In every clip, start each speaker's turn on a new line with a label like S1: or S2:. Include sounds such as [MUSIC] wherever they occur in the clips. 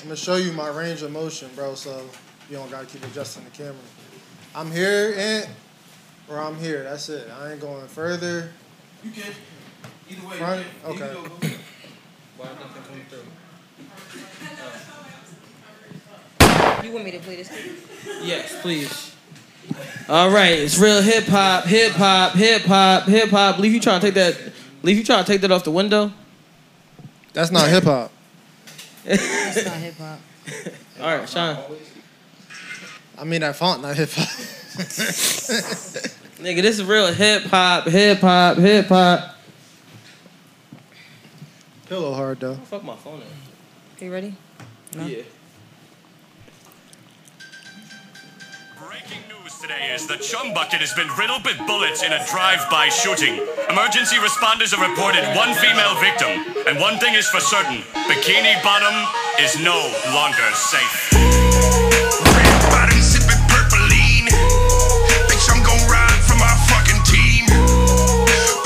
S1: I'm gonna show you my range of motion, bro. So you don't gotta keep adjusting the camera. I'm here and or I'm here. That's it. I ain't going further.
S2: You can. Either way.
S1: Front?
S2: You can.
S1: Okay.
S2: Either way.
S3: Why nothing come through?
S4: You want me to play this?
S3: Yes, please. All right, it's real hip hop, hip hop, hip hop, hip hop. Leave you trying to take that. Leave you trying to take that off the window.
S1: That's not hip hop.
S4: That's not hip hop.
S3: All right, Sean.
S1: I mean that font, not hip hop. [LAUGHS]
S3: Nigga, this is real hip hop, hip hop, hip hop.
S1: Pillow hard though.
S3: Fuck my phone. up.
S4: You ready? No.
S3: Yeah.
S5: Breaking news today is the Chum Bucket has been riddled with bullets in a drive-by shooting. Emergency responders have reported one female victim, and one thing is for certain: Bikini Bottom is no longer safe.
S6: Red bottom sipping purpleine. Bitch, I'm gon' ride for my fucking team.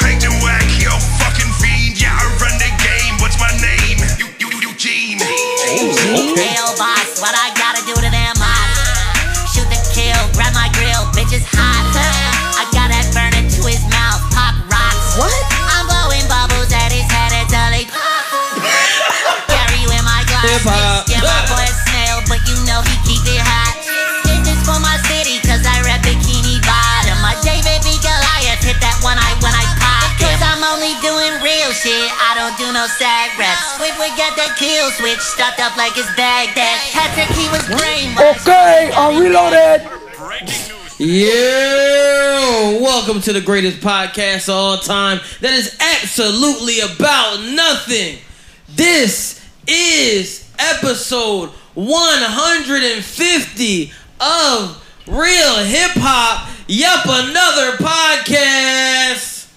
S6: Paint and whack, you fucking fiend. Yeah, I run the game. What's my name? You, you, you, Eugene.
S7: Hell boss, what I gotta do to them eyes? Shoot the kill, grab my grill, bitch is hot. I got that burner to his mouth, pop rocks. What? I'm blowing bubbles at his head until he pops. Gary with my
S3: Hip hop.
S7: glass, yeah my boy a snail, but you know he keep it hot. Did this for my city, cause I rap bikini bottom. My David B. Goliath hit that one eye when I pop. Cause I'm only doing real shit, I don't do no sad raps. We we got that kill switch, stuffed up like it's Baghdad. Patrick, he was brainwashed.
S8: Okay, I'm reloaded.
S5: Breaking news.
S3: Yeah, welcome to the greatest podcast of all time. That is absolutely about nothing. This is episode 150 of Real Hip Hop. Yup, another podcast.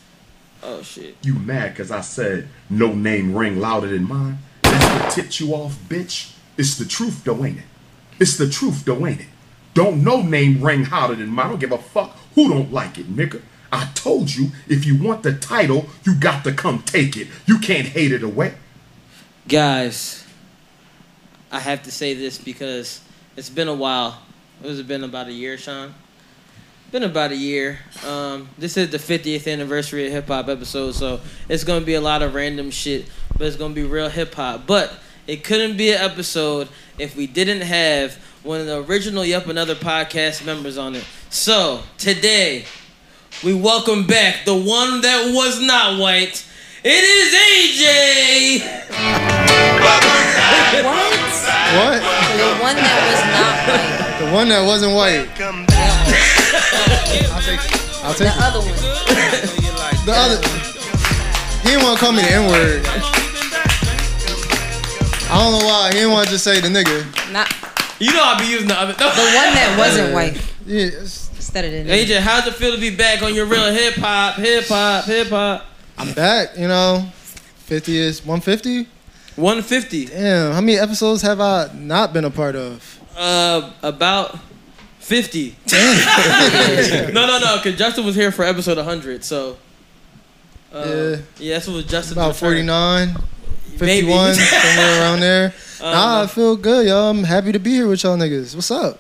S3: Oh shit.
S9: You mad cause I said no name ring louder than mine? That's what tipped you off, bitch. It's the truth though, ain't it? It's the truth though, ain't it? Don't no name ring hotter than mine. I don't give a fuck who don't like it, nigga. I told you if you want the title, you got to come take it. You can't hate it away.
S3: Guys, I have to say this because it's been a while. What has it been about a year, Sean? Been about a year. Um, this is the 50th anniversary of hip hop episode, so it's gonna be a lot of random shit, but it's gonna be real hip hop. But it couldn't be an episode if we didn't have one of the original Yep Another podcast members on it. So today, we welcome back the one that was not white. It is AJ.
S1: What?
S4: The one that was not white.
S1: The one that wasn't white. I'll take.
S4: The
S1: I'll take it.
S4: other one.
S1: The other. He didn't want to call me the N word. I don't know why. He didn't want to just say the nigga.
S4: Not
S3: You know I'll be using the other.
S4: the one
S3: [LAUGHS]
S4: that wasn't white.
S1: Yeah. it's-
S4: Instead of the name.
S3: AJ, how's it feel to be back on your real hip hop, hip hop, hip hop?
S1: I'm back, you know. 50 is 150?
S3: 150.
S1: Damn, how many episodes have I not been a part of?
S3: Uh, about
S1: [LAUGHS]
S3: 50. no, no, no, because Justin was here for episode 100, so. Uh, yeah.
S1: Yeah.
S3: that's what was Justin.
S1: About 49, 51,
S3: [LAUGHS] Maybe. Um,
S1: somewhere around there. Nah, I feel good, y'all. I'm happy to be here with y'all niggas. What's up?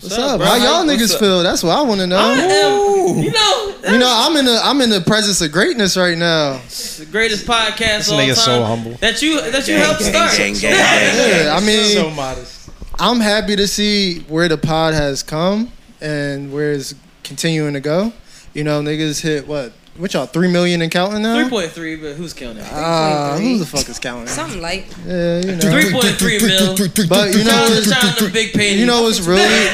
S1: What's
S3: up,
S1: up?
S3: bro?
S1: How y'all
S3: What's
S1: niggas
S3: up?
S1: feel? That's what I want to know.
S3: I am, you know,
S1: you know, I'm in the I'm in the presence of greatness right now.
S3: it's the greatest podcast of all time.
S10: nigga's so humble.
S3: That you that you helped start.
S1: Yeah, I mean,
S10: so
S3: [LAUGHS]
S10: modest.
S1: I'm happy to see where the pod has come and where it's continuing to go. You know, niggas hit what? What y'all? Three million and counting now.
S3: 3.3, but who's counting?
S1: Uh, who the fuck is counting?
S4: Something like
S1: Yeah, you know.
S3: 3.3 mil.
S1: [LAUGHS] But you know,
S3: Shout
S1: it's,
S3: out to Big Payne.
S1: you [LAUGHS] know what's really,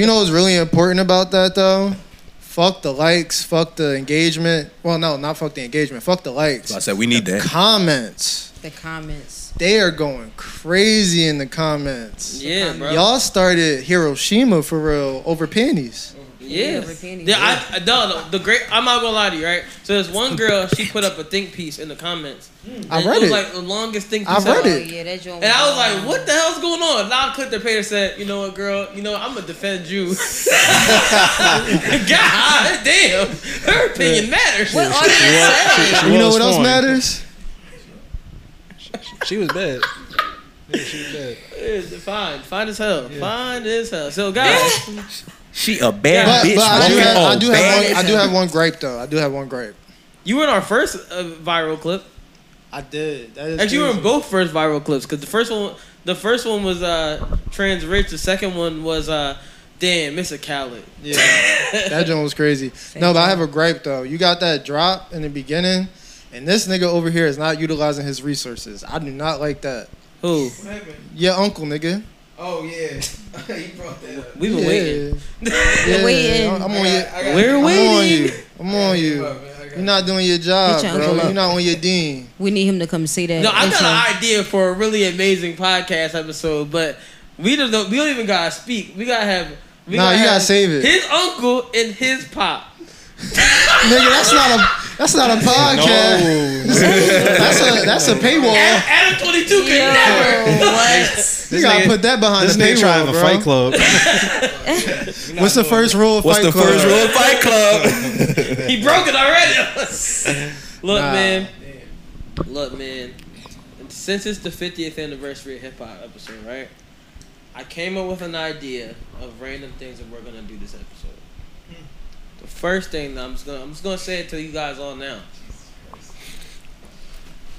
S1: you know what's really important about that though. Fuck the likes. Fuck the engagement. Well, no, not fuck the engagement. Fuck the likes.
S2: I said we need that.
S1: Comments.
S4: the comments.
S1: They are going crazy in the comments.
S3: Yeah, bro.
S1: Y'all started Hiroshima for real over panties.
S3: Yeah,
S4: over panties.
S3: yeah. I, I, no, no, the great. I'm not gonna lie to you, right? So there's one girl. She put up a think piece in the comments.
S4: Hmm.
S1: I
S3: And
S1: read
S3: was
S1: it.
S3: Like the longest think
S1: I
S3: piece.
S1: read
S3: ever.
S1: it.
S4: Oh, yeah, that joint
S3: And I was like, "What the hell's going on?" And I clicked the page and said, "You know what, girl? You know I'm gonna
S1: [LAUGHS]
S3: defend you." [LAUGHS] God damn, her opinion matters.
S4: What are they saying?
S1: you know what else matters?
S10: She was bad.
S3: It's fine, fine as hell, fine as hell. So guys,
S8: She a bad
S1: But,
S8: bitch.
S1: but I do
S8: walking
S1: have, I
S8: on
S1: do
S8: bad
S1: have one, I
S8: as
S1: do
S8: hell.
S1: have one gripe though. I do have one gripe.
S3: you were in our first uh, viral clip.
S1: I did. That is
S3: Actually, you were in
S1: crazy.
S3: both first viral clips because the first one, the first one was uh, trans rich. The second one was uh, damn, Mr. Khaled.
S1: Yeah, that joint was crazy. no, but I have a gripe though. You got that drop in the beginning, and this nigga over here is not utilizing his resources. I do not like that.
S3: Who
S1: Your uncle, nigga.
S2: Oh yeah, you brought that up.
S3: we were
S1: yeah.
S3: waiting.
S1: Yeah,
S4: Waiting.
S1: I'm I'm on you.
S2: I got-
S3: We're
S1: I'm on
S3: waiting.
S1: you. I'm on you. You're not doing your job,
S4: Hit your
S1: bro.
S4: uncle
S1: You're
S4: up.
S1: not on your dean.
S4: We need him to come see that.
S3: No, I
S4: That's
S3: got
S4: all.
S3: an idea for a really amazing podcast episode, but we don't. know- We don't even gotta speak. We gotta have. We
S1: Nah, you gotta
S3: have
S1: save it.
S3: His uncle and his pop.
S1: Nigga, that's not a that's not a podcast.
S10: [LAUGHS]
S1: that's a that's a paywall.
S3: Adam twenty two
S4: Yo,
S3: can never. [LAUGHS]
S4: what?
S1: You gotta
S10: nigga-
S1: put that behind
S10: This
S1: the
S10: nigga trying
S1: paywall, bro.
S10: to have a fight club.
S1: What's the first rule of
S8: What's
S1: Fight
S8: the
S1: Club?
S8: first rule of Fight
S1: [LAUGHS]
S8: Club?
S3: He broke it already. [LAUGHS] Look,
S1: Nah.
S3: man. Look, man. Since it's the 50th anniversary of hip hop episode, right? I came up with an idea of random things that we're gonna do this episode. The first thing that I'm just gonna I'm just gonna say it to you guys all now.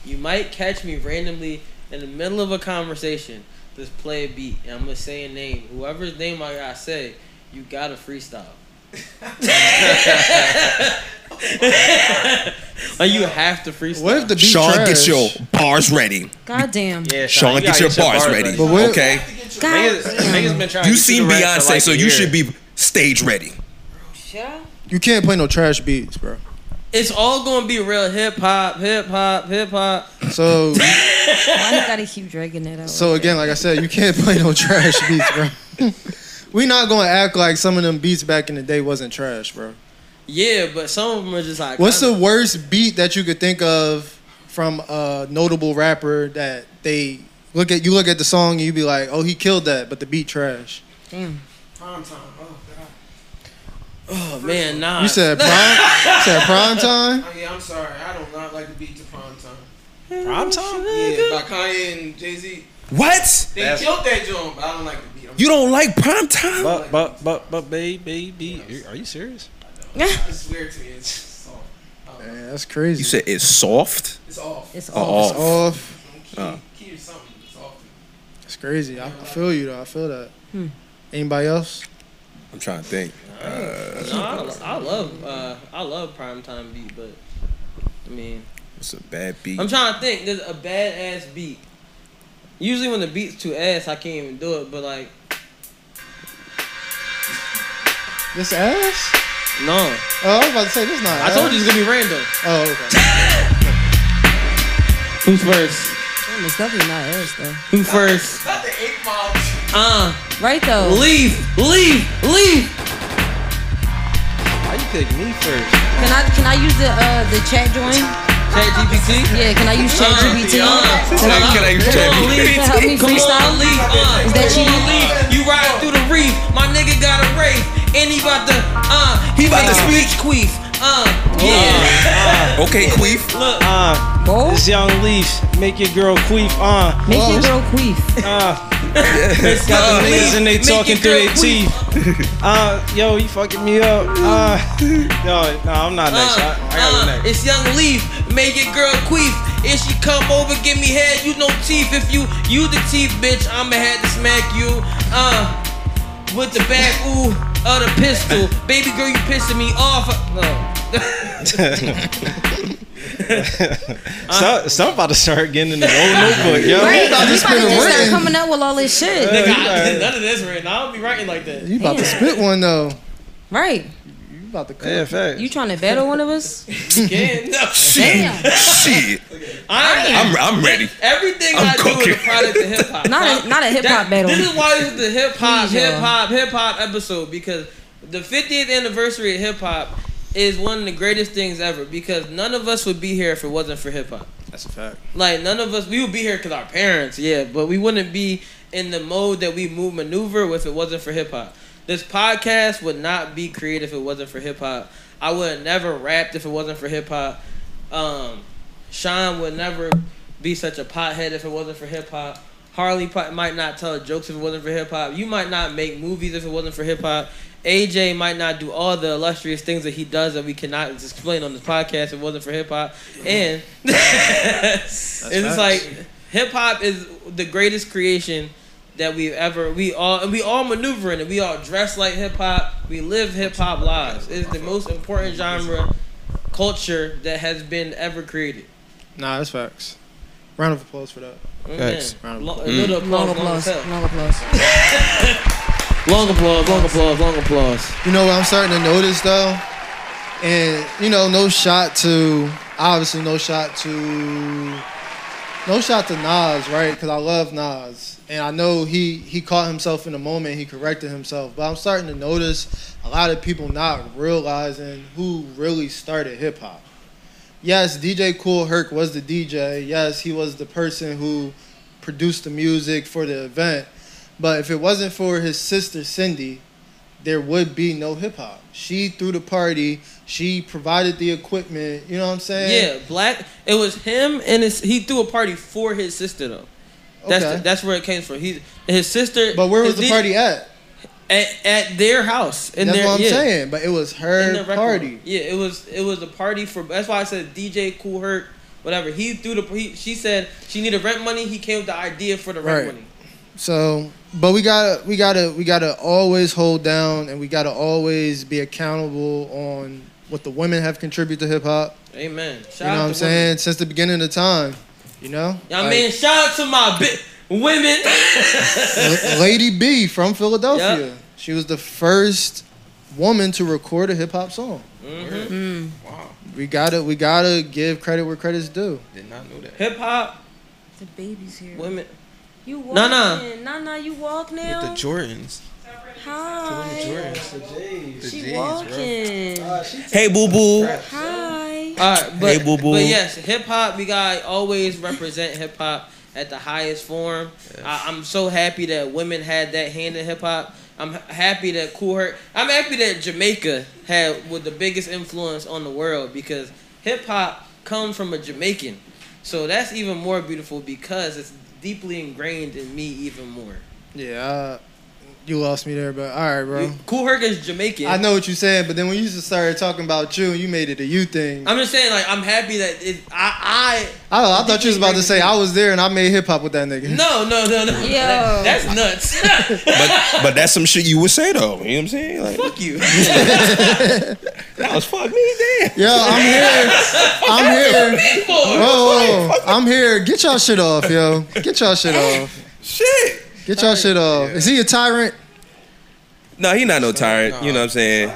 S3: You might catch me randomly in the middle of a conversation. Just play a beat, and I'm gonna say a name. Whoever's name I gotta say, you gotta
S8: [LAUGHS]
S3: freestyle. like you have to freestyle.
S1: What if the beat
S8: Sean,
S1: trash?
S8: get your bars ready.
S4: Goddamn.
S11: Yeah,
S8: Sean,
S11: you
S8: get
S11: gotta
S8: your bars ready.
S11: Niggas,
S1: But what-
S8: Okay.
S4: Goddamn.
S11: niggas been trying. to
S8: You
S11: get
S8: seen
S11: the rap for,
S8: Beyonce,
S11: like,
S8: so
S11: a
S8: you
S11: year.
S8: should be stage ready.
S1: You can't play no trash beats, bro.
S3: It's all gonna be real hip hop, hip hop, hip hop.
S1: So
S4: Why you gotta keep dragging it out?
S1: so again, like I said, you can't [LAUGHS] play no trash beats, bro. We not gonna act like some of them beats back in the day wasn't trash, bro.
S3: Yeah, but some of them are just like.
S1: What's the
S3: kinda-
S1: worst beat that you could think of from a notable rapper that they look at? You look at the song and you be like, "Oh, he killed that," but the beat trash.
S4: Damn.
S3: Oh, man, nah.
S1: You said prime, [LAUGHS] you said prime time.
S2: Oh, yeah, I'm sorry. I do not like the beat to prime time.
S3: Oh,
S10: Prime time?
S2: Yeah, by Kanye and Jay Z.
S8: What?
S2: They
S10: That's-
S2: killed that joint, but I don't like the beat. I'm
S8: You don't like prime time?
S10: But but but but baby, baby, are you serious?
S2: It's weird to me. It's just off.
S1: Man, that's crazy.
S8: You said it's soft.
S2: It's off.
S4: It's all.
S8: Oh, off.
S1: off.
S2: Key, key or something. It's off.
S1: It's crazy. I, I feel you though. I feel that. Anybody else?
S8: I'm trying to think.
S3: No, I, I love, uh, I love primetime beat, but I mean,
S8: It's a bad beat.
S3: I'm trying to think. There's a bad ass beat. Usually when the beat's too ass, I can't even do it. But like,
S1: This ass?
S3: no,
S1: Oh, I was about to say this not.
S3: I told you it's gonna be random.
S1: Oh, okay.
S3: Who's first?
S4: Damn, it's definitely not us though.
S3: Who first?
S2: Not the eight ball.
S3: Uh,
S4: Right though.
S3: leave, leave, leave.
S10: Why you pick me first?
S4: Can I can I use the uh the chat join?
S3: Chat GPT.
S4: Yeah, can I use chat GPT?
S8: Can I
S3: Come on,
S8: use ChatGPT?
S3: leave.
S4: To help me
S3: Come
S4: freestyle?
S3: on, leave. Uh,
S4: Is
S3: come on,
S4: that cheating?
S3: leave. You ride through the reef. My nigga got a race, and he about to uh, he
S8: bout
S3: about to
S8: to
S3: speak queef. Uh, yeah.
S8: Okay, Queef.
S3: Look,
S10: Uh,
S4: Bold?
S10: this young leaf, make your girl queef. Uh,
S4: Make your girl queef.
S10: uh. Got the niggas and they
S3: Make
S10: talking
S3: your
S10: through
S3: girl
S10: their teeth.
S3: [LAUGHS]
S10: Uh, yo, you fucking me up. Uh, [LAUGHS] yo, no, I'm not next. I, I
S3: uh,
S10: got you next.
S3: it's young leaf. Make your girl queef. If she come over, give me head. You no teeth. If you you the teeth, bitch, I'ma have to smack you. Uh, with the back ooh of the
S10: [LAUGHS]
S3: pistol. Baby girl, you pissing me off. Uh, No.
S10: Some, some Uh, about to start getting in the old notebook, yo.
S4: Right? You
S1: thought
S4: probably
S1: this
S4: just
S1: been
S4: start
S1: written.
S4: coming up with all this shit.
S3: God, [LAUGHS] none of this written. I don't be writing like
S10: [LAUGHS]
S3: that.
S1: You about to spit one though.
S4: Right.
S1: You about to cut.
S10: Yeah, fact.
S4: You trying to battle one of us?
S3: Again, no.
S4: Damn.
S8: Shit.
S3: I'm,
S8: I'm, I'm ready.
S3: everything
S8: I'm
S3: i do
S8: cooking.
S3: is a product of hip hop.
S4: Not a not a hip hop battle.
S3: This is why this is the hip hop,
S4: Please, y'all.
S3: hip hop, hip hop episode because the 50th anniversary of hip hop is one of the greatest things ever because none of us would be here if it wasn't for hip hop.
S1: That's a fact.
S3: Like none of us, we would be here because our parents, yeah, but we wouldn't be in the mode that we move maneuver if it wasn't for hip hop. This podcast would not be created if it wasn't for hip hop. I would have never rapped if it wasn't for hip hop. Um, Sean would never be such a pothead if it wasn't for hip hop. Harley pro- might not tell jokes if it wasn't for hip hop. You might not make movies if it wasn't for hip hop. AJ might not do all the illustrious things that he does that we cannot explain on this podcast if it wasn't for hip hop. And it's just
S1: facts.
S3: like hip hop is the greatest creation that we've ever we all and we all maneuver in it. We all dress like hip hop. We live hip hop lives. It is the most important genre culture that has been ever created.
S1: Nah, that's facts. Round of applause for that.
S3: Thanks.
S1: Round of
S3: Long,
S1: applause.
S3: a little applause,
S4: Long
S3: long
S4: applause.
S3: Mm-hmm. applause.
S1: mm.
S4: Long applause.
S3: Long applause. Long applause. Long applause.
S1: You know what I'm starting to notice though, and you know, no shot to obviously no shot to no shot to Nas, right? Because I love Nas, and I know he he caught himself in the moment, he corrected himself. But I'm starting to notice a lot of people not realizing who really started hip hop. Yes, DJ Cool Herc was the DJ. Yes, he was the person who produced the music for the event. But if it wasn't for his sister Cindy, there would be no hip hop. She threw the party. She provided the equipment. You know what I'm saying?
S3: Yeah, black. It was him and his. He threw a party for his sister though. That's
S1: Okay.
S3: the, that's where it came from. He his sister.
S1: But where was
S3: his
S1: the
S3: D-
S1: party at?
S3: At, at their house. In
S1: That's
S3: their,
S1: what I'm
S3: yeah.
S1: saying. But it was
S3: in
S1: her
S3: the record
S1: party.
S3: room. Yeah, it was it was a party for. That's why I said DJ Cool Herc, whatever. He threw the. He, she said she needed rent money. He came with the idea for the rent
S1: Right.
S3: money.
S1: So, but we gotta, we gotta, we gotta always hold down, and we gotta always be accountable on what the women have contributed to hip hop.
S3: Amen. Shout
S1: You know
S3: out
S1: what I'm
S3: to
S1: saying? Since the beginning of time. You know.
S3: Women. I
S1: Like,
S3: mean, shout out to my bi- women. [LAUGHS]
S1: L- Lady B from Philadelphia.
S3: Yep.
S1: She was the first woman to record a hip hop song.
S3: Mm-hmm.
S2: Wow,
S1: We gotta, we gotta give credit where credit's due.
S2: did not know that.
S3: Hip hop,
S4: The baby's here.
S3: women.
S4: You walk
S3: Nah, nah.
S4: in. Nah, nah, you walk now.
S2: With the Jordans,
S4: Hi.
S2: Jordans, the
S4: She
S2: J's,
S4: walking.
S8: Hey, boo boo.
S4: Hi.
S3: All right, but,
S8: Hey, boo boo.
S3: but yes, hip hop. We gotta always represent hip hop at the highest form. I, I'm so happy that women had that hand in hip hop. I'm h- happy that Cool Herc. I'm happy that Jamaica had with the biggest influence on the world because hip hop comes from a Jamaican. So that's even more beautiful because it's deeply ingrained in me even more.
S1: Yeah, uh, you lost me there, but all right, bro.
S3: Cool Herc is Jamaican.
S1: I know what you said, but then when you just started talking about you, you made it a you thing. I,
S3: I'm just saying, like, I'm happy that it, I,
S1: I, thought you was about to say I was there and I made hip hop with that
S3: I,
S1: nigga.
S3: no, no, no, no. That- that's nuts. [LAUGHS]
S8: But but that's some shit you would say though. You know what I'm saying? Like
S3: Fuck you.
S8: [LAUGHS] that was fuck me, damn.
S1: Yo, I'm here. I'm here.
S3: Four.
S1: Whoa, whoa, I'm here. Get y'all shit off, yo. Get y'all shit off.
S8: Shit.
S1: Get y'all shit off. Is he a tyrant?
S8: No, he not no tyrant. You know what I'm saying?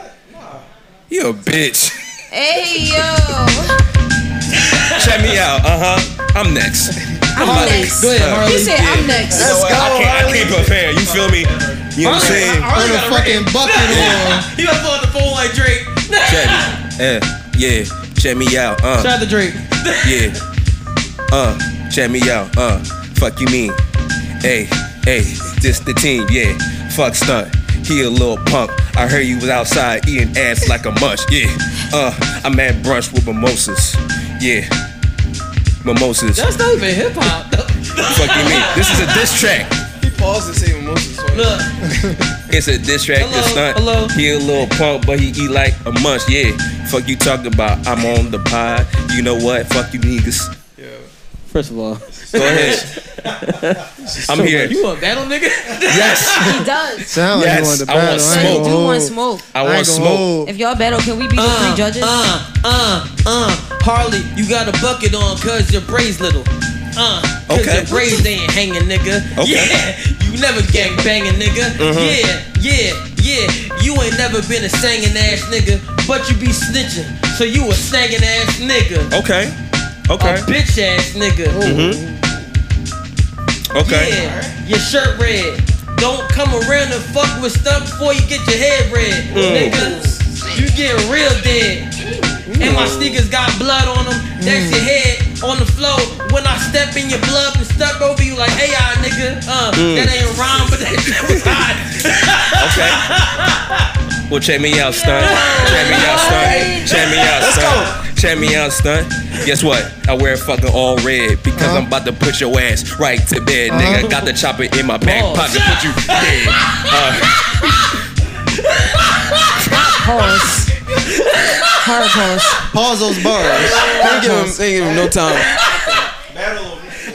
S8: You a bitch. [LAUGHS]
S4: Hey yo.
S8: Check me out. Uh huh. I'm next.
S4: I'm next.
S3: Go ahead, Harley.
S4: He said I'm next.
S8: Let's go. I can't, I can't compare. You feel me? You know what I'm saying?
S1: Put a
S3: got a
S1: fucking bucket on.
S3: You gotta pull out the phone like Drake.
S8: Check me. Eh, yeah. Check me out. Uh.
S3: Shout out to Drake.
S8: Yeah. Uh, check me out. Uh, fuck you mean? Hey, hey, this the team. Yeah. Fuck stunt. He a little punk. I heard you was outside eating ass like a mush. Yeah. Uh, I'm at brunch with mimosas. Yeah. Mimosas.
S3: That's not even hip hop.
S8: Fuck you mean? This is a diss track.
S2: He paused and said mimosas. So
S3: Look,
S8: It's a diss track.
S3: Hello,
S8: It's stunt.
S3: hello.
S8: He a little punk, but he eat like a munch. Yeah. Fuck you talking about? I'm on the pod. You know what? Fuck you niggas.
S3: first of all,
S8: Go ahead. I'm here.
S3: you a battle nigga?
S8: Yes.
S4: He does.
S1: Sound like
S8: Yes,
S1: you wanted to battle. I
S8: I want
S4: But
S1: ain't
S4: he
S8: smoke.
S1: gonna
S4: do want
S1: hold.
S4: smoke.
S8: I
S1: I
S8: want
S1: ain't gonna
S8: smoke.
S1: hold.
S4: If y'all battle, can we be the three
S3: [LAUGHS]
S4: judges?
S3: uh, uh, uh. Harley, you got a bucket on cause your braids little. Uh, cause
S8: Okay.
S3: your braids ain't hanging, nigga.
S8: Okay.
S3: Yeah, you never gang banging, nigga. Yeah, yeah, yeah. You ain't never been a singing ass nigga, but you be snitching. So you a singing ass nigga.
S8: Okay.
S3: A bitch ass nigga.
S8: Okay.
S3: Yeah, your shirt red. Don't come around and fuck with stuff before you get your head red,
S8: Mm.
S3: nigga. You get real dead. And my sneakers got blood on them. That's your head on the floor. When I step in your blood and step over you like, hey, I nigga. Uh, That ain't rhyme, but that shit was hot.
S8: Okay. Well, check me out, stunt. Check me out, stunt. Check me out, stunt. Check me out, stunt. Guess what? I wear fucking all red because I'm about to put your ass right to bed, nigga. Got the chopper in my back
S3: Balls.
S8: pocket, put you dead. Uh,
S4: Pause. Hard pause.
S1: Pause those bars.
S2: They give him, they give him no time. [LAUGHS]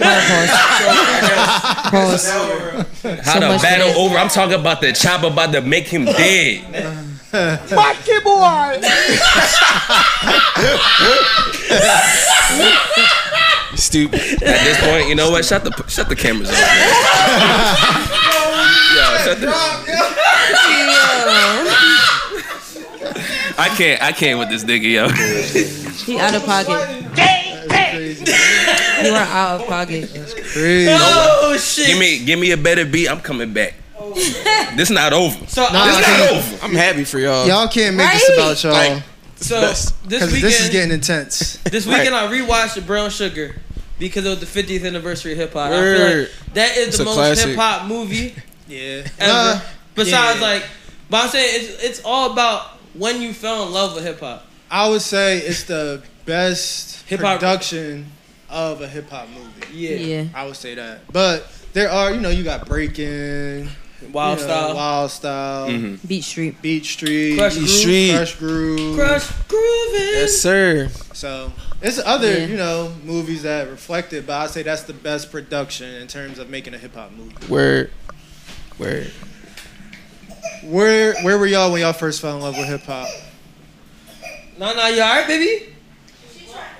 S4: Hard pause. Pause.
S8: how
S4: So
S8: the
S4: much for
S8: battle
S4: this.
S8: over? I'm talking about the chopper about to make him dead.
S2: Stupid.
S8: At this point, you know what? Shut the shut the cameras off. man. Yo, shut the, I can't I can't with this nigga, yo.
S4: He out of pocket. You are out of pocket.
S1: Crazy.
S3: Oh shit.
S8: Give me give me a better beat. I'm coming back. This not over.
S3: so,
S1: Nah,
S3: this-
S1: I can't-
S2: I'm happy for y'all.
S1: y'all can't make this
S4: Right?
S1: about y'all
S2: Like,
S3: so
S2: best.
S3: this
S1: because
S3: weekend,
S1: this is getting intense.
S3: this weekend I rewatched the Brown Sugar because of the 50th anniversary of hip hop. I feel
S2: Word.
S3: like that is
S2: It's
S3: the
S2: a
S3: most
S2: classic.
S3: hip hop movie
S1: Yeah.
S3: ever.
S1: Nah,
S3: Besides,
S1: yeah.
S3: like, but I'm saying it's it's all about when you fell in love with hip hop.
S1: I would say it's the best
S3: Hip-hop-
S1: production of a hip hop movie.
S3: Yeah.
S4: Yeah.
S1: I would say that. But there are, you know, you got breaking,
S3: Wild
S1: you know,
S3: style.
S1: wild style,
S4: Beat Street.
S1: Beat Street,
S3: Crush
S1: Beat
S3: Groove.
S1: Street, Crush Groove.
S3: Crush grooving.
S2: Yes, sir.
S1: So it's other,
S4: Yeah.
S1: you know, movies that reflect it. But I would say that's the best production in terms of making a hip hop movie.
S2: Word. Word.
S1: Where Where were y'all when y'all first fell in love with hip hop?
S3: No, no, you alright, baby?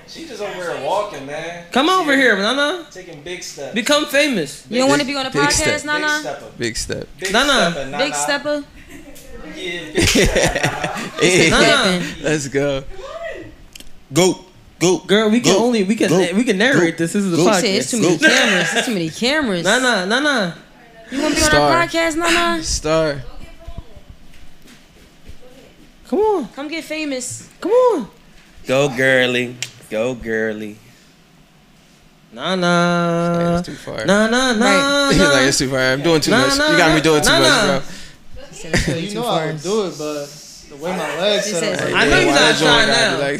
S10: She just over here walking, man.
S3: Come over here, Nana.
S10: Taking big steps.
S3: Become famous.
S4: You don't want to be on a
S2: Big step.
S4: podcast, Nana?
S10: stepper.
S2: Big step.
S3: Nana.
S4: Big stepper?
S2: [LAUGHS] Hey,
S3: [LAUGHS] Nana.
S2: let's go.
S8: Go, go,
S3: Girl, we can
S8: Go.
S3: only we can
S8: Go.
S3: we can narrate this. This is a
S4: She said it's too many
S3: podcast.
S4: cameras. It's too many cameras.
S3: Nana, Nana.
S4: You want to be on
S2: Star.
S4: our podcast,
S10: [LAUGHS]
S4: Nana?
S2: Star.
S3: Come on,
S4: Come get famous.
S3: come on.
S8: go, girly, go, girly.
S3: Nana.
S2: It's too far.
S3: Nah, nah, nah.
S2: He's
S3: nah.
S2: like, it's too far. I'm doing too
S3: Nah,
S2: much.
S3: nah,
S2: you got me
S3: nah,
S2: doing too
S3: nah,
S2: much,
S3: nah.
S2: bro.
S1: You know I would do it, but the way my legs
S4: She
S1: set
S4: says-
S1: up.
S3: I know
S2: Yeah,
S3: you're
S2: why
S3: not
S2: that joint
S3: trying
S2: gotta
S3: now.
S2: be Like,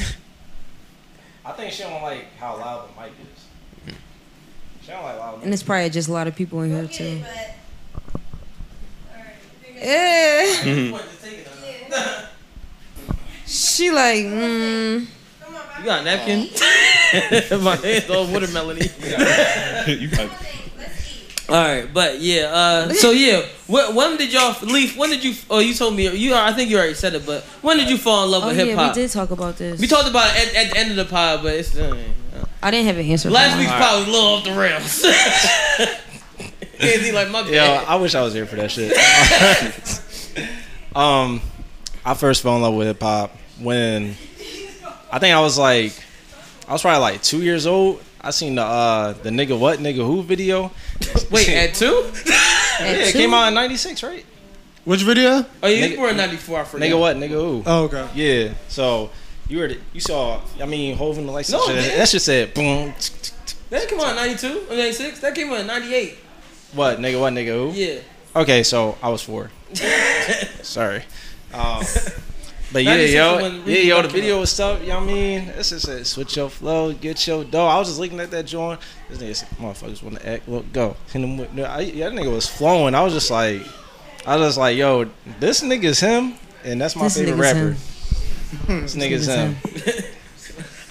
S10: I think she don't like how loud the mic is. She don't like loud.
S4: And it's probably just a lot of people in here, too. Yeah. She like, mm,
S3: you got a napkin? [LAUGHS] My hand's all watermelon. [LAUGHS] All right, but yeah. Uh, so yeah, when, when did y'all leave? When did you? Oh, you told me. You, I think you already said it, but when did you fall in love
S4: oh
S3: with
S4: yeah,
S3: hip hop?
S4: we did talk about this.
S3: We talked about it at, at the end of the pod, but it's uh,
S4: I didn't have an answer. for
S3: last
S4: that.
S3: week's pod was a little off the rails. [LAUGHS] Andy, like my
S10: Yo,
S3: bad.
S10: "Uh, I wish I was here for that shit. [LAUGHS] um, I first fell in love with hip hop when I think I was like, I was probably like two years old. I seen the uh the nigga what nigga who video.
S3: [LAUGHS] Wait, at two?
S10: [LAUGHS]
S3: Oh,
S10: yeah, it
S4: two?
S10: came out in '96, right?
S1: Which video?
S3: Oh, you
S10: Nigga-
S3: were in '94. I forgot.
S10: Nigga what nigga who?
S1: Oh, okay.
S10: Yeah, so you were the, you saw I mean Hov and the lights.
S3: No,
S10: No,
S3: it
S10: shit.
S3: didn't.
S10: that shit said boom. tsk, tsk, tsk.
S3: That came out in '92 or '96. That came out in '98.
S10: What nigga what nigga who?
S3: Yeah.
S10: Okay, so I
S1: [LAUGHS]
S10: was four. Sorry. Um, [LAUGHS] but yeah,
S3: 96
S10: yo,
S3: is when
S10: yeah,
S3: Reed
S10: yo,
S3: Buck
S10: the
S3: came
S10: video
S3: out.
S10: was tough. You know what I mean? This is it. Switch your flow, get your dough. I was just looking at that joint. This nigga said, motherfuckers want to act, look, go. Hit him with, no, I, yeah, that nigga was flowing. I was just like, I was just like, yo, this nigga's him, and that's my
S4: This
S10: favorite
S4: nigga's
S10: rapper.
S4: him.
S10: This nigga's him.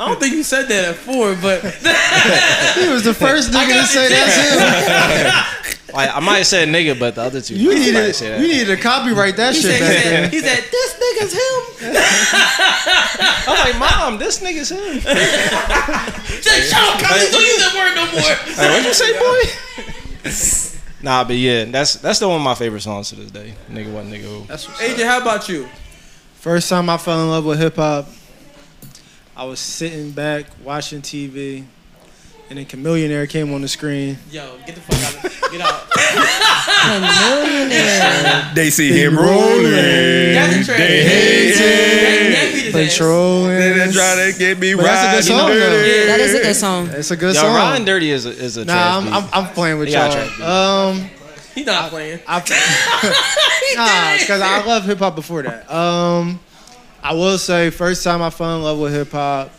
S3: I don't think you said that at four, [LAUGHS] but
S1: He was the first [LAUGHS] nigga to
S3: got
S1: say
S3: it.
S1: that's him.
S10: Like, I might have said nigga, but the other two,
S1: You
S10: I might
S1: needed,
S10: say
S1: you needed to copyright that
S3: he
S1: shit
S3: said, he
S1: back
S3: said,
S1: then.
S3: he said this nigga's him.
S10: I'm like, mom, this nigga's him. Like,
S3: Say, shut up, Collins, Don't use that word no [LAUGHS] more.
S10: what'd you say, boy? [LAUGHS] nah, but yeah, that's that's still one of my favorite songs to this day. Nigga, what nigga who?
S3: AJ, how about you?
S1: First time I fell in love with hip hop, I was sitting back watching TV, and then Chameleonaire came on the screen.
S3: Yo, get the fuck out. Of, get out.
S8: They see him
S3: That's a trash. That beat his ass.
S8: They
S1: Patrolling.
S8: try to get me
S1: But that's a good
S8: riding
S1: song, though.
S8: dirty.
S4: That is a good song.
S1: It's a good
S10: Yo,
S1: song.
S10: Ryan Dirty is a, is a trash
S1: Nah, I'm,
S10: beat.
S1: I'm, I'm playing with
S10: They got
S1: y'all.
S10: trash beat.
S1: Um,
S3: He not playing. [LAUGHS]
S1: I, nah, because I love hip hop before that. Um, I will say, first time I fell in love with hip hop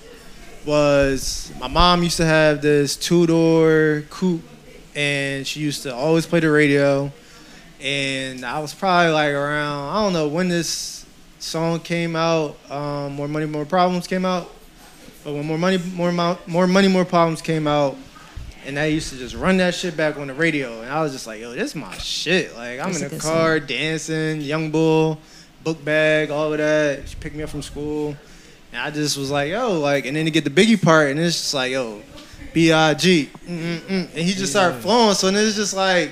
S1: was my mom used to have this two door coupe, and she used to always play the radio. And I was probably like around, I don't know when this song came out, um, More Money, More Problems came out. But when More Money, More, Mo- More Money, More Problems came out, and I used to just run that shit back on the radio. And I was just like, yo, this is my shit. Like, I'm
S4: That's a
S1: in the
S4: good
S1: car dancing, Young Bull, book bag, all of that. She picked me up from school. And I just was like, yo, like, and then to get the Biggie part, and it's just like, yo, B.I.G. Mm-mm-mm. And he just started flowing. So then it's just like,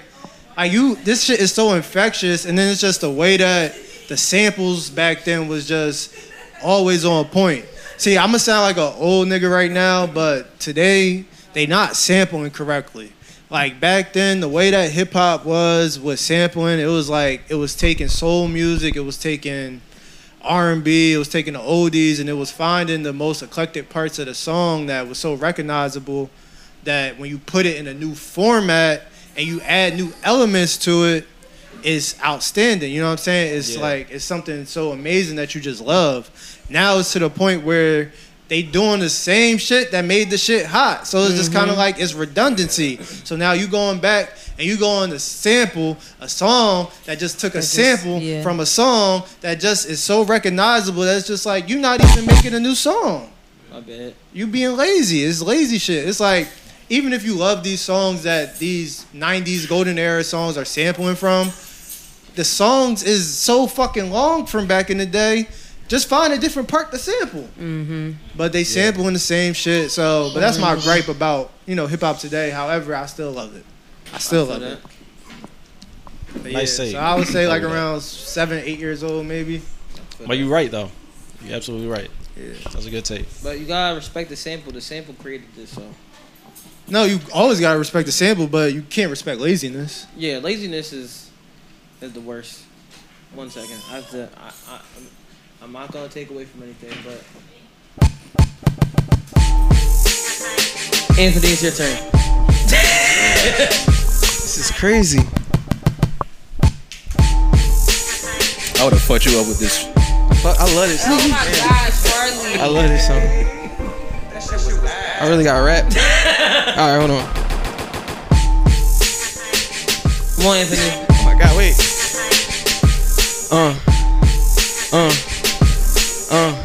S1: like you, this shit is so infectious. And then it's just the way that the samples back then was just always on point. See, I'm gonna sound like an old nigga right now, but today they not sampling correctly. Like back then, the way that hip hop was was sampling, it was like it was taking soul music, it was taking R and B, it was taking the oldies, and it was finding the most eclectic parts of the song that was so recognizable that when you put it in a new format and you add new elements to it, it's outstanding. You know what I'm saying? It's like it's something so amazing that you just love. Now it's to the point where they doing the same shit that made the shit hot. So it's just
S4: Mm-hmm.
S1: kind of like it's redundancy. So now you going back and you going to sample a song that just took a
S4: just-
S1: sample
S4: yeah.
S1: from a song that just is so recognizable that it's just like you're not even making a new song
S3: My bad.
S1: you being lazy. It's lazy shit. It's like even if you love these songs that these '90s golden era songs are sampling from, the songs is so fucking long from back in the day. Just find a different part to sample. Mm-hmm. But they sampling the same shit. So, but that's my gripe about you know hip hop today. However, I still love it. I still
S3: Feel
S1: love
S3: that?
S1: it. But
S10: Nice
S1: yeah,
S10: save.
S1: so I would say like
S10: Hold up.
S1: around seven, eight years old maybe.
S10: But you're right though. You're absolutely right. That's a good take.
S3: But you gotta respect the sample. The sample created this, so
S1: No, you always gotta respect the sample, but you can't respect laziness.
S3: yeah, laziness is is the worst. One second, I have to. I, I, I'm- I'm not gonna take away from anything, but Anthony, it's your turn.
S2: This is crazy.
S8: I would have fucked you up with this.
S2: Fuck, I love this.
S4: Oh my gosh, Farley.
S2: I love this song. I really got
S4: [LAUGHS]
S2: rapped. All right, hold on.
S3: Come on, Anthony.
S2: Oh my god, wait. Uh, uh, uh,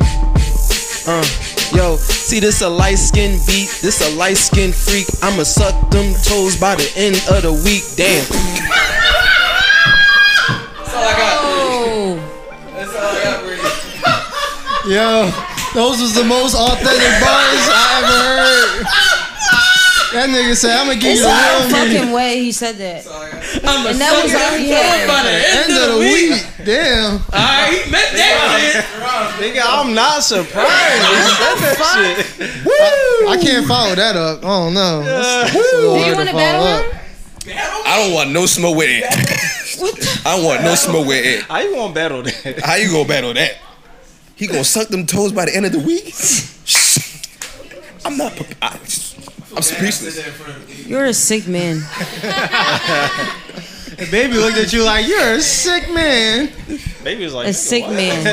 S2: uh. Yo, see this a light skin beat, this a light skin freak. I'ma suck them toes by the end of the week. Damn.
S4: Oh,
S1: Yo, those was the most authentic bars I ever heard. That nigga said, I'm gonna give
S4: it's
S1: you the
S4: no
S1: real money.
S4: fucking way he said that.
S3: I'm a
S4: And that was
S3: sucker.
S4: really him.
S3: By the
S1: End of the week. Damn.
S3: All right, he meant that shit.
S10: Nigga, I'm not surprised.
S1: I, I can't follow that up. Oh no. That's, that's a little
S4: Do you
S1: hard
S4: want
S1: to follow
S4: to battle
S1: up.
S4: him?
S8: I don't want no smoke with it. I want no smoke with it.
S10: [LAUGHS] How you gonna battle that?
S8: How you gonna battle that? He gonna suck them toes by the end of the week? [LAUGHS] I'm not. pre- I, I'm speechless.
S4: You're a sick man.
S1: The baby looked at you like you're a sick man.
S10: [LAUGHS] Baby was like
S4: A sick man.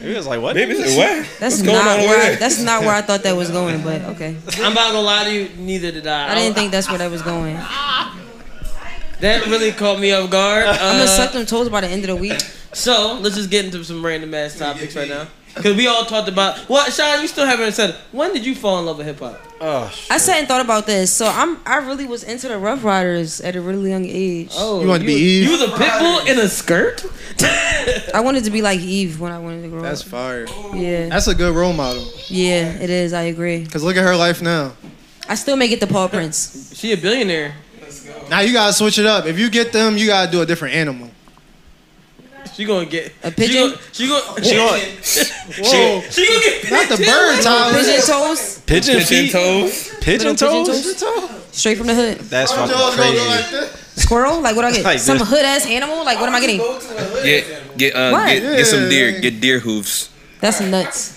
S10: He was like, what?
S8: Baby said what?
S4: That's
S8: going
S4: not
S8: on over
S4: where. I,
S8: there?
S4: that's not where I thought that was going. But okay,
S3: I'm not gonna lie to you. Neither did I. Um,
S4: I didn't think that's where that was going.
S3: that really caught me off guard.
S4: [LAUGHS] I'm
S3: Uh,
S4: gonna suck them toes by the end of the week.
S3: So let's just get into some random ass topics right now. Cause we all talked about what Sean, you still haven't said. When did you fall in love with hip hop?
S10: Oh,
S4: I sat and thought about this. So I'm. I really was into the Rough Riders at a really young age.
S3: Oh,
S1: You wanna be Eve?
S3: You was a pit bull in a skirt.
S4: I wanted to be like Eve when I wanted to grow
S1: That's
S4: up.
S1: fire.
S4: yeah,
S1: That's a good role model.
S4: yeah, it is. I agree.
S1: Cause look at her life now.
S4: I still may get the Paul Prince.
S3: She a billionaire.
S1: Now you gotta switch it up. If you get them, you gotta do a different animal.
S3: She gonna get
S4: A pigeon?
S3: She gonna she gonna [LAUGHS]
S1: Whoa.
S3: she gonna get
S1: Not the
S3: pigeon.
S1: bird, Tyler.
S4: Pigeon toes,
S10: pigeon feet,
S8: toes.
S10: pigeon
S4: Little pigeon
S10: toes.
S4: straight from the hood.
S10: That's
S1: Joe's
S10: fucking
S1: gonna go like
S10: crazy.
S1: this.
S4: Squirrel, like what I get?
S10: Like
S4: Some
S10: this.
S4: hood ass animal, like what am I getting?
S8: Get get uh,
S4: What?
S8: get, get some
S1: Yeah.
S8: deer. Get deer hooves.
S4: That's nuts.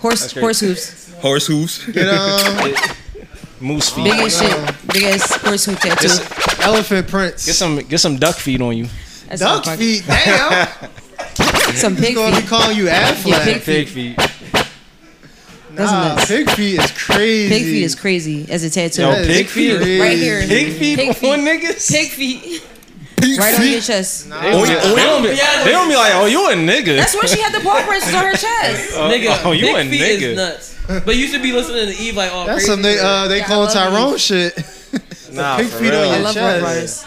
S4: Horse,
S10: That's great.
S4: horse hooves,
S8: Horse hooves.
S1: Get, um,
S10: Moose feet.
S4: big as shit, big as horse hoof tattoo.
S10: This,
S1: Elephant Prince.
S10: Get some get some duck feed on you.
S4: That's
S1: Duck
S4: all fuck-
S1: feet, damn.
S4: Some
S1: He's
S4: pig
S1: gonna be
S4: feet.
S1: calling you Affleck.
S4: Yeah, pig
S10: [LAUGHS] Pig feet.
S4: That's
S1: nah,
S4: nuts.
S1: pig feet is crazy.
S4: Pig feet is crazy as a tattoo.
S10: Yo,
S1: That is
S10: pig feet is
S1: crazy.
S4: right here.
S10: Pig feet
S4: Pig feet.
S10: on niggas.
S4: Pig feet.
S1: Pig
S4: Right on
S1: feet?
S4: your chest.
S10: They don't be- they don't be, they don't be like, oh, you a nigga.
S4: That's where she had the paw prints on her chest.
S3: nigga,
S10: oh, you
S3: Big
S10: a
S3: Feet
S10: nigga.
S3: is nuts. But you should be listening to Eve like all
S1: That's
S3: crazy.
S1: some they uh they
S4: Yeah, I
S1: call
S4: love
S1: Tyrone [LAUGHS] shit.
S10: Nah,
S1: pig
S10: for
S1: feet
S10: real.
S1: on
S4: I
S1: your
S4: love Rough
S1: chest.
S4: Riders.
S1: uh,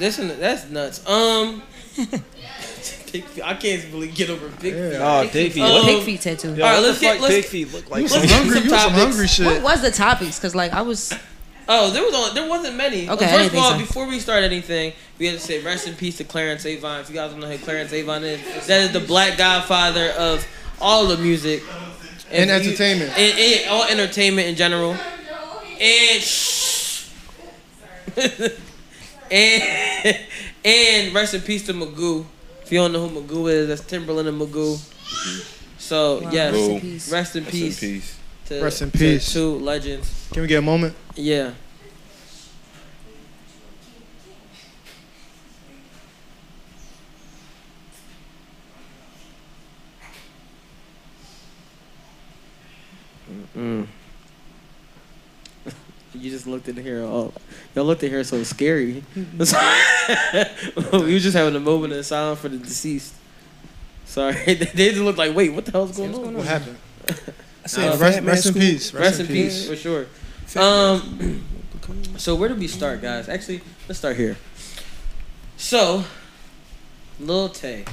S3: This and that's nuts.
S4: [LAUGHS]
S3: Um, [LAUGHS] Big Feet- I can't really get over Big Feet.
S10: Oh, pig feet.
S3: Oh,
S10: What-
S4: Pig feet tattoo.
S10: yo,
S3: All right,
S10: what
S3: let's
S10: the
S3: get-
S10: fuck
S3: let's-
S10: pig feet look like?
S1: You some
S3: Let's get
S1: hungry,
S3: some
S1: you some
S3: topics.
S1: hungry shit.
S4: What was the topics? Cause like I was uh,
S3: Oh, there was on, there wasn't many.
S4: Okay, I
S3: First
S4: didn't
S3: of all,
S4: think so.
S3: before we start anything, we have to say rest in peace to Clarence Avon. If you guys don't know who Clarence Avon is, that is the black godfather of all the music
S1: And
S3: If
S1: entertainment.
S3: and, and all entertainment in general. And [LAUGHS] shh. and and rest in peace to Magoo. If you don't know who Magoo is, that's Timberland and Magoo. So
S4: Wow,
S3: yes,
S4: rest
S3: rest
S4: in
S3: in peace.
S4: peace.
S8: Rest in peace.
S3: To,
S1: Rest in
S3: to
S1: peace.
S3: two legends.
S1: Can we get a moment?
S3: Yeah. [LAUGHS] You just looked in here. Oh, y'all looked in here so scary. [LAUGHS] we were just having a moment of silence for the deceased. Sorry, [LAUGHS] they just looked like, wait, what the hell's going on?
S4: Mm-hmm.
S1: What happened?
S8: I
S1: Nah, rest, rest in peace.
S3: Rest, in peace. for sure. Um, [CLEARS THROAT] so where do we start, guys? Actually, let's start here. So, Lil Tay.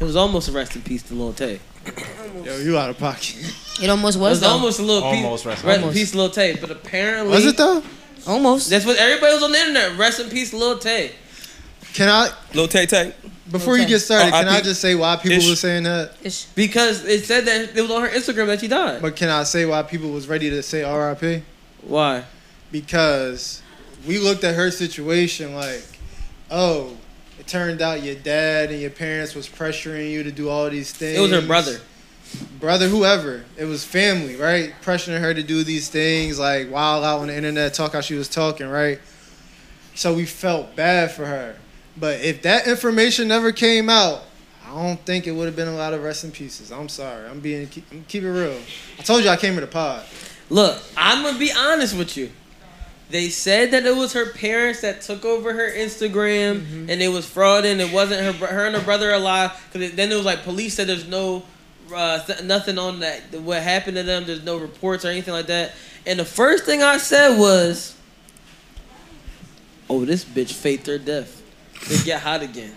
S3: It was almost a rest in peace to Lil Tay.
S1: Yo, you out of pocket.
S4: it almost
S3: It
S4: was
S3: was
S4: though.
S3: almost a little
S10: Almost
S3: peace,
S10: rest-
S3: rest, in peace to Lil Tay, but apparently
S1: Was it though?
S4: almost.
S3: that's what everybody was on the internet. Rest in peace, Lil Tay.
S1: Can I?
S8: Lil Tay Tay.
S1: Before you
S4: Okay.
S1: get started,
S8: Oh, I
S1: can I
S8: think-
S1: just say why people
S8: Ish.
S1: were saying that?
S4: Ish.
S3: Because it said that it was on her Instagram that she died.
S1: But can I say why people was ready to say R.I.P.
S3: Why?
S1: Because we looked at her situation like, oh, it turned out your dad and your parents was pressuring you to do all these things.
S3: It was her brother.
S1: brother, whoever. It was family, right? Pressuring her to do these things, like wild out on the internet, talk how she was talking, right? So we felt bad for her. But if that information never came out, I don't think it would have been a lot of rest in pieces. I'm sorry. I'm being keep, I'm keep it real. I told you I came to the pod.
S3: Look, I'm gonna be honest with you. They said that it was her parents that took over her Instagram, and it was fraud, and it wasn't her. bro- Her and her brother are alive. Because then it was like police said there's no uh, th- nothing on that. What happened to them? There's no reports or anything like that. And the first thing I said was, "Oh, this bitch faked her death to get hot again."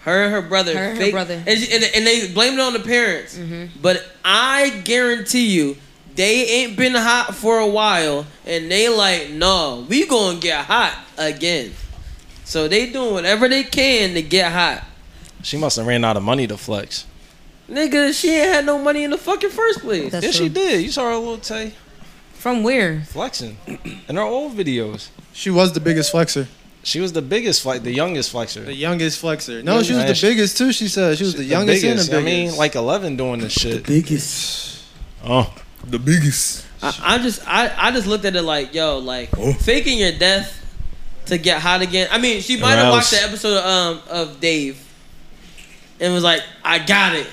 S3: Her and her brother.
S4: Her and her
S3: faked-
S4: brother. Mm-hmm.
S3: And, she- and, and they blamed it on the parents. But I guarantee you, they ain't been hot for a while, and they like, no, we gonna get hot again. So they doing whatever they can to get hot.
S10: She must have ran out of money to flex.
S3: Nigga, she ain't had no money in the fucking first place.
S4: That's
S10: yeah, she
S4: true.
S10: did. You saw her little Tay
S4: From where?
S10: flexing in her old videos.
S1: She was the biggest flexer.
S10: She was the biggest flex, the youngest flexer.
S1: The youngest flexer. No, she was
S10: Yeah,
S1: the
S10: she-
S1: biggest too, she said. She was the, youngest
S10: biggest,
S1: and the
S10: I
S1: biggest.
S10: mean, like eleven doing this shit.
S8: Biggest.
S10: Oh,
S8: The biggest.
S3: I, I just I, I just looked at it like, yo, like
S8: Oh.
S3: faking your death to get hot again. I mean, she might have watched the episode of, um of Dave and was like, I got it.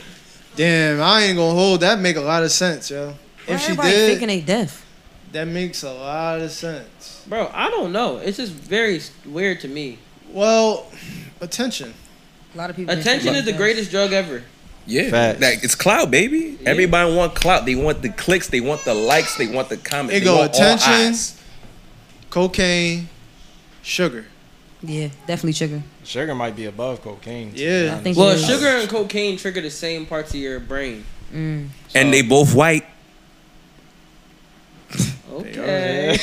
S1: Damn, I ain't gonna hold that make a lot of sense, yo.
S4: Why
S1: If she
S4: everybody
S1: did,
S4: thinking they deaf.
S1: that makes a lot of sense.
S3: Bro, I don't know. It's just very weird to me.
S1: Well, attention.
S4: A lot of people.
S3: Attention is the greatest drug ever.
S8: Yeah,
S10: Facts.
S8: like it's clout, baby. Everybody want clout. They want the clicks. They want the likes. They want the comments.
S1: It
S8: they
S1: go
S8: want all
S1: attention.
S8: eyes.
S1: Cocaine, sugar.
S4: Yeah, definitely sugar.
S10: sugar might be above cocaine. to
S1: Yeah.
S10: be honest.
S4: I think
S3: Well,
S4: it is.
S3: sugar and cocaine trigger the same parts of your brain.
S4: Mm.
S8: And they both white.
S3: Okay.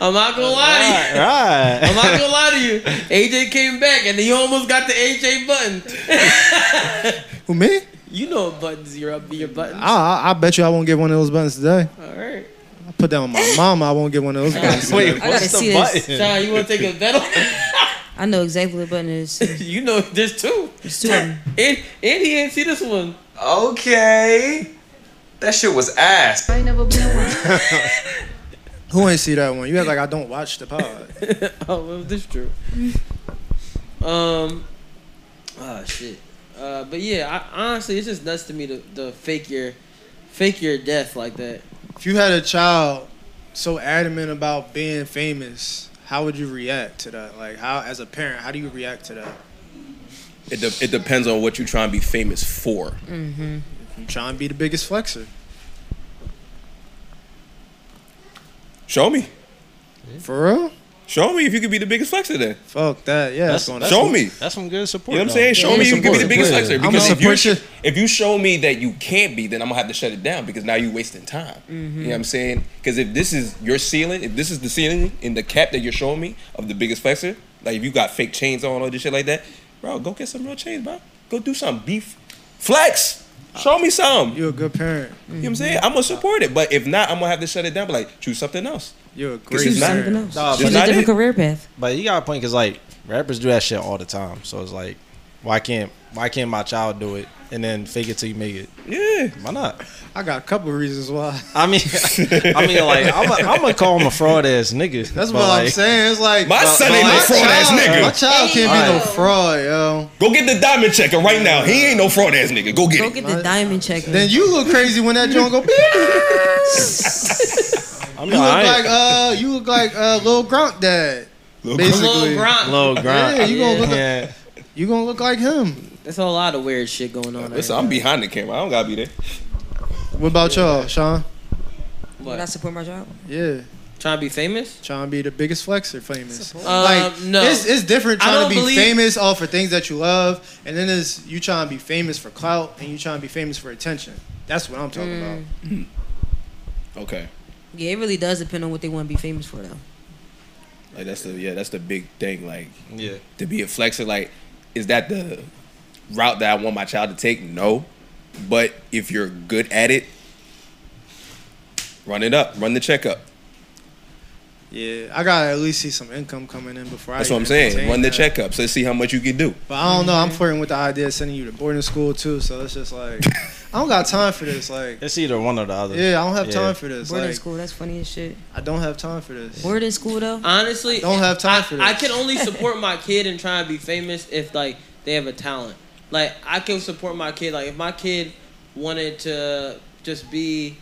S3: I'm not gonna lie
S10: [LAUGHS]
S3: to you. I'm
S10: Right.
S3: not gonna lie to you. AJ came back and he almost got the AJ button. [LAUGHS]
S1: Who me?
S3: You know what buttons you're up to your buttons.
S1: I, I I bet you I won't get one of those buttons today.
S3: Alright.
S1: I put down [LAUGHS] my mama. I won't get one of those buttons.
S10: Wait,
S4: gotta
S10: [LAUGHS] what's
S4: see
S10: the
S4: this.
S10: button?
S3: Sean, you wanna take a bet on
S4: I know exactly what button it
S3: [LAUGHS]
S4: is.
S3: You know there's two.
S4: It's two of them.
S3: And and he ain't see this one.
S10: Okay.
S11: That shit was ass.
S12: I ain't never been one.
S1: Who ain't see that one? You act like I don't watch the pod.
S3: [LAUGHS] oh, well, this true. Um, oh shit. Uh, but yeah, I, honestly, it's just nuts to me to, to fake your, fake your death like that.
S1: If you had a child so adamant about being famous, how would you react to that? Like, how as a parent, how do you react to that?
S8: It, de- it depends on what you're trying to be famous for.
S11: Mm.
S1: Mm-hmm. I'm trying to be the biggest flexer.
S8: Show me.
S1: For real?
S8: Show me if you could be the biggest flexer then.
S1: Fuck that. Yeah.
S8: That's- that's Show
S10: some-
S8: me.
S10: That's some good support.
S8: You know what I'm
S10: though.
S8: saying? Show me if you could be the biggest flexer.
S10: I'm
S8: Because if you,
S10: support you.
S8: sh- if you show me that you can't be, then I'm gonna have to shut it down because now you're wasting time. You know
S1: Mm-hmm.
S8: what I'm saying? Because if this is your ceiling, if this is the ceiling in the cap that you're showing me of the biggest flexer, like if you got fake chains on all this shit like that, bro, go get some real chains, bro. Go do something. Beef, flex. Show me some.
S1: You're a good parent.
S8: You know what I'm saying? I'm gonna support it, but if not, I'm gonna have to shut it down. But like, choose something else.
S1: You're a
S8: This is not-
S4: Something else.
S8: Nah,
S4: Choose
S8: but-
S4: a different career path.
S10: But you got a point because like rappers do that shit all the time. So it's like, why can't why can't my child do it and then fake it till you make it?
S8: Yeah.
S10: Why not?
S1: I got a couple reasons why. [LAUGHS]
S10: I mean, I mean, like I'm, a, I'm gonna call him a fraud ass nigga.
S1: That's
S10: but,
S1: what I'm
S10: like,
S1: saying. It's like
S10: My son ain't no
S1: my
S10: fraud ass
S1: child-
S10: nigga.
S1: My child can't be no
S10: Alright.
S1: fraud, yo.
S8: Go get the diamond checker right now. He ain't no fraud ass nigga. Go get
S4: Go
S8: it.
S4: get the diamond check.
S1: Then you look crazy when that joint go.
S10: I'm
S1: you look like uh, you look like uh, Lil Gronk dad.
S8: Lil
S1: basically,
S10: Lil Grunt.
S1: Yeah, you gonna look. Like,
S10: Yeah.
S1: you gonna look like him.
S3: There's a lot of weird shit going on.
S8: Listen, I'm behind the camera. I don't gotta be there.
S1: What about y'all, Sean?
S4: Would I support my job?
S1: Yeah.
S3: Trying to be famous?
S1: Trying to be the biggest flexer, famous.
S3: Uh,
S1: like
S3: no.
S1: it's, it's different
S3: I
S1: trying
S3: don't
S1: to be
S3: believe-
S1: famous all for things that you love, and then is you trying to be famous for clout and you trying to be famous for attention. That's what I'm talking
S3: Mm.
S1: about.
S8: Okay.
S4: Yeah, it really does depend on what they want to be famous for, though.
S8: Like that's the yeah, that's the big thing. Like
S10: yeah,
S8: to be a flexer, like is that the route that I want my child to take? No, but if you're good at it, run it up, run the checkup.
S1: Yeah, I gotta at least see some income coming in before
S8: That's
S1: I.
S8: what I'm
S1: even
S8: saying.
S1: entertain
S8: Run the
S1: that.
S8: checkups. Let's see how much you can do.
S1: But I don't know. I'm flirting with the idea of sending you to boarding school too. So it's just like I don't got time for this. Like
S10: it's either one or the other.
S1: yeah, I don't have time for this.
S4: Boarding
S1: like
S4: school, that's funny as shit.
S1: I don't have time for this.
S4: Boarding school, though?
S3: Honestly,
S1: Don't have time for this.
S3: I can
S1: [LAUGHS]
S3: only support my kid and try and be famous if like they have a talent. Like I can support my kid. Like if my kid wanted to just be,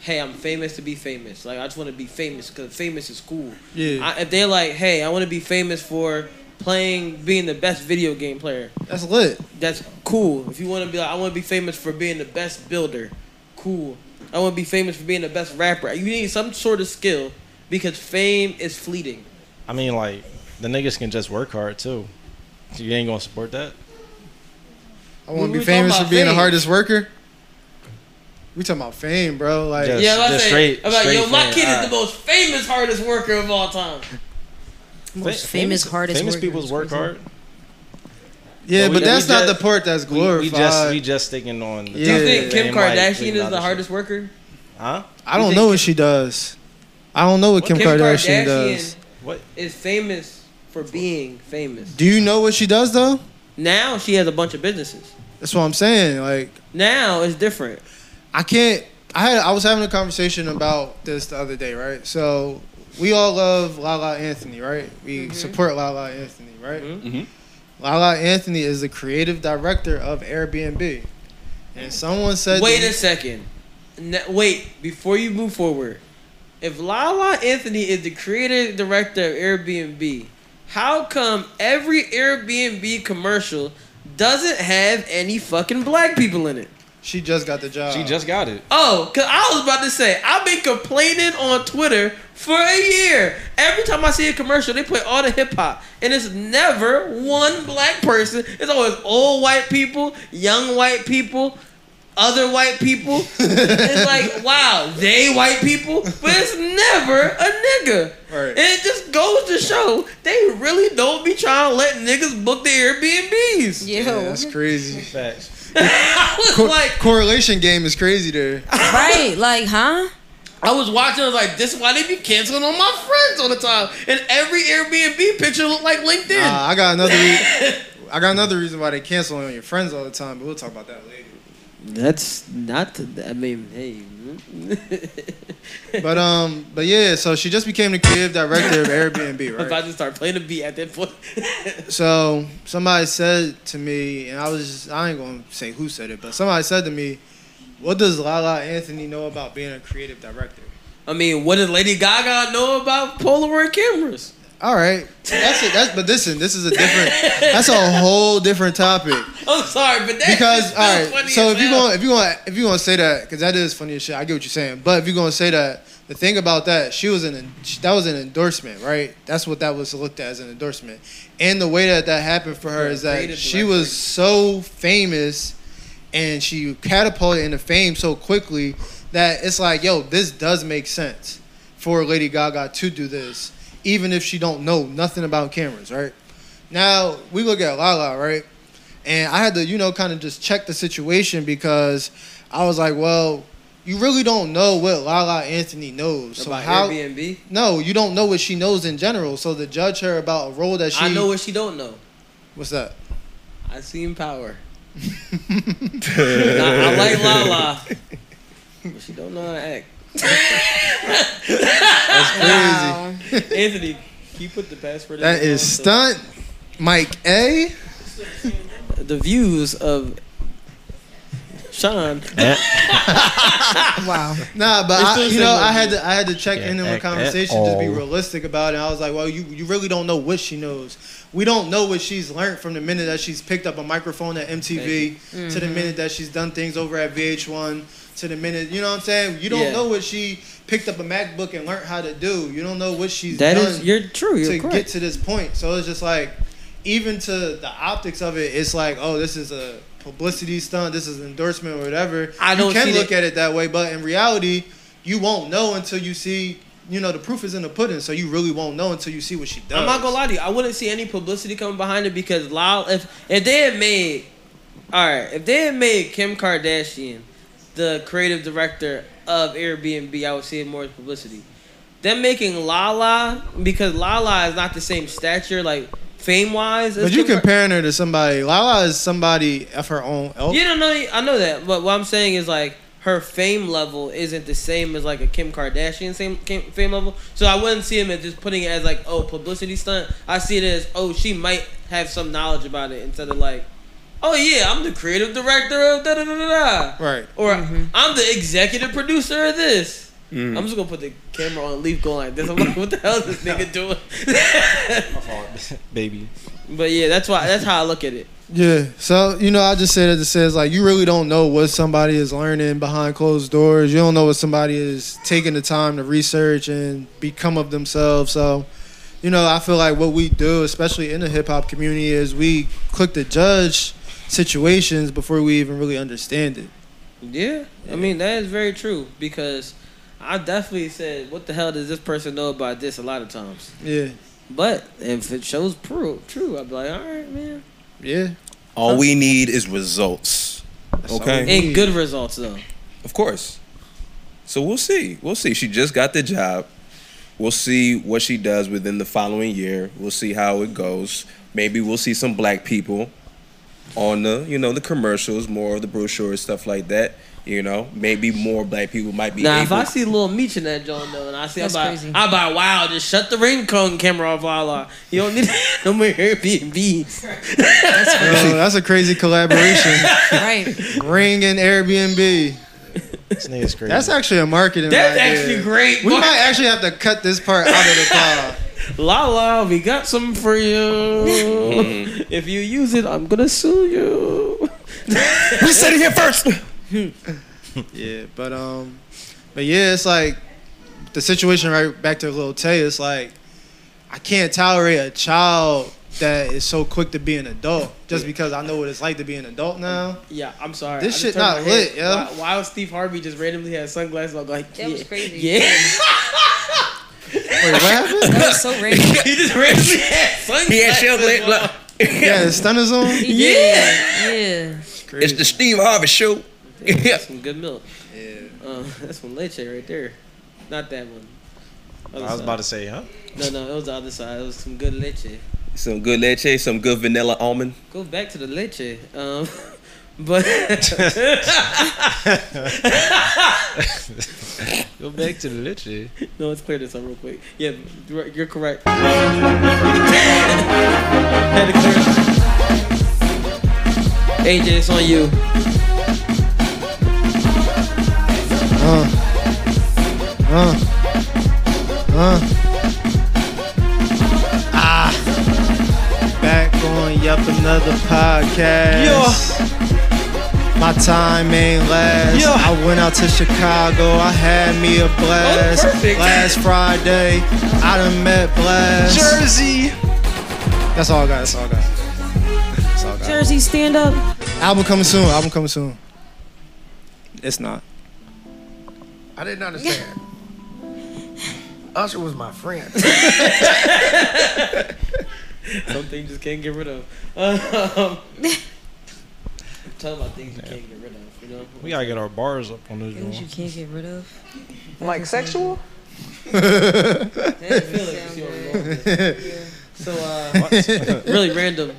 S3: hey, I'm famous to be famous. Like I just want to be famous because famous is cool.
S1: Yeah.
S3: I, if they're like, hey, I want to be famous for playing, being the best video game player.
S1: That's lit.
S3: That's cool. If you want to be like, I want to be famous for being the best builder. Cool. I want to be famous for being the best rapper. You need some sort of skill because fame is fleeting.
S10: I mean, like the niggas can just work hard too. So you ain't gonna support that.
S1: I want to
S3: We- we
S1: be
S3: talking
S1: famous for
S3: about
S1: being the
S3: fame.
S1: hardest worker. We talking about fame, bro. Like
S10: Just-
S3: yeah, I'm about to
S10: just
S3: say,
S10: straight-
S3: I'm like, yo,
S10: straight
S3: my
S10: fame,
S3: kid is
S10: alright.
S3: the most famous, hardest worker of all time.
S4: Most famous, hardest
S10: Famous
S4: worker.
S10: people's work hard.
S1: yeah,
S10: But
S1: but,
S10: we-
S1: that's
S10: we
S1: not
S10: just-
S1: the part that's
S10: We, we
S1: glorified.
S10: just we just sticking on. The
S1: Yeah.
S3: Do you
S10: topic
S3: think
S10: of
S3: Kim
S10: fame, like,
S3: Kardashian
S10: leaving
S3: is
S10: out
S3: the
S10: shit.
S3: hardest worker?
S10: Huh?
S1: I
S3: you
S1: don't
S3: think
S1: know what she does. I don't know what Kim, Kardashian, does.
S10: What?
S3: is famous for being famous.
S1: Do you know what she does though?
S3: Now she has a bunch of businesses.
S1: That's what I'm saying. Like
S3: Now it's different.
S1: I can't. I had. I was having a conversation about this the other day, right? So we all love Lala Anthony, right? We support Lala Anthony, right?
S8: Mhm.
S10: Mm-hmm.
S1: Lala Anthony is the creative director of Airbnb, and someone said,
S3: Wait
S1: to
S3: a second. N- wait, before you move forward, if Lala Anthony is the creative director of Airbnb, how come every Airbnb commercial doesn't have any fucking black people in it?
S1: she just got the job."
S10: She just got it.
S3: Oh, cause I was about to say I've been complaining on Twitter for a year. Every time I see a commercial, they play all the hip hop, and it's never one black person. It's always old white people, young white people, other white people. it's like wow, they white people, but it's never a nigga.
S1: Right.
S3: And it just goes to show they really don't be trying to let niggas book their Airbnbs.
S4: Yo.
S1: Yeah, that's crazy.
S10: Facts.
S3: I was
S1: Co-
S3: like,
S1: correlation game is crazy there.
S4: right, like, huh?
S3: I was watching. I was like, "This is why they be canceling on my friends all the time." And every Airbnb picture looked like LinkedIn.
S1: Nah, I got another. Re- I got another reason why they cancel on your friends all the time, but we'll talk about that later.
S3: That's not. the- I mean, hey.
S1: But um, but yeah, so she just became the creative director of
S3: [LAUGHS]
S1: Airbnb,
S3: I'm
S1: right?
S3: about to start playing the beat at that point. [LAUGHS]
S1: So somebody said to me, and I was just, I ain't gonna say who said it, but somebody said to me, "What does Lala Anthony know about being a creative director?"
S3: I mean, what does Lady Gaga know about Polaroid cameras? [LAUGHS]
S1: All right, that's it. That's but listen, this is a different. That's a whole different topic.
S3: I'm sorry, but that
S1: because
S3: is
S1: all
S3: so
S1: right.
S3: funny
S1: so
S3: as
S1: if you
S3: hell.
S1: going if you going if you going to say that because that is funny as shit. I get what you're saying, but if you're going to say that, the thing about that, she was an that was an endorsement, right? That's what that was looked at as an endorsement. And the way that that happened for her is that
S3: creative
S1: she was so famous, and she catapulted into fame so quickly that it's like, yo, this does make sense for Lady Gaga to do this, even if she don't know nothing about cameras, right? Now we look at Lala, right? And I had to, you know, kind of just check the situation because I was like, well, you really don't know what Lala Anthony knows. So
S3: about
S1: how?
S3: Airbnb.
S1: No, you don't know what she knows in general. So to judge her about a role that she
S3: I know what she don't know.
S1: what's that?
S3: I
S1: [LAUGHS]
S3: seen power. Nah, I
S1: [LAUGHS]
S3: like Lala, but she don't know how to act.
S4: Wow.
S3: Anthony, can you put the password? in
S1: That
S3: the
S1: is
S3: phone
S1: stunt, Mike A.
S3: so The views of Sean.
S4: Wow.
S1: Nah, but
S3: It's
S1: I,
S3: still
S1: you know,
S3: single.
S1: I had to I had to check
S10: Yeah,
S1: in
S10: at-
S1: on the
S10: at
S1: conversation, just be
S10: all.
S1: realistic about it. I was like, well, you you really don't know what she knows. We don't know what she's learned from the minute that she's picked up a microphone at MTV to the minute that she's done things over at VH1 to the minute you know what I'm saying. You don't
S3: Yeah.
S1: know what she picked up a MacBook and learned how to do. You don't know what she's
S3: That
S1: done
S3: is, you're true. You're
S1: to
S3: correct.
S1: get to this point. So it's just like, even to the optics of it, it's like, oh, this is a publicity stunt, this is an endorsement or whatever.
S3: I don't
S1: you can
S3: see
S1: look
S3: that-
S1: at it that way, but in reality, you won't know until you see. You know, the proof is in the pudding, so you really won't know until you see what she does.
S3: I'm not gonna lie to you. I wouldn't see any publicity coming behind it because Lyle, if if they had made, all right, if they had made Kim Kardashian the creative director of Airbnb, I would see more publicity. Them making Lala because Lala is not the same stature, like fame wise.
S1: But you comparing her to somebody. Lala is somebody of her own oh, elk.
S3: You don't know. I know that, but what I'm saying is like her fame level isn't the same as like a Kim Kardashian same Kim- fame level. So I wouldn't see him as just putting it as like oh publicity stunt. I see it as oh she might have some knowledge about it instead of like oh yeah I'm the creative director of da da da da da
S1: Right.
S3: or I'm the executive producer of this. I'm just gonna put the camera on Leaf going like this. I'm like, what the hell is this nigga doing? [LAUGHS]
S10: baby.
S3: but yeah, that's why that's how I look at it.
S1: Yeah. So, you know, I just said it says like you really don't know what somebody is learning behind closed doors. You don't know what somebody is taking the time to research and become of themselves. So, you know, I feel like what we do, especially in the hip hop community, is we click to judge situations before we even really understand it.
S3: Yeah, I mean that is very true because I definitely said, "What the hell does this person know about this?" A lot of times,
S1: Yeah.
S3: but if it shows true, true, I'd be like, "All right, man,"
S1: Yeah.
S8: All we need is results.
S1: all
S8: Okay.
S1: we need.
S3: and good results though.
S8: Of course. So we'll see. We'll see. She just got the job. We'll see what she does within the following year. We'll see how it goes. Maybe we'll see some black people on the, you know, the commercials, more of the brochures, stuff like that. You know, maybe more black people might be
S3: Now, if
S8: able.
S3: I see Lil Meech in that joint though, and I see, I'm
S4: That's
S3: about,
S4: crazy.
S3: I'm about, wow, just shut the ringtone camera off, voila. You don't need [LAUGHS] no more Airbnbs.
S1: Oh, that's a crazy collaboration.
S4: Right.
S1: Ring and Airbnb.
S10: This nigga's crazy.
S1: That's actually a marketing.
S3: [LAUGHS] That's
S1: idea.
S3: actually great.
S1: We
S3: Mark.
S1: might actually have to cut this part out of the pod.
S3: Lala, we got some for you.
S1: [LAUGHS]
S3: if you use it, I'm gonna sue you.
S8: we said it here first.
S1: Yeah, but um, but yeah, it's like the situation right back to Lil Tay. It's like I can't tolerate a child that is so quick to be an adult just because I know what it's like to be an adult now.
S3: Yeah, I'm sorry.
S1: This
S3: I just
S1: shit
S3: turned
S1: not
S3: my head.
S1: lit, yo.
S3: Why, why was Steve Harvey just randomly had sunglasses on? Like,
S4: That
S3: yeah.
S4: was crazy. [LAUGHS]
S3: Yeah,
S1: Wait, what happened?
S4: That was so random.
S3: he just randomly had sunglasses.
S8: Yeah, she'll let-
S3: on.
S8: look.
S1: yeah, the stunners on.
S4: Yeah. Yeah.
S8: It's the Steve Harvey show. [LAUGHS]
S3: Yeah, that's some good milk.
S1: Yeah.
S3: Uh, [LAUGHS] that's some leche right there. Not that one. Other
S10: I was
S3: side.
S10: about to say, huh?
S3: No, no, it was the other side. It was some good leche.
S8: Some good leche, some good vanilla almond.
S3: Go back to the leche. Um, [LAUGHS] But
S10: Go back to the literature.
S3: no, let's clear this up real quick. Yeah, you're you're correct. [LAUGHS] Had to clear- AJ, it's on you.
S1: Uh. Uh. Ah. Back on yep another podcast. My time ain't last.
S10: Yeah.
S1: I went out to Chicago. I had me a blast.
S3: Oh, perfect.
S1: Last Friday, I done met Blast.
S10: Jersey.
S1: That's all I got. That's all I got. That's all I got.
S4: Jersey stand up.
S1: Album coming soon. Album coming soon. It's not.
S11: I didn't understand. Usher was my friend.
S3: Something you just can't get rid of. [LAUGHS] Um, talk about things you can't get rid of. You know.
S10: We gotta get our bars up on this
S4: Things you can't
S10: joint.
S4: get rid of.
S11: like sexual?
S4: That
S3: feel
S4: doesn't
S3: it, you
S4: sound
S3: see where I'm
S4: good.
S3: going with this. So, uh, [LAUGHS] really random.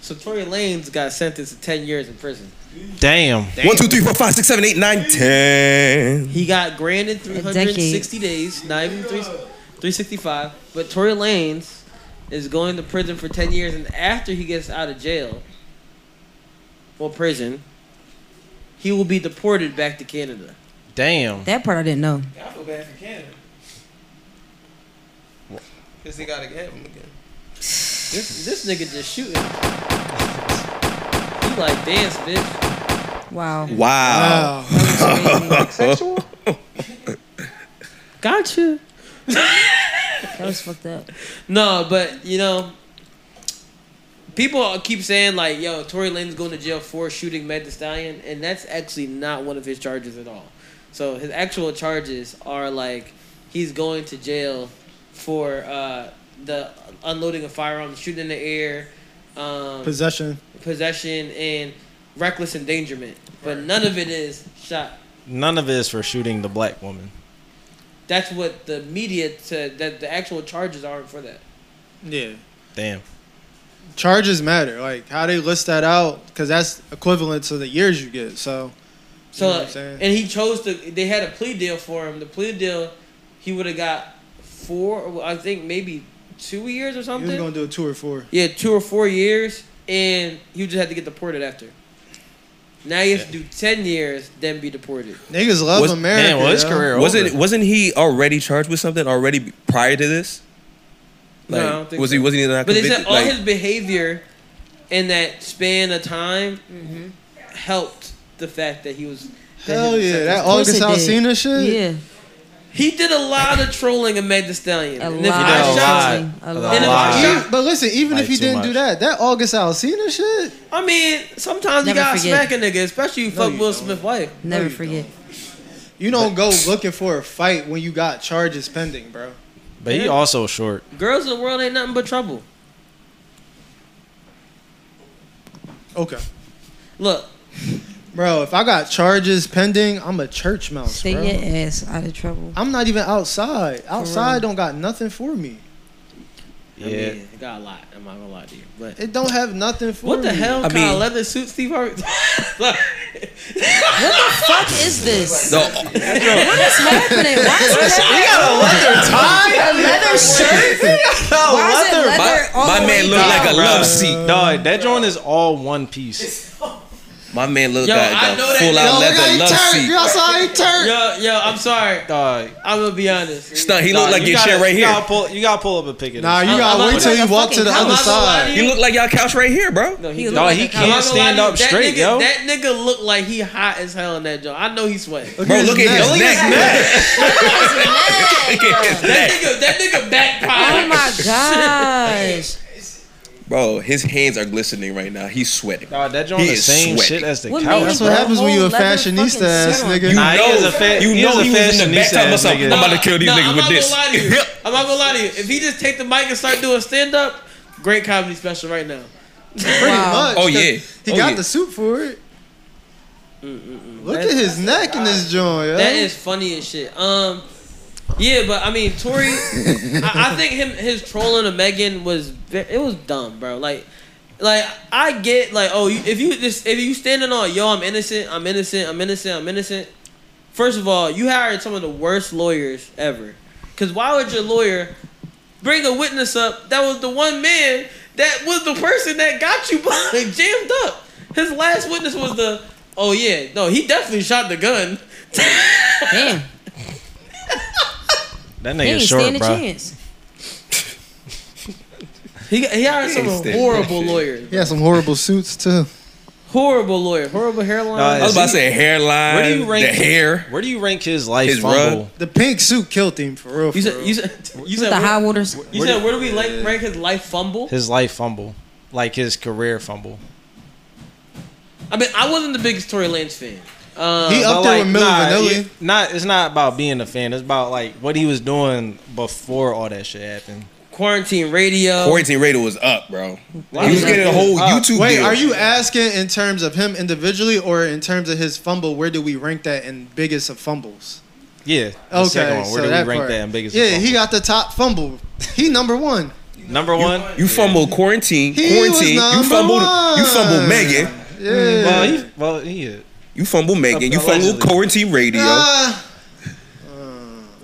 S3: So, Tory Lanez got sentenced to 10 years in prison.
S10: Damn.
S8: One, two, three, four, five, six, seven, eight, nine, ten.
S3: He got granted
S4: decade.
S3: 360 days, not even three, 365. But Tory Lanez is going to prison for 10 years, and after he gets out of jail, or prison, he will be deported back to Canada.
S10: Damn.
S4: That part I didn't know.
S2: I feel bad for Canada. Cause they gotta have him again.
S3: This, this nigga just shooting. He like, dance, bitch.
S4: Wow.
S8: Wow.
S1: Wow.
S4: That
S11: Sexual?
S3: Gotcha.
S4: was fucked up.
S3: No, but you know, people keep saying like, "Yo, Tory Lane's going to jail for shooting Meg Thee Stallion," and that's actually not one of his charges at all. So his actual charges are like he's going to jail for uh, the unloading of firearms, shooting in the air, um,
S1: Possession.
S3: possession, and reckless endangerment. But none of it is shot.
S10: None of it is for shooting the black woman.
S3: That's what the media said. That the actual charges aren't for that.
S1: Yeah.
S10: Damn.
S1: Charges matter. Like how they list that out, because that's equivalent to the years you get. So.
S3: So
S1: You know what I'm saying?
S3: and he chose to. They had a plea deal for him. The plea deal, he would have got four. well, I think maybe two years or
S1: He was
S3: something.
S1: gonna do a two or four.
S3: yeah, two or four years, and he just had to get deported after. Now he has to do ten years, then be deported.
S1: Niggas love
S8: Was-
S1: America.
S10: Damn, well, his
S1: yo.
S10: career
S8: Was it?
S10: over.
S8: Wasn't he already charged with something already b- prior to this?
S3: No, I don't think
S8: was
S3: so.
S8: he? Wasn't he not
S3: But they
S8: convicted?
S3: said all
S8: Like,
S3: his behavior in that span of time
S4: Mm-hmm.
S3: helped the fact that he was. that
S1: Hell
S3: his
S1: yeah,
S3: sentence-
S1: that
S4: Of course
S1: August
S4: it did.
S1: Alcina shit.
S4: Yeah.
S3: He did a lot of trolling of Meg Thee Stallion.
S4: A
S3: and if
S4: lot.
S3: I
S10: Yeah, a
S3: shot-
S10: lot.
S4: A
S10: A
S4: lot.
S3: and if I
S10: lot.
S3: shot
S1: But listen, even
S10: Like,
S1: if he
S10: too
S1: didn't do
S10: much.
S1: that, that August Alcina shit.
S3: I mean, sometimes you
S4: Never
S3: gotta
S4: forget.
S3: smack a nigga, especially you fuck
S1: you
S3: Will
S1: don't.
S3: Smith's wife.
S1: No,
S4: Never
S1: you
S4: forget.
S1: You don't go looking for a fight when you got charges pending, bro.
S10: But he also short.
S3: Girls in the world ain't nothing but trouble.
S1: Okay.
S3: Look,
S1: Bro, if I got charges pending, I'm a church mouse,
S4: Stay
S1: bro.
S4: your ass out of trouble.
S1: I'm not even outside. Outside don't got nothing for me.
S10: Yeah.
S3: I mean, it got a lot. I'm not gonna lie to you, but
S1: It don't have nothing for
S3: what
S1: me.
S3: the hell? I
S8: I
S3: mean,
S8: mean-
S3: leather suit, Steve Harvey. [LAUGHS] Look,
S4: Fuck is this?
S8: the,
S4: What is happening? Why is it leather shirt? Why is it leather? all
S8: Oh my
S4: the
S8: man
S4: way
S8: looked like
S4: down?
S8: a love seat.
S10: Dog, that joint is all one piece.
S8: My man looked
S3: Yo, I
S8: like
S3: know
S8: a
S3: that-
S8: full
S1: Yo,
S8: out
S1: look how
S8: leather
S1: he
S8: love
S1: turned.
S8: seat.
S1: Yo, saw he turned.
S3: yo, yo, I'm sorry.
S10: Dog.
S3: I'm gonna be honest.
S8: Stunt. He
S10: dog,
S8: looked like
S10: you
S8: your
S10: gotta-
S8: shit right
S10: you
S8: here.
S10: Gotta pull, you gotta pull up a pic of this.
S1: Nah, you
S3: I'm-
S1: gotta
S3: I'm
S1: wait
S3: not
S1: till
S4: gonna
S1: you walk to the
S4: fucking
S3: I'm
S1: other
S3: not gonna lie to
S1: side.
S8: He looked like y'all couch right here, bro.
S3: No,
S4: He
S3: do.
S4: look like
S10: he
S4: a
S3: I'm not
S10: can't
S3: gonna lie
S10: stand
S3: to you,
S10: up straight,
S3: that nigga,
S10: yo.
S3: That nigga look like he hot as hell in that joint. I know he sweating.
S8: Bro, look at his neck. [LAUGHS] Look at his
S3: That
S8: neck.
S3: nigga, that nigga back
S4: Oh
S3: [LAUGHS] power.
S4: my gosh!
S8: Bro, his hands are glistening right now. He's sweating.
S10: Dog, that joint
S8: He
S10: the
S8: is
S10: same
S8: sweating.
S10: shit as the
S4: What made
S10: couch.
S1: That's
S4: you
S10: bro.
S1: what
S4: Bro,
S1: happens when
S4: whole
S1: you a
S4: leather
S1: fashionista
S4: fucking
S1: ass
S4: set on.
S1: nigga.
S8: You
S10: Nah, he
S8: know,
S10: is a fa-
S8: you
S10: he
S8: know
S10: is a
S8: he was in the
S10: fashionista
S8: back
S10: ass
S8: talking about
S10: nigga.
S8: something. I'm about to kill these
S3: No,
S8: niggas
S3: I'm
S8: with
S3: not
S8: this.
S3: Gonna lie to
S8: [LAUGHS]
S3: you. I'm not gonna lie to you. If he just take the mic and start doing stand up, great comedy special right now.
S1: Pretty
S4: Wow.
S1: much.
S8: Oh,
S1: 'cause
S8: yeah.
S1: He
S8: Oh,
S1: got
S8: yeah.
S1: the suit for it. Look at his neck in this joint, yo.
S3: That is funny as shit. Um, yeah, but I mean, Tori, I, I think him his trolling of Megan was ve- it was dumb, bro. Like Like I get like oh you, if you just if you standing on yo I'm innocent I'm innocent I'm innocent I'm innocent. First of all, you hired some of the worst lawyers ever. Cause why would your lawyer bring a witness up that was the one man that was the person that got you [LAUGHS] jammed up? His last witness was the oh yeah no he definitely shot the gun. Damn.
S10: That
S3: He
S10: nigga
S3: ain't
S10: short,
S3: stand a
S10: bro.
S3: chance. He he hired some horrible lawyers.
S1: He had some horrible suits too.
S3: Horrible lawyer, horrible hairline. Oh,
S10: Where do you rank Where do you rank his life
S1: His
S10: fumble?
S1: rug? The pink suit killed him for real.
S3: You said- you said, you said where- You
S10: Where
S3: said
S10: do-
S3: where do we like rank his life fumble?
S10: His life fumble, like his career fumble.
S3: I mean, I wasn't the biggest Tory Lanez fan. Um,
S10: But, like, nah, it- Not it's not about being a fan. It's about like what he was doing before all that shit happened.
S3: Quarantine radio.
S8: Quarantine radio was up, bro.
S10: He was getting a whole YouTube
S1: Wait,
S10: deal.
S1: are you asking in terms of him individually or in terms of his fumble? Where do we rank that in biggest of fumbles?
S10: Yeah. The
S1: Okay,
S10: second one.
S1: so
S10: Where do we
S1: that
S10: rank
S1: part.
S10: that in biggest?
S1: Yeah, he got the top fumble. He number one.
S10: Number one.
S8: You fumbled quarantine.
S1: He
S8: quarantine.
S1: was
S8: You
S1: number
S8: fumbled. You
S1: one.
S8: fumbled Megan.
S1: Yeah. Well,
S10: he- well, he.
S8: You fumbled Megan. You fumbled
S10: Allegedly.
S8: quarantine radio.
S1: Ah,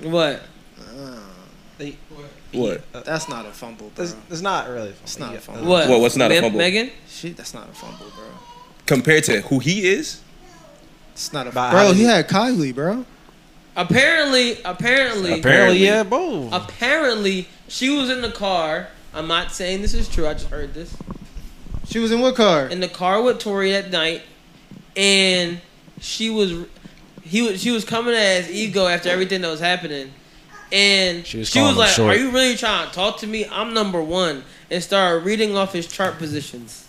S3: What?
S8: what?
S1: that's not a fumble. Bro. That's,
S10: not really. A fumble.
S1: It's not a fumble.
S8: What? What, what's not a Me- fumble?
S3: Megan?
S1: Shit, that's not a fumble, bro.
S8: Compared to who he is,
S1: it's not a
S8: how
S1: Bro, he
S8: did-
S1: had Kylie, bro.
S3: Apparently, apparently,
S1: Apparently, yeah,
S10: both.
S3: Apparently, she was in the car. I'm not saying this is true. I just heard this
S1: She was in what car?
S3: in the car with Tori at night, and she was, he was, she was coming at his ego after everything that was happening, and
S10: She
S3: she was,
S10: was calling him
S3: like,
S10: short.
S3: "Are you really trying to talk to me? I'm number one," and started reading off his chart positions.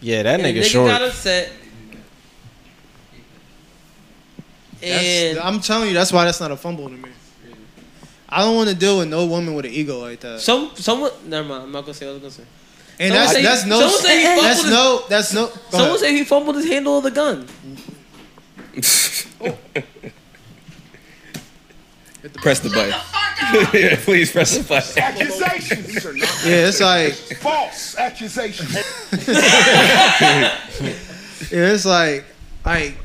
S10: Yeah, that
S3: and
S10: nigga,
S3: the nigga
S10: short.
S3: got upset.
S1: That's- I'm telling you, that's why that's not a fumble to me. I don't want to deal with no woman with an ego like that.
S3: Some someone never mind. I'm not gonna say what I was gonna say.
S1: and
S3: Someone
S1: that's
S3: say-
S1: that's no
S3: someone say he fumbled
S1: that's
S3: his-
S1: no that's no. go
S3: Someone
S1: ahead.
S3: said he fumbled his handle of the gun.
S8: press the button. [LAUGHS] yeah, please press the button.
S12: Accusations. These are not
S1: Yeah, it's like-
S12: false accusations.
S1: Yeah, it's like, like,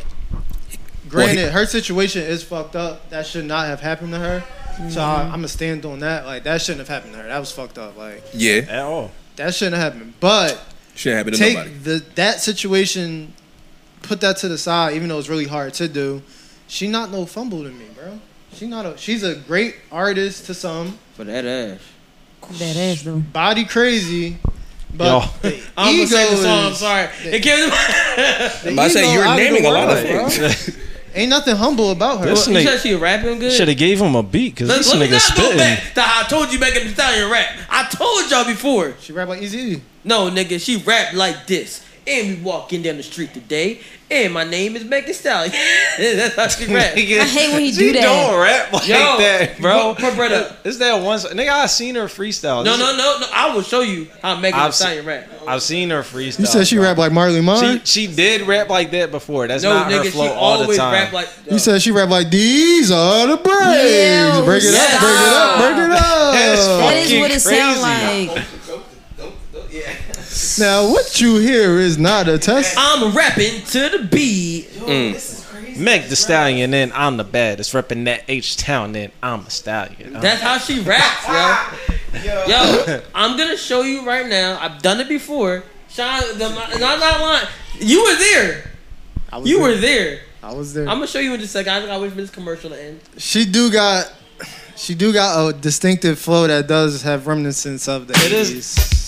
S1: granted, her situation is fucked up. That should not have happened to her. So I, I'm
S3: Mm-hmm.
S1: gonna stand on that. Like, that shouldn't have happened to her. That was fucked up. Like,
S8: Yeah.
S10: At [LAUGHS] all.
S1: that shouldn't have happened. But
S8: Shouldn't happen to
S1: take
S8: nobody.
S1: the that situation, put that to the side. Even though it's really hard to do, she not no fumble to me, bro. She not a. She's a great artist to some.
S3: For that ass.
S1: That ass though. Body crazy. But
S10: Yo.
S1: the
S3: I'm gonna
S1: ego
S3: say the song. I'm
S1: is-
S3: sorry. It came.
S1: the
S3: To
S8: I say,
S1: ego
S8: you were
S1: out the
S8: naming a lot of
S10: [LAUGHS]
S1: world, bro. Ain't nothing humble about her.
S10: This nigga-
S3: she rapping good.
S10: Should have gave him a beat because
S3: Let-
S10: this
S3: let me
S10: nigga
S3: not go
S10: spitting.
S3: back to how I told you back in the stallion rap. I told y'all before.
S1: She rap like Easy.
S3: No, nigga, she rap like this. And we walking down the street today, and my name is Megan Stallion. [LAUGHS] That's how she
S10: [LAUGHS]
S3: rap.
S10: [LAUGHS] Nigga, she Don't rap like
S3: Yo,
S10: that, bro.
S3: put- put it up.
S10: It's that one nigga. I seen her freestyle.
S3: No,
S10: This-
S3: no, no, no. I will show you how Megan
S10: I've
S3: Thee Stallion rap.
S10: I've seen her freestyle.
S1: You said she
S10: bro.
S1: rap like Marley Marl.
S10: She, she did rap like that before. That's
S3: No,
S10: not
S3: nigga,
S10: her
S3: she
S10: flow all the
S3: always
S10: time.
S3: rap like.
S1: You said she rap like these are the braves.
S10: Yo,
S1: break it
S10: stop.
S1: up, break it up, break it up.
S10: That's
S4: That is what it sounds like.
S1: Now what you hear is not a test.
S3: I'm rapping to the beat.
S10: Meg the Stallion, and I'm the baddest. Repping that H Town, and I'm a stallion. I'm-
S3: That's how she raps,
S1: [LAUGHS]
S3: yo. yo, I'm gonna show you right now. I've done it before. Sean, the, not not lying. You were there.
S1: was
S3: You
S1: there.
S3: were there.
S1: I was there.
S3: I'm gonna show you in just a second. I think I wait for this commercial to end.
S1: She do got, she do got a distinctive flow that does have reminiscence of the
S10: It is-
S1: 80s.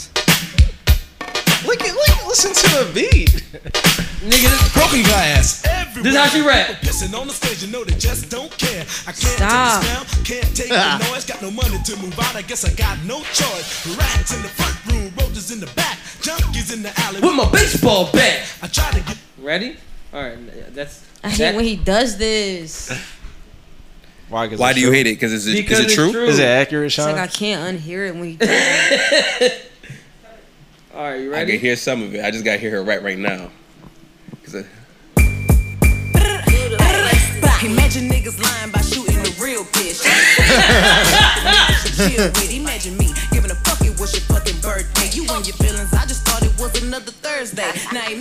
S10: Look at, look, listen to the beat.
S3: Nigga, this
S13: broken glass.
S3: This how she rap.
S13: Listen on the stage, you know they just don't care. I can't
S3: Stop.
S13: take this now, can't take
S14: [LAUGHS]
S13: the noise. Got no money to move out, I guess I got no choice. Rats in the front room, roaches in the back, junkies in the alley.
S3: With my baseball bat.
S13: I try to get
S3: Ready? All right, that's.
S4: I hate when he does this.
S10: Why,
S8: Why do you hate it? Because is it,
S3: Because
S8: is it
S3: it's
S8: true?
S3: true. Is it
S10: accurate,
S4: It's like I can't unhear it when he does it.
S3: All right, you
S8: I
S3: ready?
S8: can hear some of it. I just gotta hear her right right now. 'Cause uh, I-
S15: Imagine niggas lying by shooting the real bitch. Chill with, imagine me giving a fuck it was your fucking birthday. You and your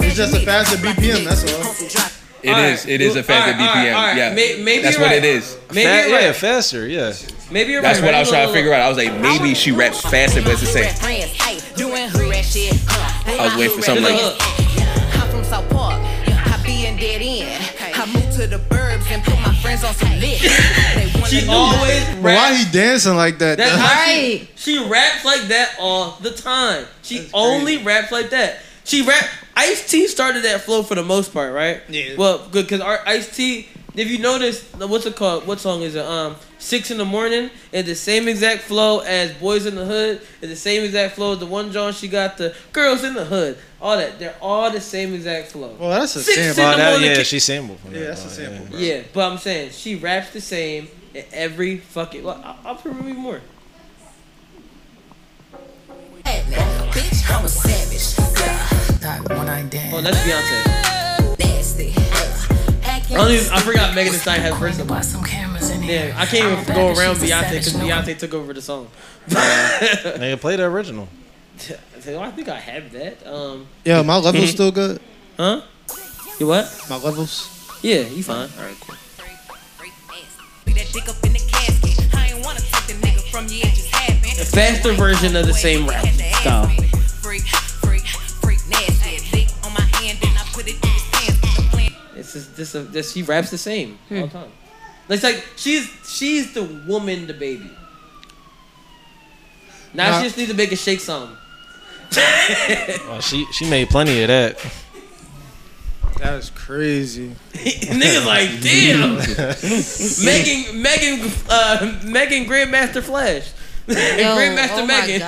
S1: It's just a faster BPM. That's all.
S8: It is.
S3: All
S8: It is a
S3: Well,
S8: faster
S3: all right, all right,
S8: BPM.
S3: all right.
S8: Yeah,
S3: May- maybe
S8: that's
S3: you're
S8: what
S3: right.
S8: it is.
S3: Maybe Fa- you're right. yeah,
S8: faster. Yeah.
S3: Maybe you're
S8: That's
S3: right.
S8: what I was
S3: Maybe
S8: trying to figure out. I was like, maybe she raps faster, but it's
S3: [LAUGHS]
S8: the same.
S16: friends, ay, doing hood rat shit. uh,
S8: I was waiting for something like.
S16: I'm from South Park. I be in dead end. I moved to the burbs and put my friends on some lit. They wanna
S3: She
S16: know-
S3: always
S1: But why he dancing like that?
S3: That's
S1: though?
S3: how she, she raps like that all the time. She only raps like that. She rap. Ice T started that flow for the most part, right? Yeah. Well, good because our Ice T. If you notice, what's it called? What song is it? Um, six in the morning is the same exact flow as Boys in the Hood. Is the same exact flow as the one John she got the Girls in the Hood. All that they're all the same exact flow.
S1: Well, that's a
S3: Six in
S1: sample.
S3: the morning
S10: yeah,
S3: ki-
S10: she sampled.
S1: Yeah, that's a sample. bro.
S3: yeah, but I'm saying she raps the same in every fucking. Well, I'll, I'll prove it even more.
S16: Bitch, I'm a savage. Yeah. When I dance.
S3: Oh, that's Beyonce.
S16: Nasty.
S3: I, don't even, I forgot Megan Thee Stallion had first of all.
S16: cameras in here.
S3: Yeah, I can't even
S16: I'm
S3: go
S16: bad,
S3: around
S16: she's a
S3: Beyonce
S16: savage,
S3: because
S16: no
S3: Beyonce took over the song.
S10: Nigga, play the original.
S3: So I think I have that. Um,
S1: Yeah, my level's
S3: Mhm.
S1: still good.
S3: Huh? You what?
S1: My levels.
S3: Yeah, you fine. All right, cool.
S16: Be that dick up in the casket. I ain't wanna take the nigga from you. It just happened.
S3: A faster version of the same rap style.
S16: Freak, freak, freak, nasty. Dick on my hand and I put it in his pants.
S3: It's just this. uh, this she raps the same all the time. It's like she's she's the woman, the baby. Now
S10: Nah.
S3: she just needs to make a shake song.
S10: Oh, she she made plenty of that.
S1: That is crazy.
S3: Niggas like, damn. Megan, Megan, uh, Megan Grandmaster Flash. [LAUGHS] Grandmaster
S4: oh my
S3: Megan.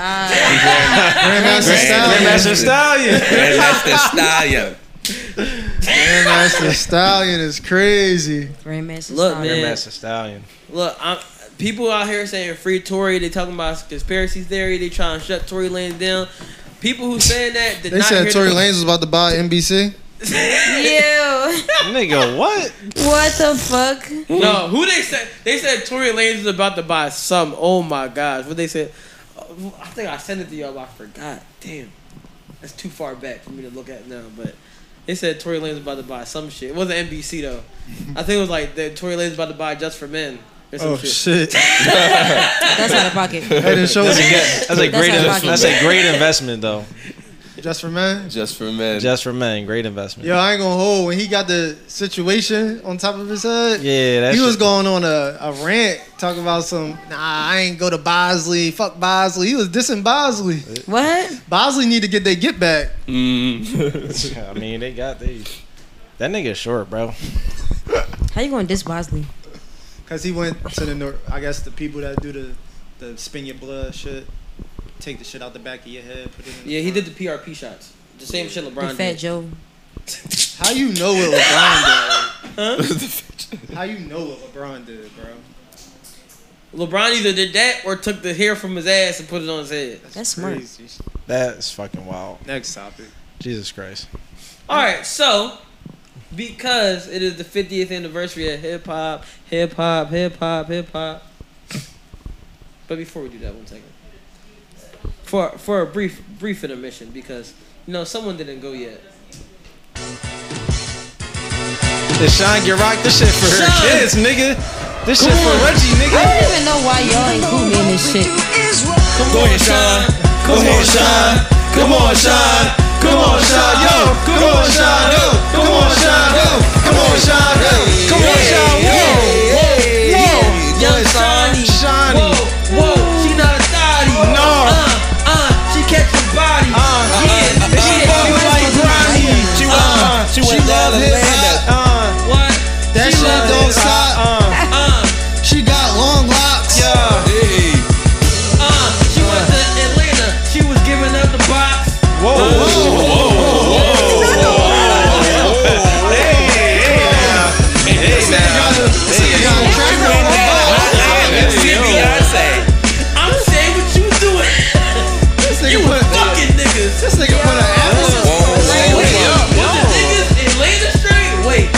S1: Grandmaster Stallion.
S10: Grandmaster [LAUGHS] Stallion.
S8: Grandmaster Stallion.
S1: Grandmaster Stallion is crazy.
S16: Grandmaster
S3: Look, Stallion. man.
S10: Grandmaster Stallion.
S3: Look, I'm, people out here saying free Tory. They talking about conspiracy theory. They trying to shut Tory Lanez down. People who saying that did
S1: They
S3: not
S1: said
S3: hear
S1: Tory
S3: the-
S1: Lanez was about to buy NBC.
S10: Ew. Nigga, what?
S4: [LAUGHS] What the fuck?
S3: No, who they said? They said Tory Lanez is about to buy some. Oh my gosh, what they said? Oh, I think I sent it to y'all. but I forgot. Damn, that's too far back for me to look at now. But they said Tory Lanez is about to buy some shit. It wasn't
S1: [LAUGHS]
S3: NBC though. I think it was like that Tory Lanez about to buy Just for Men. Or some
S1: Oh shit.
S4: That's out of pocket.
S1: [LAUGHS]
S10: That's a, good- that's a
S1: out of
S10: great investment.
S1: pocket.
S10: That's a great investment though.
S1: Just for men.
S10: Just for men. Just for men. Great investment.
S1: Yo, I ain't gonna hold. When he got the situation on top of his head,
S10: Yeah, that
S1: he was
S10: shit-
S1: going on a, a rant talking about some. Nah, I ain't go to Bosley. Fuck Bosley. He was dissing Bosley.
S4: What?
S1: Bosley need to get their get back.
S10: [LAUGHS] I mean, they got these. That nigga short, bro.
S4: How you going to diss Bosley?
S1: Cause he went to the north. I guess the people that do the the spin your blood shit, take the shit out the back of your head, put it in.
S3: Yeah, he did the PRP shots. The same shit LeBron
S4: The Fat
S3: did.
S4: Joe.
S1: How you know what LeBron
S3: did?
S10: [LAUGHS]
S1: How you know what LeBron did, bro?
S3: LeBron either did that or took the hair from his ass and put it on his head.
S4: That's
S1: smart.
S10: That's fucking wild.
S1: Next topic.
S10: Jesus Christ.
S3: All right, so because it is the 50th anniversary of hip hop, hip hop, hip hop, hip hop. But before we do that, one second. For for a brief brief intermission because you know someone didn't go yet.
S10: This Sean Rock. This shit for her
S3: Sean.
S10: kids, nigga. This shit for Reggie, nigga.
S4: I don't even know why y'all include me in this shit.
S10: Go ahead, Sean. Come on, Sean. Come on, Sean. Come on, Sean. Yo. Come on, Sean. Yo. Come on, Sean. Yo. Come on, Sean. Yo. Come on, Sean. Yo. Yo.
S3: Young Shawnee. Whoa, whoa, she not a thotty. No. Uh, uh, she catch the body. Uh, yeah, yeah. She was like Grammy. She was, uh, she went down to Uh, what?
S1: That
S3: She
S1: shit
S3: love
S1: don't
S3: hip
S1: stop.
S3: hop. Uh,
S1: She got long locks.
S10: Yeah.
S3: Uh, she went to Atlanta. She was giving up the box.
S10: Whoa, whoa, whoa, whoa, whoa. Hey, hey, now. Hey, now.
S3: I'm saying what you doing. you was fucking niggas.
S1: This nigga put an emphasis
S3: on Wait, yo, was the niggas Atlanta straight? Wait. [LAUGHS]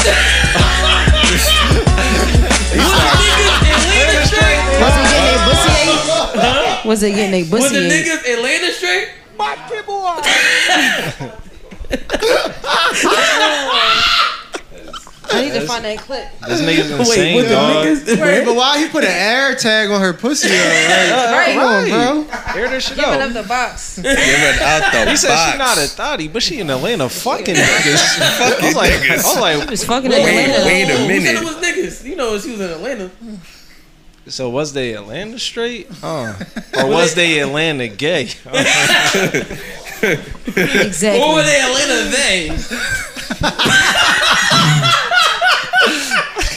S3: Was the niggas Atlanta straight?
S4: Was it getting a pussy ate? Was it getting a
S3: Was
S4: pussy
S3: the
S4: ate?
S3: niggas Atlanta straight? My people are.
S4: I need to find that clip.
S10: This nigga's
S1: Wait,
S10: insane,
S1: what the
S10: dog.
S1: niggas- Wait, but why he put an air tag on her pussy? Though? Like,
S4: Right.
S1: Come on, bro.
S10: Air this shit
S4: Giving
S10: out.
S4: up the
S3: [LAUGHS]
S4: box.
S10: he said she not a thotty, but she in Atlanta fucking niggas. I was like, I was like,
S3: She was fucking
S10: wait,
S3: in Atlanta.
S10: Wait a
S3: Who said it
S10: minute.
S3: was niggas? You know, she was in Atlanta.
S10: So was they Atlanta straight, huh? or was they Atlanta gay?
S4: exactly.
S3: Or were they Atlanta they?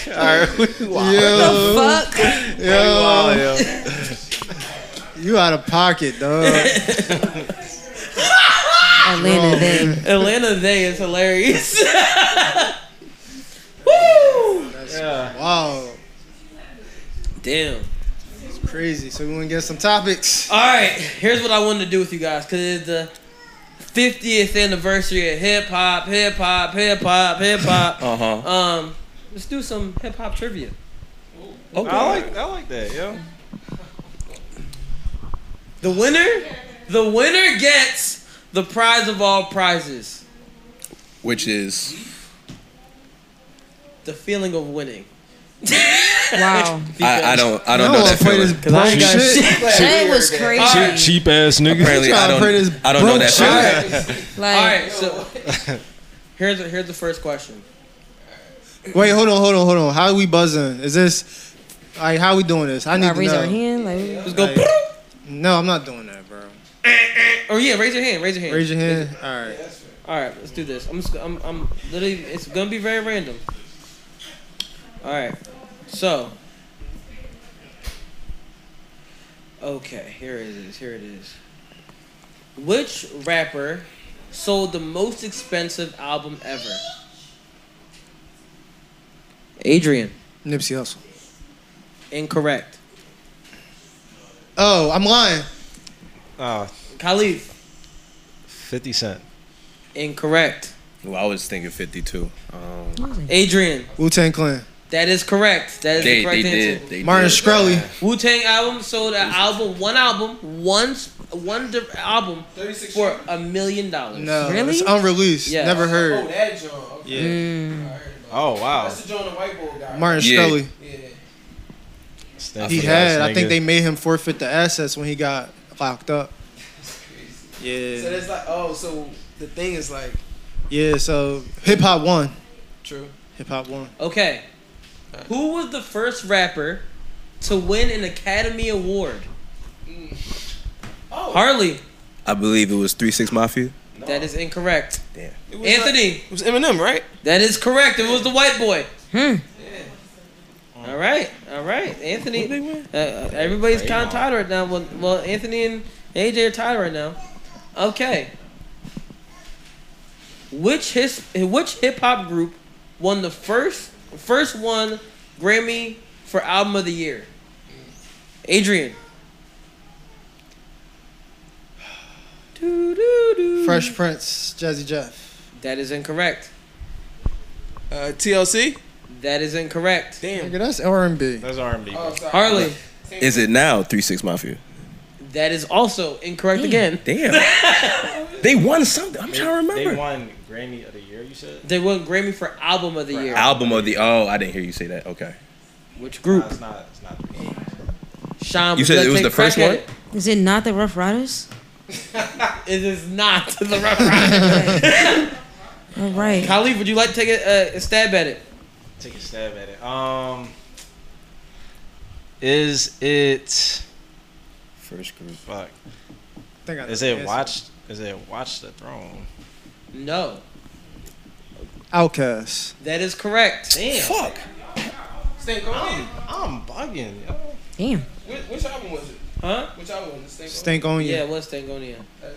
S10: Alright, we wild.
S1: Yo.
S4: What the fuck?
S1: Yo. You out of pocket, dog.
S4: Atlanta they.
S3: Atlanta they is hilarious. [LAUGHS]
S10: Yeah.
S1: Wow.
S3: Damn.
S1: It's crazy. So we want to get some topics.
S3: All right, here's what I wanted to do with you guys because it's the 50th anniversary of hip hop, hip hop, hip hop, hip hop.
S8: [LAUGHS] Uh-huh.
S3: Um, let's do some hip hop trivia.
S10: Okay. I like, I like that, yo.
S3: The winner, the winner gets the prize of all prizes,
S8: Which is
S3: the feeling of winning. [LAUGHS]
S4: Wow.
S8: I, I don't I don't
S1: No,
S8: know
S1: I
S8: that
S1: play
S8: feeling.
S1: this Cause I ain't got shit. [LAUGHS] shit.
S4: That was crazy.
S10: Cheap ass nigga.
S8: Apparently, I
S1: Trying to play this
S8: don't I don't know
S1: broke
S8: that feeling.
S4: Like,
S3: all right, so
S8: [LAUGHS]
S3: here's here's the first question.
S1: Wait, hold on, hold on, hold on. How are we buzzing? Is this like how we doing this? I need
S4: I
S1: to
S4: raise
S1: know.
S4: our hand. Like,
S3: Let's go.
S1: Like- No, I'm not doing that, bro.
S3: Oh yeah, raise your hand. Raise your hand.
S1: Raise your hand. All right.
S3: All right, let's do this. I'm just, I'm, I'm literally. It's gonna be very random. All right, so. Okay, here it is. Here it is. Which rapper sold the most expensive album ever? Adrian.
S1: Nipsey Hussle.
S3: Incorrect.
S1: Oh, I'm lying.
S10: Ah,
S3: Khalid.
S10: 50 Cent.
S3: Incorrect.
S8: Well, I was thinking 52. Um,
S3: Adrian.
S1: Wu Tang Clan.
S3: That is correct. That is
S8: They-
S3: the correct
S8: they
S3: answer.
S8: did. They
S1: Martin
S8: did.
S1: Shkreli.
S3: Wu Tang album sold an album, one album, one s- one di- album for a million dollars.
S1: No, it's unreleased.
S3: Yes.
S1: Never
S4: Oh,
S1: heard.
S17: that John. Okay.
S1: Yeah.
S10: Oh, wow.
S17: the John the white boy
S4: Mm.
S17: guy.
S1: Martin
S10: Yeah.
S1: Shkreli. He had. I think they made him forfeit the assets when he got locked up.
S17: So
S1: Yeah.
S17: that's like, oh, so the thing is like,
S1: Yeah. So hip hop won.
S17: true.
S1: Hip hop won.
S3: Okay. Who was the first rapper to win an Academy Award? Harley.
S8: I believe it was Three Six Mafia.
S3: That is incorrect.
S8: Damn.
S3: Anthony. it was Eminem, right? That is correct. It was the white boy. All right, all right, Anthony. Uh, uh, everybody's kind of tired right now. Well, well, Anthony and AJ are tired right now. Okay. Which his which hip hop group won the first first one Grammy for album of the year? Adrian.
S1: Fresh Prince, Jazzy Jeff.
S3: That is incorrect. Uh, TLC. That is incorrect.
S1: Nigga, that's R and B.
S10: That's R and B.
S4: Oh,
S3: Harley.
S8: Is it now Three Six Mafia?
S3: That is also incorrect again.
S8: [LAUGHS] Damn. they won something. I'm trying to remember.
S10: They won Grammy of the Year, you said?
S3: They won Grammy for album of the year.
S8: Album of the oh, I didn't hear you say that. Okay.
S3: Which group?
S10: it's not. It's not.
S3: Sean,
S8: You
S3: would
S8: said
S3: like
S8: it
S3: to
S8: was
S3: take
S8: the
S3: a
S8: first
S3: crack
S8: one?
S3: at
S4: Is it not the Rough Riders?
S3: It [LAUGHS] It is not the Rough Riders.
S4: All right.
S3: Khalid, would you like to take a, a stab at it?
S10: Take a stab at it. Um, is it?
S8: First group.
S10: Fuck.
S1: Think I know
S10: Is
S1: the
S10: it
S1: answer.
S10: watch? Is it watch the throne?
S3: No.
S1: Outkast.
S3: That is correct. Damn.
S8: Fuck.
S17: Stink on
S10: I'm bugging. yo.
S4: Damn.
S17: Which, which album was it?
S3: Huh?
S17: Which album was it?
S1: Stink on you.
S3: Yeah, it was Stankonia.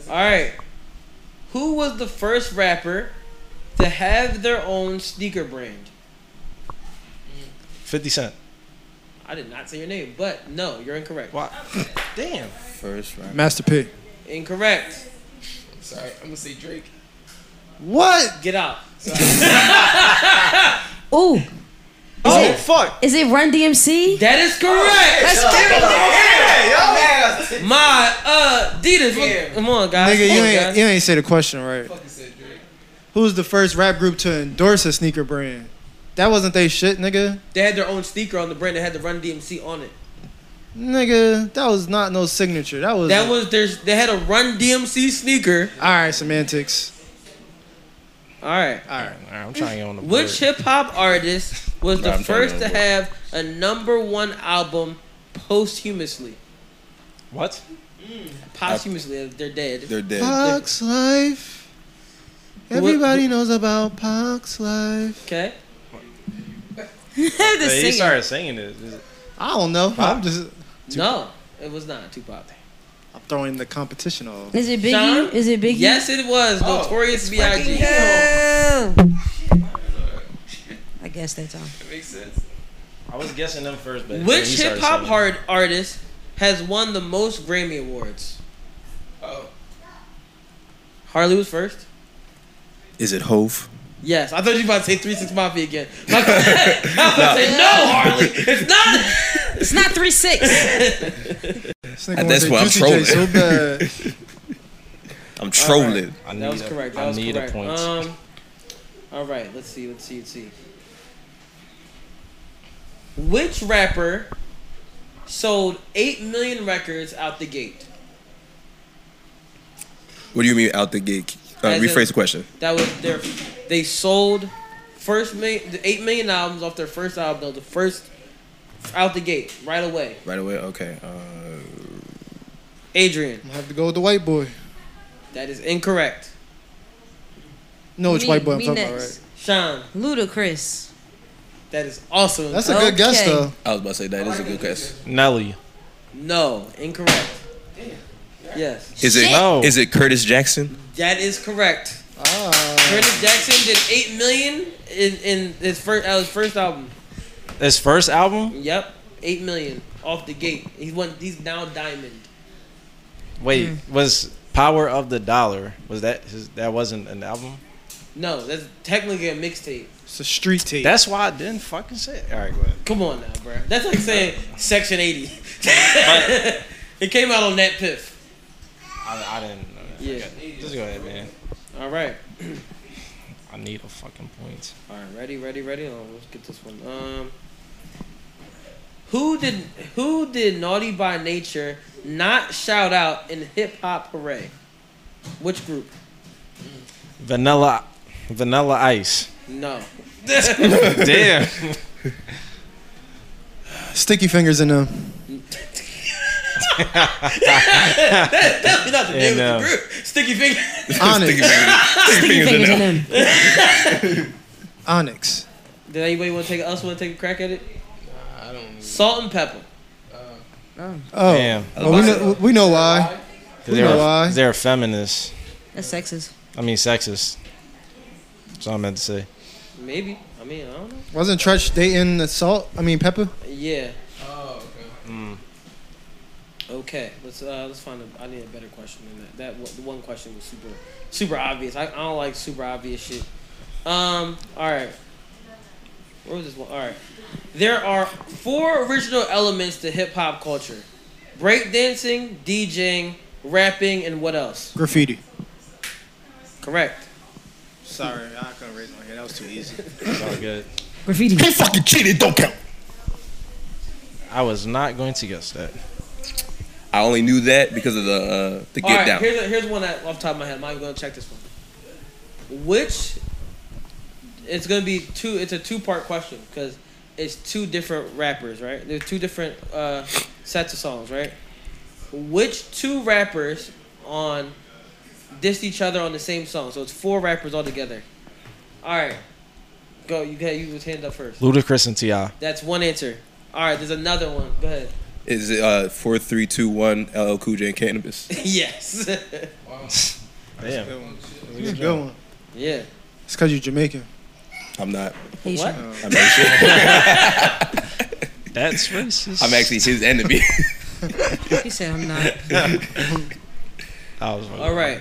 S3: All right. Who was the first rapper to have their own sneaker brand?
S10: Fifty Cent.
S3: I did not say your name, but no, you're incorrect.
S10: What? [LAUGHS] Damn.
S8: First round.
S1: Master P.
S3: Incorrect.
S17: Sorry, I'm gonna say Drake.
S1: What?
S3: Get out.
S4: Ooh. Is
S10: Oh,
S4: it,
S10: fuck.
S4: Is it Run DMC?
S3: That is correct.
S4: Let's get it. [LAUGHS]
S3: it. My uh, Adidas. Come on, guys.
S1: Nigga, you
S3: Come on,
S1: ain't
S3: guys.
S1: you ain't say the question right. who was the first rap group to endorse a sneaker brand? That wasn't they shit, nigga.
S3: They had their own sneaker on the brand that had the Run DMC on it.
S1: Nigga, that was not no signature. That was
S3: That was there's they had a Run DMC sneaker.
S1: All right, semantics.
S3: All right.
S1: All right.
S10: All right, I'm trying to get on the board.
S3: Which hip hop artist was
S10: Nah,
S3: the
S10: I'm trying to
S3: first
S10: get
S3: to
S10: on the
S3: have a number one album posthumously?
S10: What?
S3: Posthumously, they're dead.
S8: They're dead.
S1: Pox life. Everybody knows about Pox life.
S3: Okay.
S10: Hey, he started singing it. Is it-
S1: I don't know. I'm just
S3: No, it was not Tupac.
S1: I'm throwing the competition off.
S18: Is it Biggie?
S3: Sean?
S18: Is it Biggie?
S3: Yes, it was.
S18: Oh,
S3: Notorious B.I.G.
S18: Yo. I guess that's all.
S17: That makes sense.
S10: I was guessing them first, but yeah, he
S3: Which
S10: started
S3: hip hop
S10: singing.
S3: hard artist has won the most Grammy awards?
S17: Oh.
S3: Harley was first.
S8: Is it Hove?
S3: Yes, I thought you were about to say Three Six Mafia again. I was about to say no, Harley. It's not.
S18: It's not three six.
S1: This
S8: And that's why I'm trolling. I'm trolling.
S3: that was correct. That was correct. Um, all right, let's see, let's see, let's see. Which rapper sold eight million records out the gate?
S8: what do you mean out the gate? Uh,
S3: As in,
S8: rephrase the question.
S3: That was their. They sold first million, the eight million albums off their first album. Though the first out the gate right away.
S8: Right away. Okay. Uh,
S3: Adrian,
S1: I have to go with the white boy.
S3: that is incorrect.
S1: No, which
S18: Me-
S1: white boy I'm
S18: me
S1: talking about,
S18: next.
S1: right?
S3: Sean.
S18: Ludacris.
S3: That is awesome.
S1: That's a good guess, though.
S8: I was about to say that is a good guess.
S10: Nelly.
S3: No, incorrect. Yes.
S8: Is it?
S10: No.
S8: Is it Curtis Jackson?
S3: That is correct.
S1: Ah.
S3: Curtis Jackson did eight million in, in his first uh, his first album.
S10: His first album?
S3: Yep, eight million off the gate. He's one. He's now diamond.
S10: Wait,
S3: Mm.
S10: was Power of the Dollar? Was that his, that wasn't an album?
S3: No, that's technically a mixtape.
S1: It's a street tape.
S10: That's why I didn't fucking say. It. All right, go ahead.
S3: Come on now, bro. That's like saying Section eighty. [LAUGHS] it came out on Nat Piff.
S10: I, I didn't know that.
S3: Yeah.
S10: Just go ahead, man.
S3: All right.
S10: I need a fucking point.
S3: All right, ready, ready, ready. Oh, let's get this one. Um, who did who did Naughty by Nature not shout out in Hip Hop Hooray? Which group?
S10: Vanilla, Vanilla Ice.
S3: [LAUGHS] No.
S10: [LAUGHS] Damn.
S1: Sticky fingers in them.
S3: that, that was not the name
S1: Yeah,
S3: of
S1: no.
S3: the group. Sticky finger.
S1: Onyx. Sticky fingers. Sticky fingers in them. Onyx.
S3: Did anybody want to take else want to take a crack at it? Nah, I don't. Salt and pepper.
S1: Oh,
S10: Damn.
S1: well, we, know, we know why. We
S10: They're,
S1: know why.
S10: they're feminists.
S18: That's sexist.
S10: I mean, sexist. That's all I meant to say.
S3: Maybe. I mean, I don't know.
S1: Wasn't Tretch dating the salt? I mean, Pepper?
S3: Yeah. Oh. Okay. Okay. Let's uh let's find a. I need a better question than that. That one- the one question was super super obvious. I, I don't like super obvious shit. Um. All right. Where was this one? All right. There are four original elements to hip hop culture: breakdancing, DJing, rapping, and what else?
S1: Graffiti.
S3: Correct.
S1: Sorry, I couldn't raise my hand. That was too easy.
S10: all good.
S18: Graffiti.
S10: They fucking cheated. Don't count. I was not going to guess that.
S8: I only knew that because of the uh, the
S3: All
S8: get
S3: right.
S8: down.
S3: Here's a, here's one that off the top of my head. I'm not gonna check this one. Which it's gonna be two. It's a two part question because it's two different rappers, right? There's two different uh, sets of songs, right? Which two rappers on dissed each other on the same song? So it's four rappers all together. All right, go. You got you was hand up first.
S10: Ludacris and Ti.
S3: That's one answer. All right, there's another one. Go ahead. [LAUGHS]
S8: Is it uh, four, three, two, one? LL Cool J and Cannabis.
S3: yes. [LAUGHS]
S10: Damn.
S1: That's a good one.
S3: Yeah.
S1: It's because you're Jamaican.
S8: I'm not.
S1: Haitian.
S8: I'm [LAUGHS] Haitian.
S10: That's racist.
S8: I'm actually his enemy.
S18: He said I'm not.
S10: I was
S3: All right.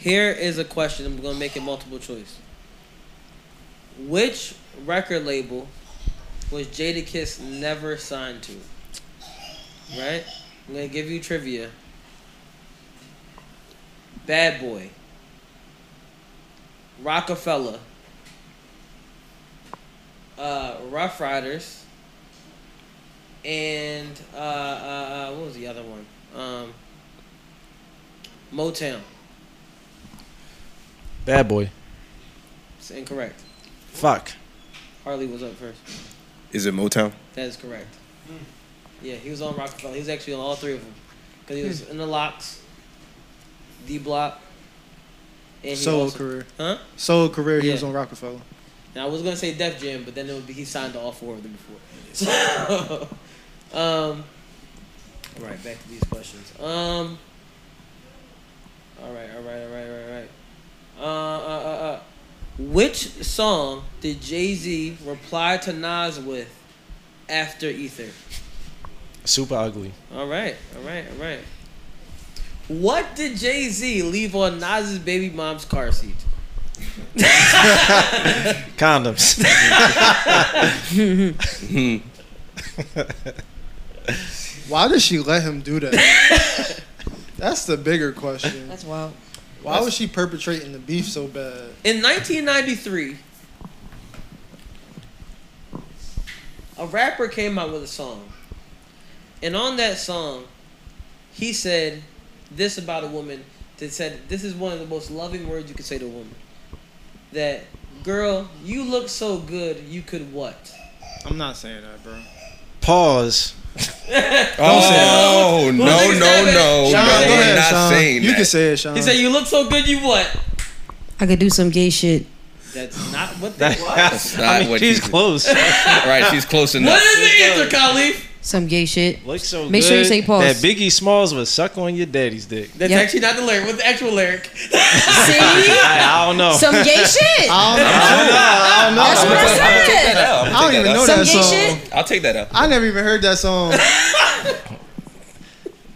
S3: Here is a question. I'm gonna make it multiple choice. Which record label was Jada Kiss never signed to? Right. I'm gonna give you trivia. Bad Boy. Rockefeller, uh, Rough Riders, and uh, uh, uh, what was the other one? Um, Motown.
S10: Bad boy.
S3: It's incorrect.
S10: Fuck.
S3: Harley was up first.
S8: [LAUGHS] Is it Motown?
S3: That is correct. Yeah, he was on Rockefeller. He was actually on all three of them because he was in the locks, D Block, and he
S1: Solo
S3: also-
S1: career.
S3: Huh?
S1: Solo career. He
S3: Yeah.
S1: was on Rockefeller.
S3: And I was gonna say Def Jam, but then it would be, he signed to all four of them before. So, [LAUGHS] um, all right, back to these questions. Um, all right, all right, all right, all right, all right. Uh, uh, uh, uh. Which song did Jay Z reply to Nas with after Ether?
S10: Super ugly.
S3: All right, all right, all right. What did Jay Z leave on Nas's baby mom's car seat?
S10: Condoms.
S1: Why did she let him do that? That's the bigger question. That's
S18: wild.
S1: Why was she perpetrating the beef so bad?
S3: In 1993, a rapper came out with a song. And on that song, he said this about a woman that said, This is one of the most loving words you could say to a woman. That, girl, you look so good, you could what?
S1: I'm not saying that, bro.
S10: Pause.
S8: Oh, no, no, no,
S1: Sean,
S8: no,
S1: go
S8: we're
S1: ahead,
S8: not
S1: Sean.
S8: saying
S1: You
S8: that.
S1: can say it, Sean.
S3: He said, You look so good, you what?
S18: I could do some gay shit.
S3: That's not what that
S10: [LAUGHS]
S3: was.
S8: That's not what
S10: she's
S8: you did.
S10: close.
S8: right, she's [LAUGHS] close enough.
S3: What is the answer, Khalif?
S18: Some gay shit.
S10: Look so
S18: Make sure you
S10: good
S18: say pause.
S10: That Biggie Smalls would suck on your daddy's dick.
S3: That's
S18: Yep.
S3: actually not the lyric. What's the actual lyric? [LAUGHS]
S10: I, I don't know.
S18: Some
S1: [LAUGHS]
S18: gay shit.
S1: I don't know.
S18: That's what I
S1: I
S18: said.
S1: I don't even know
S18: Some
S1: that
S18: gay
S1: song.
S18: shit.
S8: I'll take that up.
S1: I never even heard that song.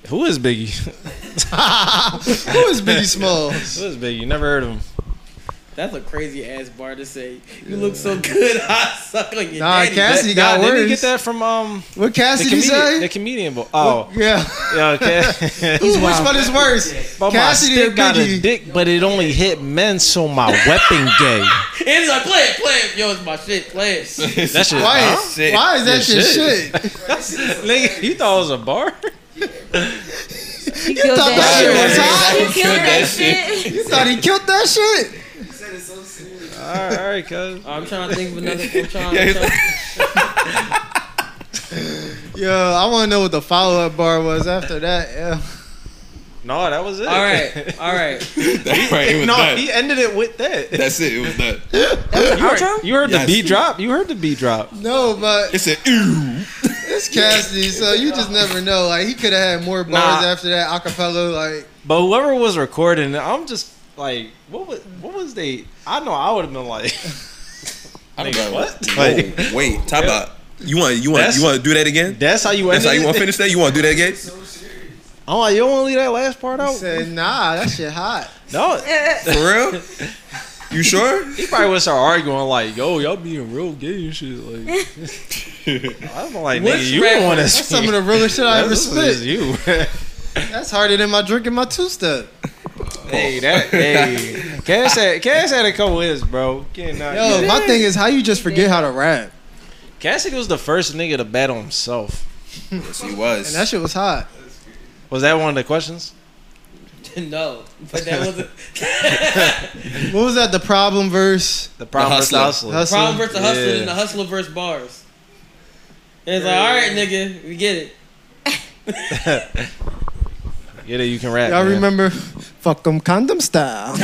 S10: Who is Biggie?
S1: Who is Biggie Smalls?
S10: Who is Biggie? Never heard of him.
S3: That's a crazy ass bar to say. You look so good, [LAUGHS] I suck on your
S10: Nah,
S3: daddy.
S10: Cassie got
S3: Nah, didn't
S10: worse.
S3: he get
S10: that from um?
S1: What Cassie
S10: the comedian,
S1: say?
S10: The comedian. Bo- oh.
S1: Yeah.
S10: Yeah, okay. [LAUGHS]
S1: [LAUGHS] Ooh, which one is worse?
S10: But
S1: Cassidy
S10: my
S1: or
S10: stick got a
S1: Biggie?
S10: dick, but it only hit men, so my weapon gay. [LAUGHS]
S3: And he's like, play it, play it. Yo, it's my shit, play it.
S1: [LAUGHS]
S10: That shit.
S1: Why-
S10: huh?
S1: why is that shit
S10: Nigga, you thought it was a bar?
S18: He killed
S1: thought
S18: that shit.
S1: that was hot?
S18: He killed that shit.
S1: You thought he killed that shit?
S10: [LAUGHS] All right, all right, cuz.
S3: I'm trying to think of [LAUGHS] another. I'm trying,
S1: Yeah,
S3: I'm
S1: he's
S3: trying.
S1: Yo, I want to know what the follow up bar was after that. Yeah.
S10: No, that was it.
S3: All
S10: [LAUGHS]
S3: right,
S1: [LAUGHS]
S3: all right.
S8: That's right, it was
S10: no,
S8: done.
S10: he ended it with that.
S8: That's it, it was done.
S10: [LAUGHS] you heard, you heard
S8: Yes.
S10: the beat drop. You heard the beat drop.
S1: No, but
S8: it's an ooh.
S1: It's Cassidy, so you just never know. Like he could have had more bars
S10: Nah.
S1: after that acapella. Like
S10: But whoever was recording, it, I'm just like, what was what was they? I know I would have been like, [LAUGHS]
S8: I'm
S10: Nigga,
S8: done.
S10: what?
S8: Whoa,
S10: [LAUGHS]
S8: wait, time out. You want you want
S10: That's-
S8: you want to do that again?
S10: That's how you.
S8: That's how
S10: ended
S8: you want
S10: it?
S8: to finish that. You want to do that again?
S10: I'm like, you don't want to leave that last part
S1: he
S10: out.
S1: said, nah, that shit hot.
S10: No,
S1: Yeah.
S8: For real?
S10: [LAUGHS]
S8: You sure?
S10: he probably would start arguing like, yo, y'all being real gay and shit. Like,
S1: [LAUGHS]
S10: I'm like, [LAUGHS]
S1: Which
S10: nigga, you
S1: rapper?
S10: don't want to.
S1: That's some
S10: [LAUGHS]
S3: [LAUGHS]
S1: of the realest shit I ever spit.
S10: You.
S1: That's harder than my drinking my two step.
S10: [LAUGHS] [LAUGHS] hey, that. Hey, Cass had Cass had a couple hits, bro. Cannot.
S1: Yo, my thing is how you just forget how to rap,
S10: Cassidy was the first nigga to bet on himself.
S8: yes, he
S1: and
S8: was.
S1: that shit was hot.
S10: Was that one of the questions?
S3: no, but that was [LAUGHS]
S1: What was that? The problem verse.
S10: The problem versus hustler.
S3: the problem versus the hustler
S10: Yeah.
S3: and the hustler versus bars. And it's like, all right, nigga, we get it.
S10: Yeah, you can rap.
S1: Y'all
S10: man.
S1: remember? Fuck 'em condom style.
S3: All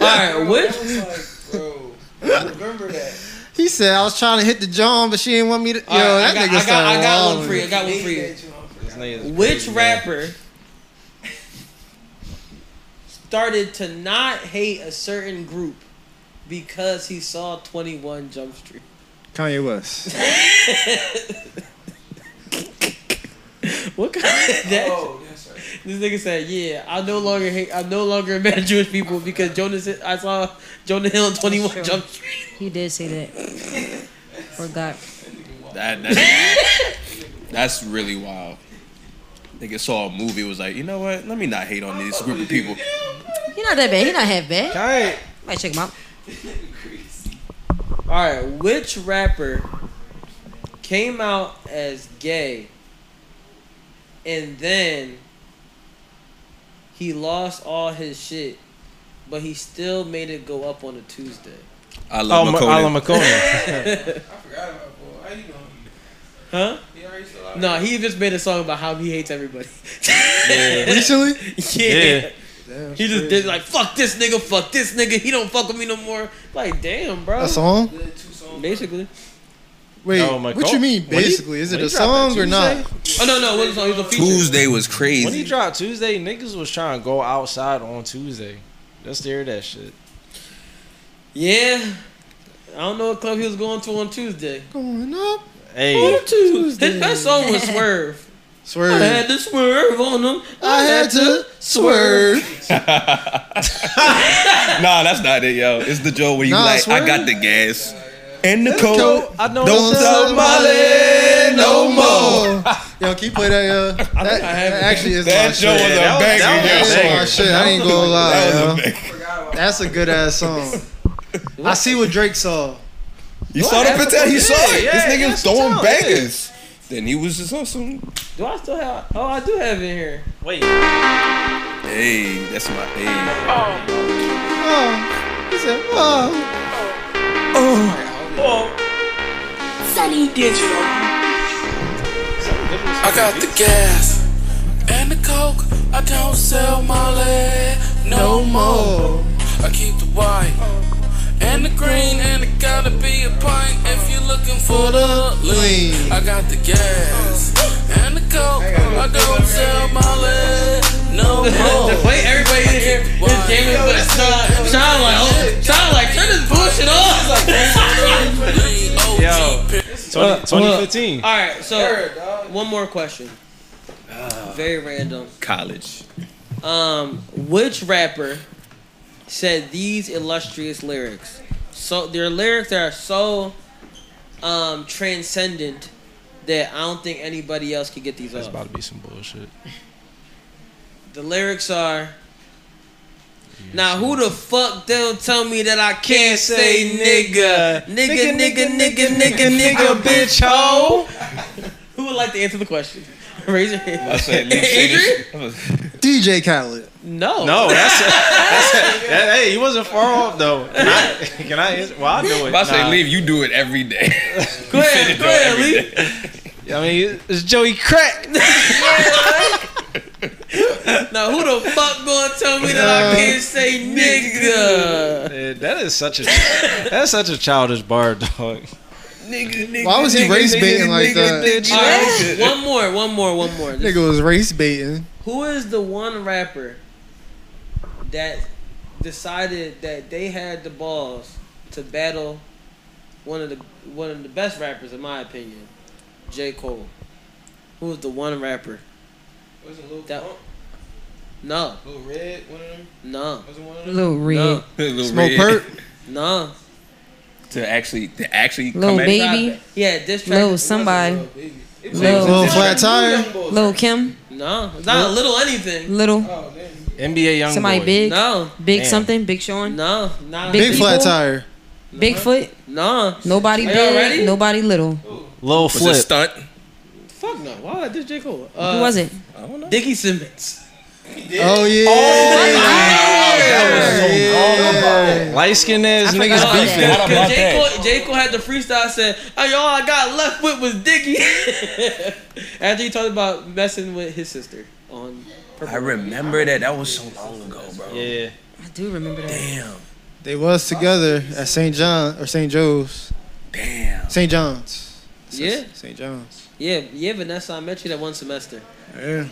S3: right, which
S1: He said I was trying to hit the John, but she didn't want me to. Yo,
S3: All right,
S1: that
S3: I
S1: nigga
S3: got, I got, I
S1: sound
S3: got one
S1: wild.
S3: for you. I got one for you.
S10: This nigga is
S3: Which
S10: crazy, man.
S3: rapper started to not hate a certain group because he saw 21 Jump Street? [LAUGHS]
S1: Kanye West.
S3: What kind of that? This nigga said, "Yeah, I no longer hate. I no longer [LAUGHS] mad at Jewish people because Jonas. I saw Jonah Hill in 21
S18: Sure.
S3: Jump Street.
S18: He did say that. Forgot.
S8: That, that's, that's really wild. Nigga saw a movie, was like, you know what? Let me not hate on this group of people.
S18: He not that bad. He not half bad.
S10: Alright.
S18: Might check him out.
S3: All right, which rapper came out as gay and then he lost all his shit, but he still made it go up on a Tuesday?
S8: I love
S10: Oh, Ma-
S8: Macaulay.
S10: I love [LAUGHS] Macaulay.
S3: Huh? No, he just made a song about how he hates everybody.
S10: Yeah.
S1: Recently?
S3: [LAUGHS] Yeah.
S10: Yeah.
S1: Damn,
S3: he just did like fuck this nigga, fuck this nigga. He don't fuck with me no more. Like damn, bro.
S1: A song?
S3: Basically.
S1: Wait,
S8: No, my
S1: what
S8: God.
S1: you mean
S8: When he-
S1: basically? Is it
S10: when
S1: a
S10: he dropped
S1: song
S10: that
S1: or not?
S3: Oh no, no, what was the song? It was a feature.
S8: Tuesday was crazy.
S10: When he dropped Tuesday, niggas was trying to go outside on Tuesday. Just to hear that shit.
S3: Yeah. I don't know what club he was going to on Tuesday.
S1: Going up.
S10: Hey.
S3: On Tuesday. His best song was Swerve.
S1: Swerve.
S3: [LAUGHS] I had to swerve on him.
S1: I had to swerve.
S8: nah, that's not it, yo. It's the Joe where you
S10: Nah, I
S8: like, I
S10: swear.
S8: got the gas and the
S10: That's
S8: coke.
S10: coke. I know
S8: Don't
S10: it's
S8: sell
S10: a
S8: Molly no more.
S1: Yo, keep playing that. Uh, that that actually is
S8: That
S1: my
S8: joint
S1: shit.
S8: was a That was- banger, that
S1: That
S8: was
S1: is
S8: a
S1: my
S8: banger.
S1: shit.
S8: That
S1: I ain't
S8: was a
S1: gonna
S8: banger.
S1: lie,
S8: That
S1: yo. That's a good ass song.
S8: [LAUGHS]
S1: I see what Drake saw.
S8: You
S1: What?
S8: saw the potential. He saw it.
S1: Yeah,
S8: this
S1: yeah,
S8: nigga
S1: yeah,
S8: was throwing
S1: that's what I'm
S8: bangers. Then he was just on some.
S3: Do I still have? Oh, I do have it in here. Wait.
S8: Hey, that's my hey.
S1: Oh, he said, oh.
S17: Oh. Sunny digital. I got the gas and the coke. I don't sell Molly no more. I keep the white and the green, and it gotta be a pint if you're looking for the lean. I got the gas and the coke. I don't sell Molly no more.
S3: [LAUGHS] the way everybody in here is gaming for the sun. Sean like, oh, Sean like, turn this bullshit off.
S10: Yo.
S1: Uh,
S10: 20, 2015.
S3: All right, so one more question. Very random.
S8: College.
S3: Um, which rapper said these illustrious lyrics? So their lyrics that are so um transcendent that I don't think anybody else could get these
S10: That's
S3: off.
S10: about to be some bullshit.
S3: The lyrics are. Now who the fuck they'll tell me that I can't say nigga, nigga, nigga, nigga, nigga, nigga, bitch hoe. [LAUGHS] Who would like to answer the question? [LAUGHS] Raise your hand.
S8: I said, nigga,
S3: Adrian?
S1: DJ Khaled.
S3: No.
S10: No, [LAUGHS] that's, that's that- hey, he wasn't far off though. Can I, can I answer? Well, I do it.
S8: If I say
S10: Nah.
S8: leave, you do it every day.
S10: Go ahead, go ahead, I mean, it's Joey [LAUGHS] Crack.
S3: [LAUGHS] now who the fuck gonna tell me that I can't say nigga,
S10: Man, that is such a that's such a childish bar, dog.
S3: nigga, nigga?
S1: Why was he race baiting like that?
S3: All right, one more, one more, one more. This-
S1: Nigga was race baiting.
S3: Who is the one rapper that decided that they had the balls to battle one of the one of the best rappers in my opinion, J. Cole? Who was the one rapper?
S17: Wasn't Lil
S3: That- No.
S17: Lil Red, one of them?
S3: No.
S17: Wasn't one
S18: Lil Red.
S3: No.
S8: Lil Smoke Red. Perp?
S3: No.
S8: [LAUGHS] to actually, to actually
S18: Lil
S8: come at
S18: Baby.
S3: Yeah, this track.
S18: Lil somebody.
S8: Lil
S18: Lil,
S8: Lil Flat Tire.
S18: Lil Kim.
S3: No, it's not a little anything.
S18: Little.
S10: NBA young
S18: Somebody big.
S3: No.
S18: Big
S10: Damn.
S18: something. Big Sean.
S3: No. Not
S18: Big, people?
S1: tire.
S18: Bigfoot.
S3: No.
S18: Nobody
S3: Are y'all
S18: big.
S3: ready?
S18: Nobody little.
S10: Lil
S8: Was it stunt?
S3: Fuck no. Why would I diss J. Cole?
S18: Who was it?
S8: I don't
S3: know. Dickie Simmons.
S1: Oh yeah.
S10: Light skinned ass
S3: Niggas
S10: niggas beefing.
S3: J. Cole, J. Cole had the freestyle said, hey, all I got left with was Dickie. [LAUGHS] After he talked about messing with his sister on
S8: I remember that. That was so long ago, bro.
S10: Yeah.
S18: I do remember that.
S8: Damn.
S1: They was together at St. John or St. Joe's.
S8: Damn.
S1: St. John's.
S3: Yeah.
S1: St. John's.
S3: Yeah, yeah, Vanessa, I met you that one semester.
S1: Yeah.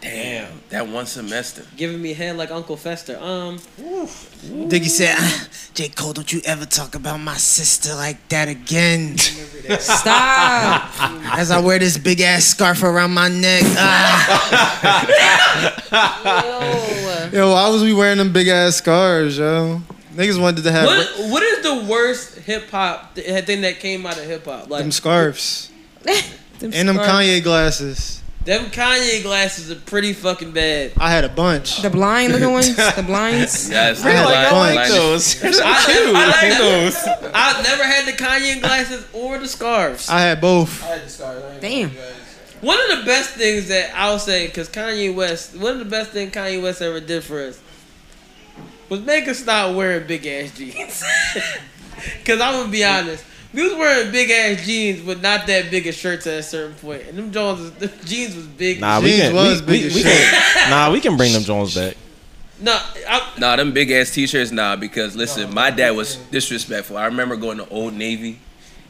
S8: Damn. That one semester.
S3: Giving me head like Uncle Fester. Um
S11: Diggy said, "Ah, J. Cole, don't you ever talk about my sister like that
S1: [LAUGHS]
S11: again.
S18: Stop.
S11: As I wear this big ass scarf around my neck. ah.
S18: [LAUGHS]
S1: Yo, why was we wearing them big ass scarves, yo? Niggas wanted to have
S3: What what is the worst uh, hip hop th- thing that came out of hip hop? Like
S1: them scarves and them Kanye glasses.
S3: Them Kanye glasses are pretty fucking bad.
S1: I had a bunch.
S18: The blind looking
S10: [LAUGHS]
S18: ones? The blinds?
S3: Yes,
S1: I had a bunch.
S3: I've never had the Kanye glasses or the
S1: [LAUGHS]
S3: scarves.
S1: I had both.
S10: Ah,
S3: I had the scarves.
S18: Damn.
S3: One of the best things that I'll say, because Kanye West, one of the best things Kanye West ever did for us was make us stop wearing big ass [LAUGHS] jeans. Because I'm going to be honest. We was wearing big ass jeans, but not that big of shirts at a certain point. And them Jones, [LAUGHS] the jeans was big.
S10: Nah, we can, we, we, we can, nah, we can bring them Jones back.
S3: No,
S8: nah, them big ass t-shirts, nah. Because listen, my dad was disrespectful. I remember going to Old Navy,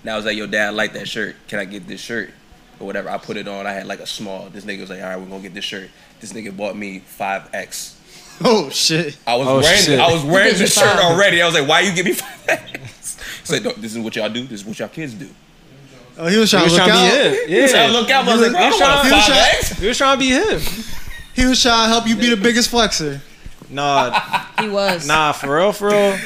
S8: and I was like, "Yo, dad, I like that shirt. Can I get this shirt?" Or whatever. I put it on. I had like a small. This nigga was like, "All right, we're gonna get this shirt." This nigga bought me five X.
S1: [LAUGHS] Oh shit!
S8: I was
S1: Oh,
S8: wearing.
S1: shit.
S8: I was
S1: He
S8: wearing
S1: gives you
S8: this shirt
S1: five.
S8: already. I was like, "Why you give me five X?" [LAUGHS] He's like, "No, "This is what y'all do. This is what y'all kids do."
S1: Oh, he was trying to look out.
S8: He was trying to look out. but I was like, "Bro, I don't want five X."
S1: He was trying to be him. He was trying to help you be the biggest flexer.
S10: Nah,
S18: He was.
S10: nah, for real, for real.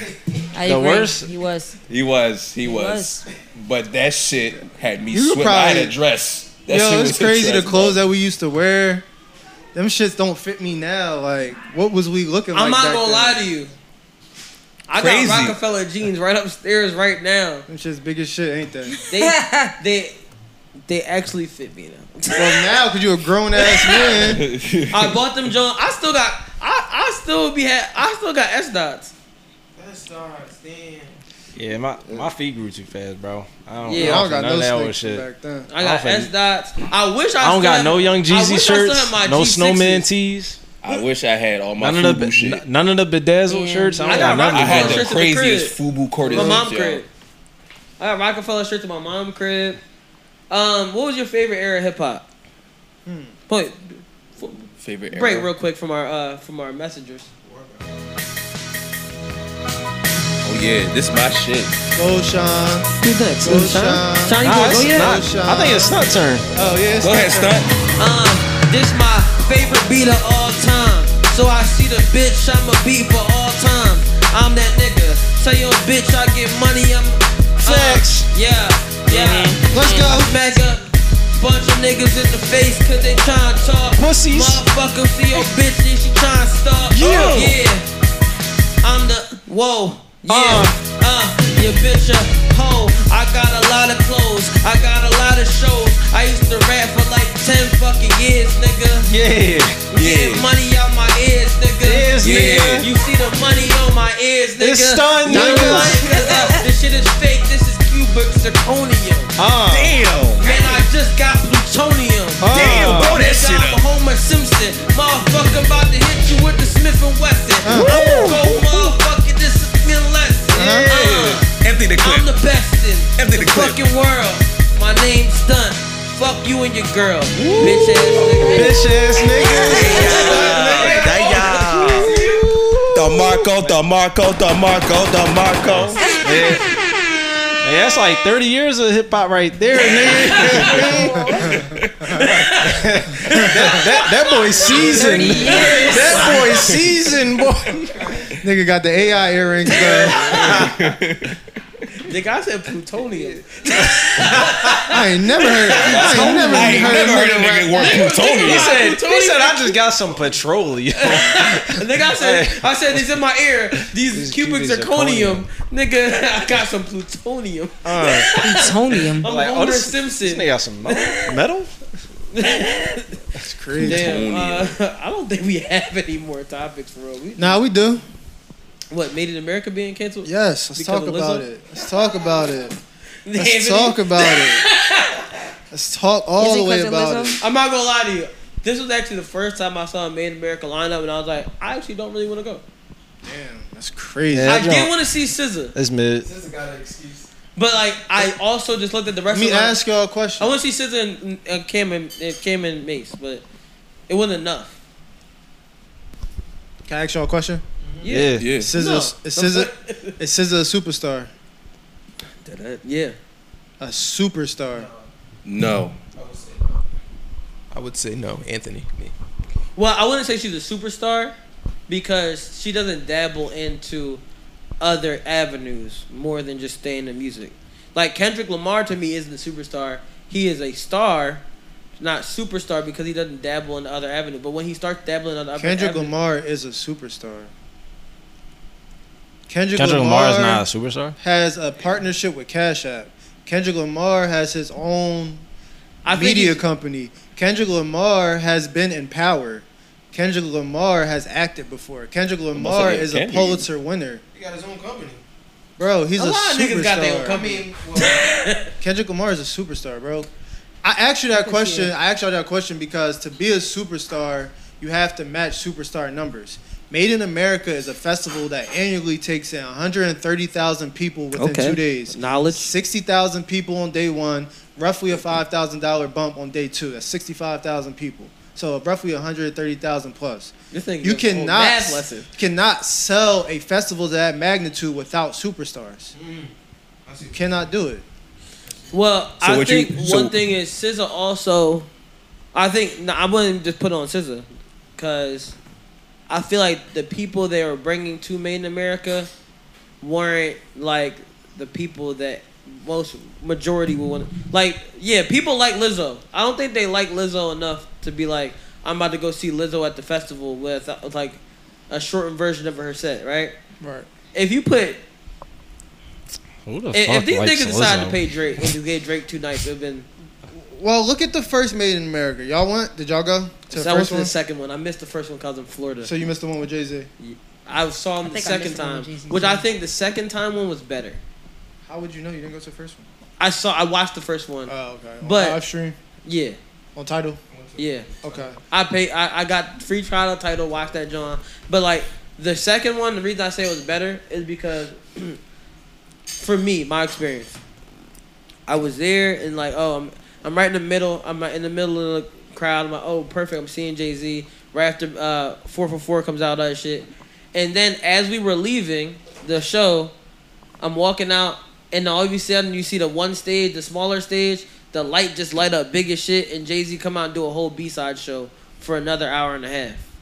S18: I
S10: the
S18: agree.
S10: worst-
S18: He was.
S8: He was, he,
S18: was.
S8: was. But that shit had me
S1: You could
S8: sweat. I had
S1: probably-
S8: a dress. That shit
S1: Yo,
S8: was
S1: it's crazy. The
S8: dress, bro.
S1: clothes that we used to wear, them shits don't fit me now. Like, what was we looking like?
S3: I'm not
S1: back
S3: gonna
S1: then?
S3: lie to you. I
S1: Crazy.
S3: got Rockefeller jeans right upstairs right now.
S1: Them shits big as shit, ain't they?
S3: They they they actually fit me now.
S1: well, now because you're a grown
S10: [LAUGHS]
S1: ass man.
S3: I bought them Jones. I still got I I still be had I still got S dots.
S1: S dots, damn.
S10: Yeah, my, my feet grew too fast, bro. I don't,
S3: Yeah,
S10: I don't got no that old shit.
S3: I got
S10: don't
S3: S
S10: think-
S3: dots. I wish I
S10: I don't
S3: still
S10: got
S3: had-
S10: no Young
S3: I
S10: Jeezy
S3: wish I still had my
S10: shirts, no
S3: G6s.
S10: snowman tees.
S8: I wish I had all my
S10: None of,
S8: Fubu
S10: the,
S8: shit.
S10: n- none of the bedazzled shirts. I
S3: I
S10: don't
S3: got
S10: got none
S8: I had
S10: of
S8: the
S10: them.
S3: shirts at the
S8: craziest
S3: crib. My
S8: Fubu
S3: mom
S8: courtesans, yo.
S3: crib. I got Rockefeller shirts in my mom crib. Um, what was your favorite era of hip hop? Point.
S8: Favorite era?
S3: break real quick from our uh from our messengers.
S8: Oh yeah, this my shit.
S1: Go, Sean.
S18: Who's next?
S1: Go, Sean.
S3: Johnny
S10: Nah,
S3: Boy,
S10: it's
S3: go ahead.
S10: not- I think it's Stunt's turn.
S1: Oh yeah, it's
S10: Go ahead,
S1: Stunt's turn.
S8: Oh,
S3: Um, this my favorite beat of all time. So I see the bitch, I'ma beat for all time. I'm that nigga. Tell your bitch I get money, I'm sex. yeah, yeah. Let's go. Mega. Bunch of niggas in the face, cause they tryna talk. Pussies. Motherfucker, see your bitch, and she tryna stop.
S10: Yeah.
S3: yeah. I'm the whoa, yeah, uh, your bitch a hoe. I got a lot of clothes, I got a lot of shows. I used to rap for like ten fucking years, nigga.
S10: Yeah,
S3: Get
S10: yeah.
S3: money out my ears, nigga.
S10: Yes, nigga.
S3: You see the money on my ears, nigga.
S10: It's stunned,
S3: Don't
S10: nigga.
S3: line it up. This shit is fake. This is cubic zirconium.
S10: Uh. Damn.
S3: Man, I just got plutonium.
S10: Damn, blow Oh. that
S3: Nigga,
S10: shit
S3: I'm
S10: up.
S3: Homer Simpson. Motherfucker, about to hit you with the Smith and Wesson.
S8: Uh.
S3: I'ma go, motherfucker, this is me a lesson. Uh.
S8: Empty the clip.
S3: I'm the best in
S8: Empty
S3: the,
S8: the clip.
S3: fucking world. My name's Stunt. Fuck you and your girl. Bitch ass nigga.
S10: Bitch ass [LAUGHS]
S8: The Marco, the Marco, the Marco, the Marco.
S10: Hey, that's like 30 years of hip hop right there, nigga. that, that boy seasoned.
S1: 30 years.
S10: That boy seasoned, boy.
S1: Nigga got the AI earrings though.
S3: [LAUGHS] Nigga, I said plutonium.
S1: I ain't never heard. I ain't never
S10: I ain't
S1: heard,
S10: never heard a
S1: nigga
S10: nigga
S1: rap.
S10: work
S3: plutonium.
S10: He said, he
S3: Plutonium.
S10: said, I just got some petroleum.
S3: Nigga, I
S10: [LAUGHS]
S3: said, I said these in my ear. These cubic
S10: cubic
S3: zirconium. Nigga, [LAUGHS] I got some plutonium.
S10: Uh,
S18: Plutonium.
S3: I'm
S10: Like, oh,
S3: Homer
S10: this-
S3: Simpson.
S10: this nigga got some metal. metal?
S3: That's
S1: crazy.
S3: Damn, uh, [LAUGHS] I don't think we have any more topics for real. We,
S1: Nah, we do.
S3: What made in America being canceled? [LAUGHS]
S1: Yes, let's
S3: Because
S1: talk
S3: of
S1: about
S3: Lizzo?
S1: it. Let's talk about it. Let's
S3: Anthony?
S1: talk about it. Let's talk all the way about it.
S3: [LAUGHS] I'm not gonna lie to you. This was actually the first time I saw a Made in America lineup, and I was like, I actually don't really want to go.
S1: That's crazy.
S10: Yeah,
S3: I
S10: that
S3: did
S10: joint-
S3: want to see SZA,
S10: That's mid.
S3: but like I also just looked at the rest.
S1: Let me
S3: of the lineup.
S1: ask y'all a question.
S3: I want to see SZA and, and Cam and and Cam and Mace, but it wasn't enough.
S1: Can I ask y'all a question?
S3: Yeah. Yeah.
S1: Scissors.
S3: No.
S1: Is SZA, is SZA a superstar?
S3: Yeah.
S1: A superstar.
S8: No. I would say no, Anthony. Me.
S3: Well, I wouldn't say she's a superstar because she doesn't dabble into other avenues more than just staying in music. Like Kendrick Lamar to me isn't a superstar. He is a star not superstar because he doesn't dabble in the other avenue. But when he starts dabbling on the other
S1: Kendrick
S3: avenue,
S1: Lamar is a superstar. Kendrick,
S10: Kendrick
S1: Lamar,
S10: Lamar is not a superstar?
S2: Uh-huh.
S1: Has a partnership with Cash App. Kendrick Lamar has his own
S3: think
S1: media
S3: he's-
S1: company. Kendrick Lamar has been in power. Kendrick Lamar has acted before. Kendrick Lamar
S2: nigga
S1: is
S2: Kendrick.
S1: a Pulitzer winner.
S2: He got his own company.
S1: Bro, he's
S2: A
S1: a,
S2: lot of
S1: superstar.
S2: niggas got their own company. I
S1: Kendrick Lamar is a superstar, bro. I asked you that question. I asked you that question because to be a superstar, you have to match superstar numbers. Made in America is a festival that annually takes in 130,000 people within
S3: Okay.
S1: two days.
S3: Knowledge.
S1: 60,000 people on day one, roughly a $5,000 bump on day two. That's 65,000 people. So roughly 130,000 plus.
S3: This thing
S1: you
S3: gives a whole
S1: cannot
S3: Oh, math lesson.
S1: cannot sell a festival to that magnitude without superstars. You cannot do it.
S3: Well,
S1: So
S3: I
S1: what you-
S3: think
S1: so-
S3: one thing is Scissor also. I think no, I wouldn't just put on Scissor because I feel like the people they were bringing to Made in America weren't like the people that most majority would want. Like, yeah, people like Lizzo. I don't think they like Lizzo enough to be like, I'm about to go see Lizzo at the festival with, uh, with like a shortened version of her set, right?
S1: Right.
S3: If you put
S10: Who the
S3: if,
S10: fuck
S3: if these
S10: likes
S3: niggas decided
S10: Lizzo?
S3: to pay Drake and you gave Drake two nights, it'd been.
S1: Well, look at the first Made in America. Y'all went? Did y'all go to
S3: So
S1: the
S3: I went
S1: first
S3: to
S1: one?
S3: the second one. I missed the first one because I'm Florida.
S1: So you missed the one with Jay Z.
S3: I saw him
S1: I
S3: the
S1: think I
S3: second
S1: missed the one
S3: time,
S1: with Jay-Z,
S3: which
S1: too.
S3: I think the second time one was better.
S1: How would you know you didn't go to the first one?
S3: I saw. I watched the first one.
S1: Oh, okay. On
S3: But
S1: live stream?
S3: Yeah.
S1: On title.
S3: Yeah.
S1: Okay.
S3: I pay. I, I got free trial of title. Watch that, John. But like the second one, the reason I say it was better is because, [CLEARS THROAT] for me, my experience, I was there and like, oh, I'm I'm right in the middle. I'm in the middle of the crowd. I'm like, oh, perfect. I'm seeing Jay Z right after uh, four for four comes out. That shit. And then as we were leaving the show, I'm walking out, and all of a sudden you see the one stage, the smaller stage, the light just light up big as shit, and Jay Z come out and do a whole B side show for another hour and a half.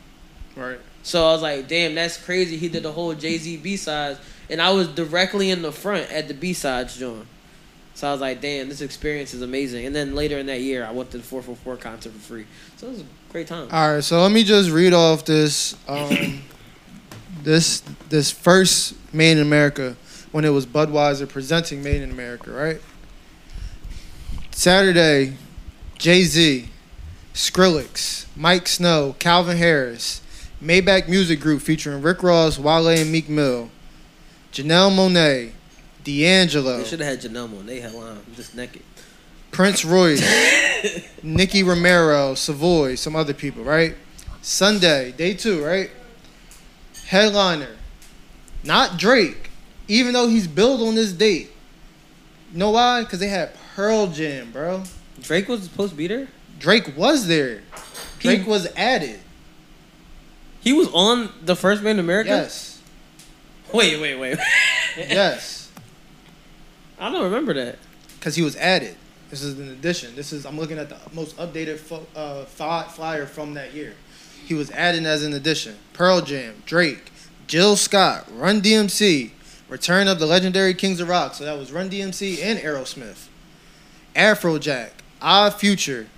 S1: Right.
S3: So I was like, damn, that's crazy. He did the whole Jay Z B sides, and I was directly in the front at the B sides joint. So I was like, damn, this experience is amazing. And then later in that year, I went to the 444 concert for free. So it was a great time.
S1: All right. So let me just read off this um, this this first Made in America when it was Budweiser presenting Made in America, right? Saturday, Jay Z, Skrillex, Mike Snow, Calvin Harris, Maybach Music Group featuring Rick Ross, Wale, and Meek Mill, Janelle Monet, D'Angelo,
S3: They should have had Janelle Monae headline, just naked.
S1: Prince Royce, Nikki Romero, Savoy, some other people, right? Sunday, day two, right? Headliner, not Drake, even though he's billed on this date. You know why? Because they had Pearl Jam, bro.
S3: Drake was supposed to be there?
S1: Drake was there.
S3: He-
S1: Drake was added.
S3: He was on the first Man in America?
S1: Yes.
S3: Wait, wait, wait. [LAUGHS]
S1: yes.
S3: I don't remember that.
S1: Because he was added. This is an addition. This is I'm looking at the most updated fo- uh, fi- flyer from that year. He was added as an addition. Pearl Jam, Drake, Jill Scott, Run DMC, Return of the Legendary Kings of Rock. So that was Run DMC and Aerosmith, Afrojack, Odd Future,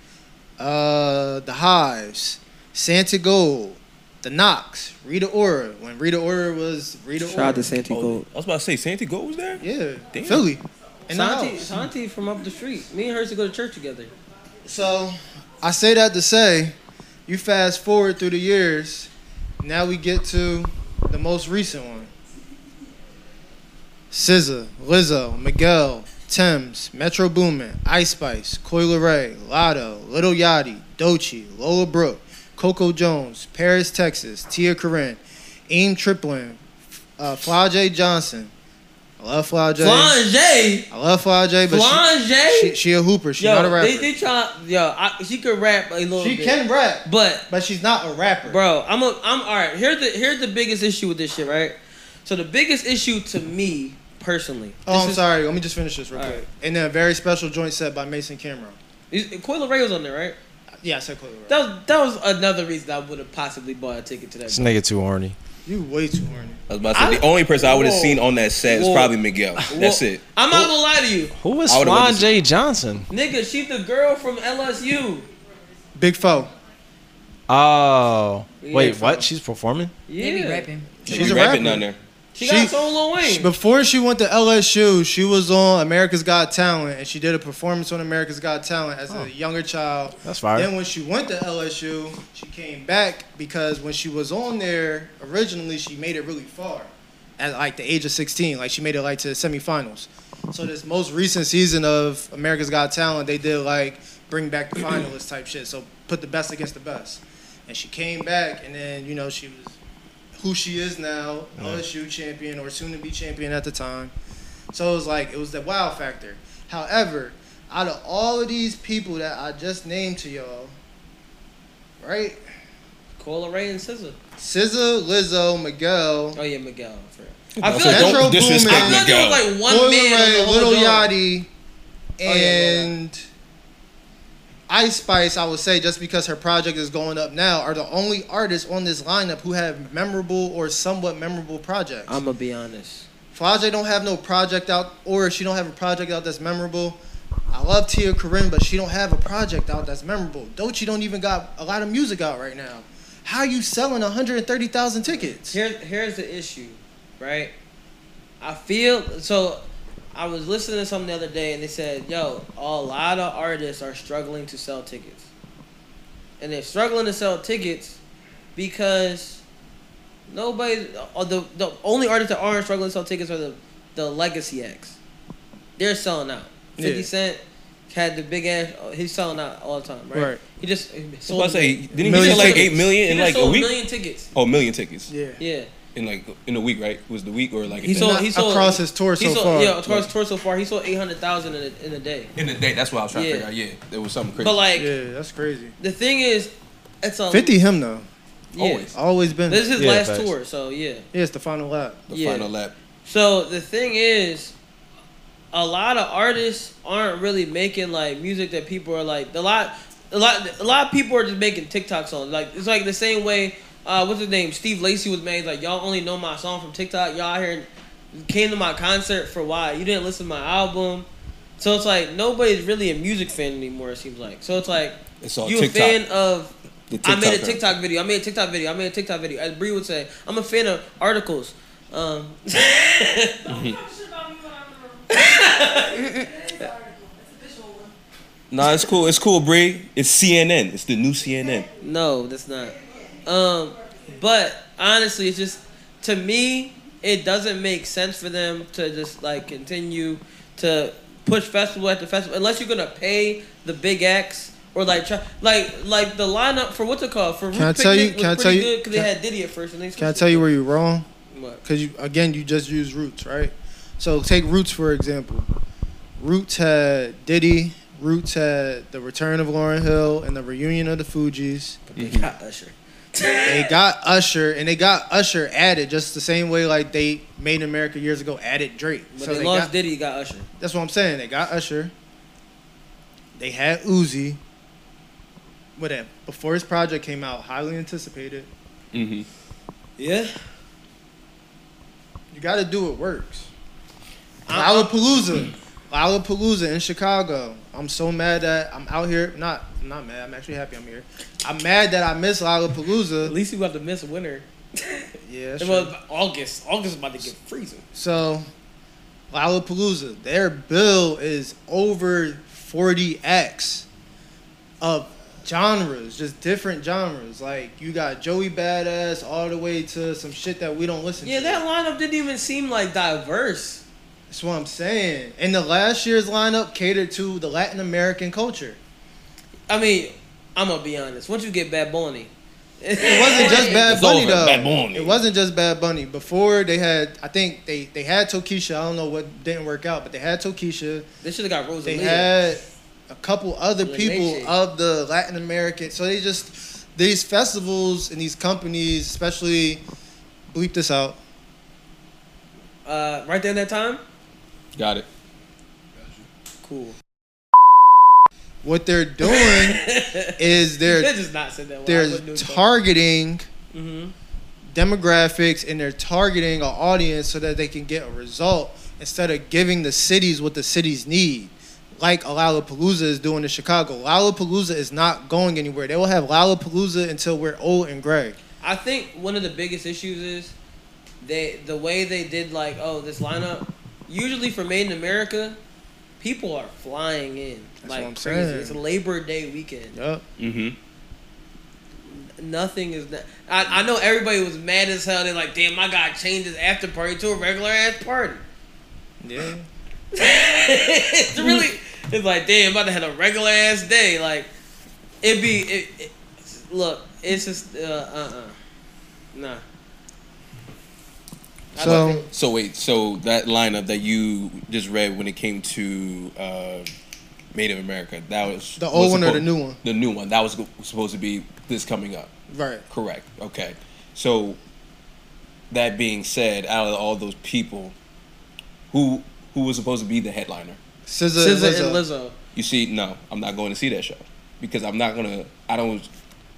S1: uh, The Hives, Santa Gold, The Knox, Rita Ora. When Rita Ora was Rita Ora.
S8: was about to say Santi Gold was there.
S1: Yeah,
S8: Damn.
S1: Philly. In the
S3: Santi,
S1: house.
S3: Santi from up the street. Me and her used to go to church together.
S1: So I say that to say, you fast forward through the years, now we get to the most recent one. SZA, Lizzo, Miguel, Thames, Metro Boomin, Ice Spice, Coil Ray, Lotto, Little Yachty, Dochi, Lola Brooke, Coco Jones, Paris, Texas, Tia Corinne, Aim Triplin, uh, Fly J Johnson. I love Fly J.
S3: Fly J?
S1: I love Fly J, but
S3: Fly
S1: she,
S3: J?
S1: She, she a hooper. She
S3: yo,
S1: not a rapper.
S3: They, they try. Yo, I, she could rap a little.
S1: She
S3: bit.
S1: can rap,
S3: but
S1: but she's not a rapper.
S3: Bro, I'm a, I'm all right. Here's the here's the biggest issue with this shit, right? So the biggest issue to me personally.
S1: Oh,
S3: this
S1: I'm
S3: is-
S1: sorry. Let me just finish this real
S3: All
S1: quick. And then a very special joint set by Mason Cameron.
S3: Is- Coil Ray was on there, right?
S1: Yeah, I said Coil Ray.
S3: That was, that was another reason I would have possibly bought a ticket to that.
S10: This nigga too horny.
S1: You way too horny.
S8: I was about to say the only person I would have seen on that set is
S10: Whoa.
S8: probably Miguel. That's
S10: Whoa.
S8: it.
S3: I'm not gonna lie to you,
S10: Who is
S8: I would've went
S10: Swan
S8: to
S10: J. Johnson?
S3: nigga. She the girl from LSU.
S1: Big Foe.
S10: Oh. Wait,
S1: Yeah.
S10: what? She's performing?
S3: Yeah.
S1: They be
S3: rapping.
S1: She's a rapper.
S3: She got her own Lil Wayne.
S1: she- Before she went to LSU, she was on America's Got Talent, and she did a performance on America's Got Talent as a younger child.
S10: That's fire.
S1: Then when she went to LSU, she came back because when she was on there originally, she made it really far at like the age of 16. Like she made it like to the semifinals. So this most recent season of America's Got Talent, they did like bring back the finalists type shit. So put the best against the best. And she came back, and then you know she was who she is now,
S10: Yeah.
S1: LSU champion or soon to be champion at the time. So it was like it was the wow factor. However, out of all of these people that I just named to y'all, right?
S3: Cola Ray and SZA.
S1: SZA, Lizzo, Miguel.
S3: Oh yeah, Miguel. For
S1: I
S3: I
S1: feel
S3: feel like-
S1: Metro
S3: don't disrespect
S1: Boomin,
S3: I feel like there was, like, one
S1: Coil
S3: man on
S1: Ray,
S3: the whole Oh,
S1: Little
S3: joint.
S1: Yachty,
S3: yeah, yeah.
S1: and Ice Spice. I would say just because her project is going up now, are the only artists on this lineup who have memorable or somewhat memorable projects.
S3: I'm gonna be honest.
S1: Flage don't have no project out, or she don't have a project out that's memorable. I love Tia Corinne, but she don't have a project out that's memorable. Dochi don't even got a lot of music out right now. How you selling 130,000 tickets?
S3: Here, here's the issue, right? I feel so. I was listening to something the other day, and they said, "Yo, a lot of artists are struggling to sell tickets, and they're struggling to sell tickets because nobody. Or the the only artists that aren't struggling to sell tickets are the the legacy acts. They're selling out. Fifty
S8: Yeah.
S3: Cent had the big ass. uh, He's selling out all the time, right?
S8: Right.
S3: He just he
S8: So I
S3: sold
S8: say,
S3: a-
S8: didn't he sell like eight million
S3: He
S8: in
S3: just
S8: like a
S3: sold
S8: week?
S3: million tickets.
S8: Oh, a million tickets.
S1: Yeah.
S3: Yeah.
S8: In like in a week, right? Was the week or like a
S3: He
S8: day?
S3: sold, he sold
S1: across his tour
S3: he
S1: so
S3: sold,
S1: far.
S3: Yeah, across his tour so far, he sold eight hundred thousand in a, in a day.
S8: in a day. That's what I was trying
S3: Yeah.
S8: to figure out. Yeah, there was something crazy.
S3: But like,
S1: yeah, that's crazy.
S3: The thing is, it's a
S1: 50 him though.
S3: Yeah. Always.
S1: Always been.
S3: This is his last tour, so yeah.
S1: Yeah, it's the final lap.
S3: Yeah. So the thing is, a lot of artists aren't really making like music that people are like. A lot, a lot, a lot of people are just making TikToks on. Like it's like the same way. Uh, what's his name? Steve Lacy was made like y'all only know my song from TikTok. Y'all out here came to my concert for why you didn't listen to my album. So it's like nobody's really a music fan anymore. It seems like so it's like
S8: It's all
S3: you
S8: TikTok.
S3: a fan of.
S8: The
S3: I made a
S8: TikToker.
S3: TikTok video. I made a TikTok video. I made a TikTok video. As Bree would say, I'm a fan of articles. Um,
S8: Nah, it's cool. It's cool, Bree. It's CNN. It's the new CNN.
S3: No, that's not. Um, but honestly, it's just to me, it doesn't make sense for them to just like continue to push festival after festival unless you're gonna pay the big acts or like try, like like the lineup for what's it called for.
S1: Can I tell you- can I tell you-
S3: Because they
S1: can-
S3: had Diddy at first, and they
S1: Can I tell you where you're wrong?
S3: What?
S1: Because you again, you just use Roots, right? So take Roots for example. Roots had Diddy. Roots had the return of Lauren Hill and the reunion of the Fugees.
S3: They got Usher.
S1: they got Usher, and they got Usher added just the same way like they made in America years ago added Drake.
S3: But they lost Diddy, got Usher.
S1: That's what I'm saying. They got Usher. They had Uzi. Whatever. Before his project came out, highly anticipated.
S8: Mm-hmm.
S3: Yeah.
S1: You got to do what works.
S3: Uh-uh.
S1: Lollapalooza. Lollapalooza in Chicago. I'm so mad that I'm out here. Not, I'm not mad. I'm actually happy I'm here. I'm mad that I missed Lollapalooza. At
S3: least you have to miss winter.
S1: yeah. that's
S3: It
S1: true.
S3: was August. August is about to get freezing.
S1: So, Lollapalooza, their bill is over 40x of genres, just different genres. Like, you got Joey Badass all the way to some shit that we don't listen
S3: Yeah,
S1: to.
S3: that lineup didn't even seem like diverse.
S1: That's what I'm saying. And the last year's lineup catered to the Latin American culture.
S3: I mean, I'm gonna be honest. Once you get Bad Bunny,
S1: It wasn't just Bad
S3: It's
S1: Bunny
S3: over.
S1: though.
S3: Bad Bunny.
S1: It wasn't just Bad Bunny. Before they had, I think they they had Tokisha. I don't know what didn't work out, but they had Tokisha.
S3: They should have got
S1: They
S3: Rosalia.
S1: had a couple other
S3: Lil
S1: people
S3: Leche.
S1: of the Latin American. So they just these festivals and these companies, especially bleep this out.
S3: uh, right there in that time.
S8: Got it.
S3: Cool.
S1: What
S3: [LAUGHS]
S1: they're doing is they're
S3: That just not said that well. I wouldn't do
S1: they're
S3: it, though.
S1: targeting
S3: Mm-hmm.
S1: demographics and they're targeting an audience so that they can get a result instead of giving the cities what the cities need. like a Lollapalooza is doing in Chicago. Lollapalooza is not going anywhere. They will have Lollapalooza until we're old and gray.
S3: I think one of the biggest issues is they the way they did like oh this lineup. Usually for Made in America, people are flying in like
S1: what I'm
S3: crazy.
S1: saying.
S3: It's Labor Day weekend.
S1: Yup.
S8: Mm-hmm.
S3: Nothing is. Not, I I know everybody was mad as hell. They're like, damn, my God changed his after party to a regular ass party.
S1: Yeah.
S3: it's really. It's like damn, about to have a regular ass day. Like it'd be. It, it, look, it's just uh uh uh. Nah.
S1: So-
S8: so wait, so that lineup that you just read when it came to uh, Made in America, that was
S1: The
S8: was
S1: old one or
S8: suppo-
S1: the new one?
S8: The new one that was go- supposed to be this coming up.
S1: Right.
S8: Correct. Okay. So that being said, out of all those people, who who was supposed to be the headliner?
S1: SZA and SZA and Lizzo. Lizzo.
S8: You see, no, I'm not going to see that show because I'm not gonna. I don't,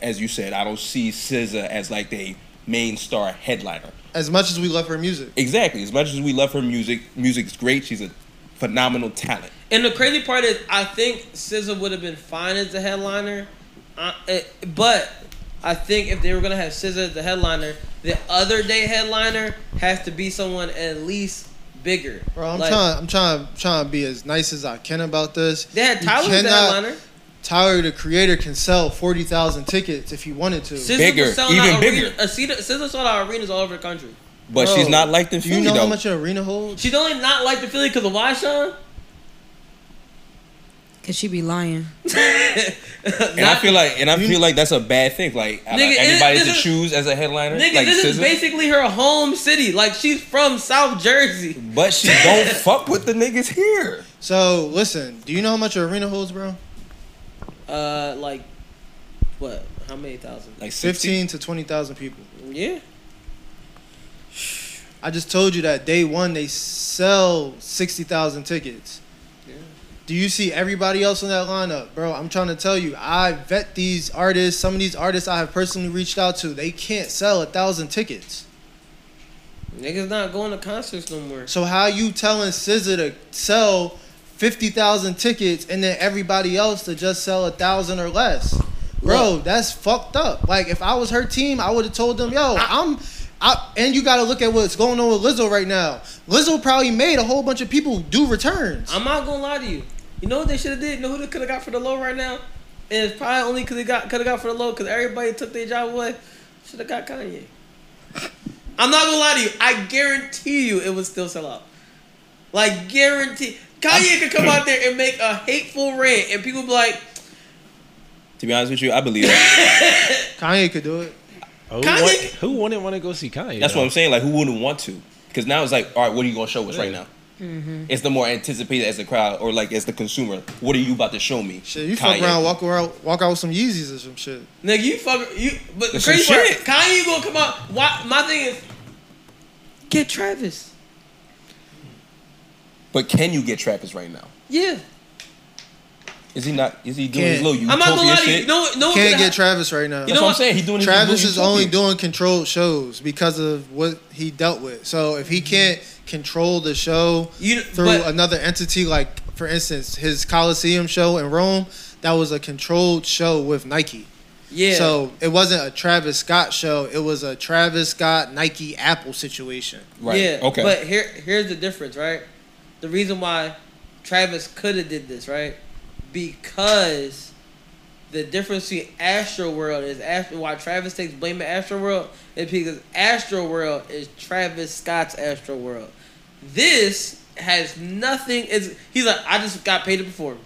S8: as you said, I don't see SZA as like the main star headliner.
S1: As much as we love her music.
S8: Exactly. As much as we love her music, music's great. She's a phenomenal talent.
S3: And the crazy part is, I think SZA would have been fine as the headliner, uh, eh, but I think if they were gonna have SZA as the headliner, the other day headliner has to be someone at least bigger.
S1: Bro, I'm
S3: Like,
S1: trying. I'm trying. Trying to be as nice as I can about this.
S3: They had
S1: You
S3: Tyler as the
S1: cannot-
S3: headliner.
S1: Tyler, the creator, can sell forty thousand tickets if he wanted to.
S3: SZA was selling out Arena, uh, SZA, SZA sold out arenas all over the country.
S8: But she's not like the
S1: Do
S8: Philly,
S1: you know
S8: though.
S1: how much an arena holds?
S3: She's only not like the Philly because of why, Sean? [LAUGHS]
S4: Cause she be lying.
S8: And I feel like, and I feel like that's a bad thing. Like
S3: Nigga, it-
S8: anybody
S3: this
S8: to
S3: is-
S8: choose as a headliner.
S3: Nigga,
S8: like,
S3: this is
S8: SZA?
S3: basically her home city. Like she's from South Jersey.
S8: But she don't [LAUGHS] fuck with the niggas here.
S1: So listen, do you know how much an arena holds, bro?
S3: Uh, like what? How many thousand?
S8: Like
S1: Fifteen to twenty thousand people.
S3: Yeah.
S1: I just told you that day one they sell sixty thousand tickets. Do you see everybody else in that lineup, bro? I'm trying to tell you, I vet these artists. Some of these artists I have personally reached out to, they can't sell a thousand tickets.
S3: Niggas not going to concerts no more.
S1: So how you telling SZA to sell fifty thousand tickets and then everybody else to just sell a thousand or less? Bro, that's fucked up. Like if I was her team, I would have told them, "Yo, I'm." I, and you got to look at what's going on with Lizzo right now. Lizzo probably made a whole bunch of people do returns.
S3: I'm not gonna lie to you. You know what they should have did? You know who they could have got for the low right now? And it's probably only because they got could have got for the low because everybody took their job away. Should have got Kanye. I'm not gonna lie to you. I guarantee you, it would still sell out. Like guarantee, Kanye could come out there and make a hateful rant, and people be like,
S8: To be honest with you, I believe that.
S1: Kanye could do it.
S10: Who,
S8: Kanye-
S10: want, who wouldn't want to go see Kanye?
S8: That's
S10: though?
S8: what I'm saying. Like, who wouldn't want to? Because now it's like, all right, what are you gonna show us right now?
S1: Mm-hmm.
S8: It's the more anticipated as the crowd or like as the consumer. What are you about to show me?
S1: Shit, you fuck around, walk around, walk out with some Yeezys or some shit.
S3: Nigga, you fucker. You but the
S1: That's some
S3: crazy part,
S1: shit.
S3: Kanye gonna come out. Why, my thing is, get Travis.
S8: But can you get Trappers right now?
S3: Yeah,
S8: Is he not? Is he doing his little
S1: Can't.
S8: utopia shit?
S1: can't get Travis right now.
S8: That's You know what I'm what? saying. He doing his
S1: Travis
S8: little
S1: is only
S8: utopia.
S1: doing controlled shows because of what he dealt with. So if he can't control the show through
S3: Mm-hmm. but-
S1: another entity, like for instance, his Coliseum show in Rome, that was a controlled show with Nike.
S3: Yeah.
S1: So it wasn't a Travis Scott show. It was a Travis Scott Nike Apple situation.
S3: Yeah. But here, here's the difference, right? The reason why Travis could have did this, right? Because the difference between Astro World is after why Travis takes blame at Astro World is because Astro World is Travis Scott's Astro World. This has nothing. Is he's like I just got paid to perform.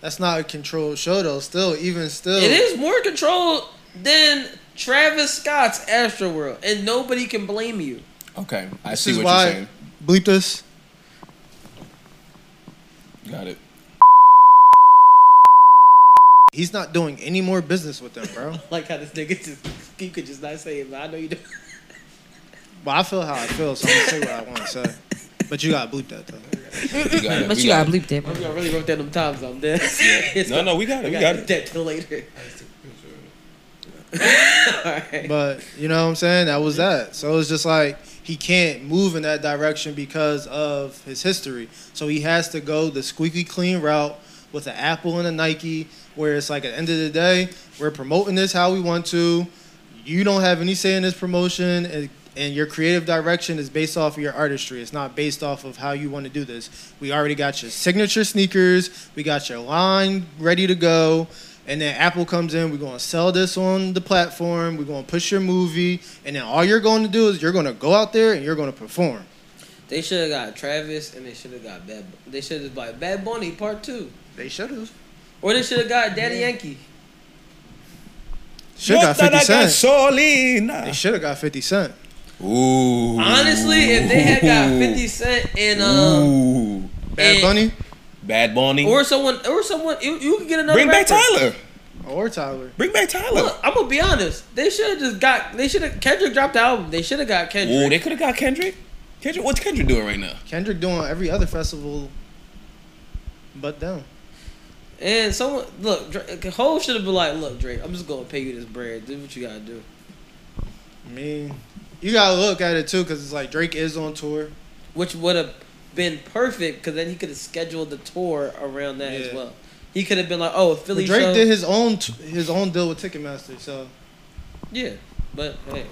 S1: That's not a controlled show though. Still, even still,
S3: It is more controlled than Travis Scott's Astro World, and nobody can blame you.
S8: Okay, I
S1: This
S8: see
S1: is
S8: what
S1: why-
S8: you're saying.
S1: Bleep this.
S8: Got it.
S1: He's not doing any more business with them, bro.
S3: like how this nigga just you could just not say it, but I know you do.
S1: Well, I feel how I feel, so I'm gonna say what I want to say. But you gotta bleep that though.
S8: You got it, But we you got gotta it. bleep that, bro.
S3: Y'all really wrote that them times on there. [LAUGHS]
S8: No, no, we got it, we got it.
S3: That till later. [LAUGHS]
S1: But you know what I'm saying? That was that. So it's just like he can't move in that direction because of his history. So he has to go the squeaky clean route with an Apple and a Nike, where it's like at the end of the day, we're promoting this how we want to. You don't have any say in this promotion, and, and your creative direction is based off of your artistry. It's not based off of how you want to do this. We already got your signature sneakers, we got your line ready to go. And then Apple comes in, we're gonna sell this on the platform, we're gonna push your movie, and then all you're gonna do is you're gonna go out there and you're gonna perform.
S3: They should have got Travis and they should have got Bad. Bu- They should have got Bad Bunny Part Two.
S1: They should have.
S3: Or they should have got Daddy Yankee.
S1: Should got
S3: Yo
S1: 50
S3: talaga
S1: Cent. They should have got 50 Cent.
S14: Ooh.
S3: Honestly, if they had got Fifty Cent and um
S14: Ooh.
S3: Bad
S1: Bunny?
S14: Bad Bunny.
S3: or someone or someone you, you can get another.
S14: Bring back
S3: rapper.
S14: Tyler.
S1: Or Tyler.
S14: Bring back Tyler.
S3: Look, I'm gonna be honest. They should have just got. They should have Kendrick dropped the album. They should have got Kendrick.
S14: Ooh, they could have got Kendrick. Kendrick, what's Kendrick doing right now?
S1: Kendrick doing every other festival but down.
S3: And someone look, Dra- Hov should have been like, "Look, Drake, I'm just gonna pay you this bread. Do what you gotta do."
S1: I mean, you gotta look at it too, because it's like Drake is on tour.
S3: Which would have been perfect, because then he could have scheduled the tour around that as well. He could have been like, "Oh,
S1: But
S3: Philly
S1: Drake
S3: show."
S1: did his own t- his own deal with Ticketmaster, so
S3: yeah, but hey,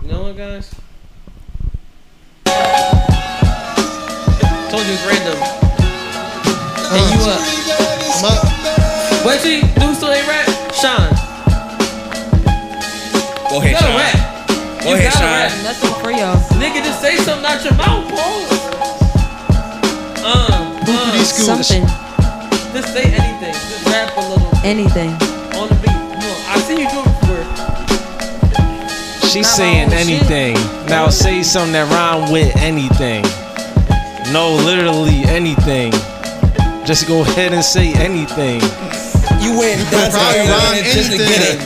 S3: you know what, guys? Told you it's random. and you up?
S14: Uh-huh.
S3: Wait till you do still ain't rap, Sean.
S14: Go
S3: you
S14: ahead,
S3: gotta
S14: Sean.
S3: rap.
S14: Go
S3: you
S14: ahead,
S3: gotta
S14: Sean.
S3: rap. Nothing for y'all. Nigga, just say something out your mouth, Paul. Uh, uh,
S4: Something.
S3: Just say anything. Just rap a little
S10: [LAUGHS]
S4: Anything.
S3: on the beat. Come on, I see you do it for.
S10: She's saying
S3: my own shit.
S10: anything. Now say something that rhyme with anything. No, literally anything. Just go ahead and say anything.
S14: You went
S10: That's probably
S14: rhyme just to get it.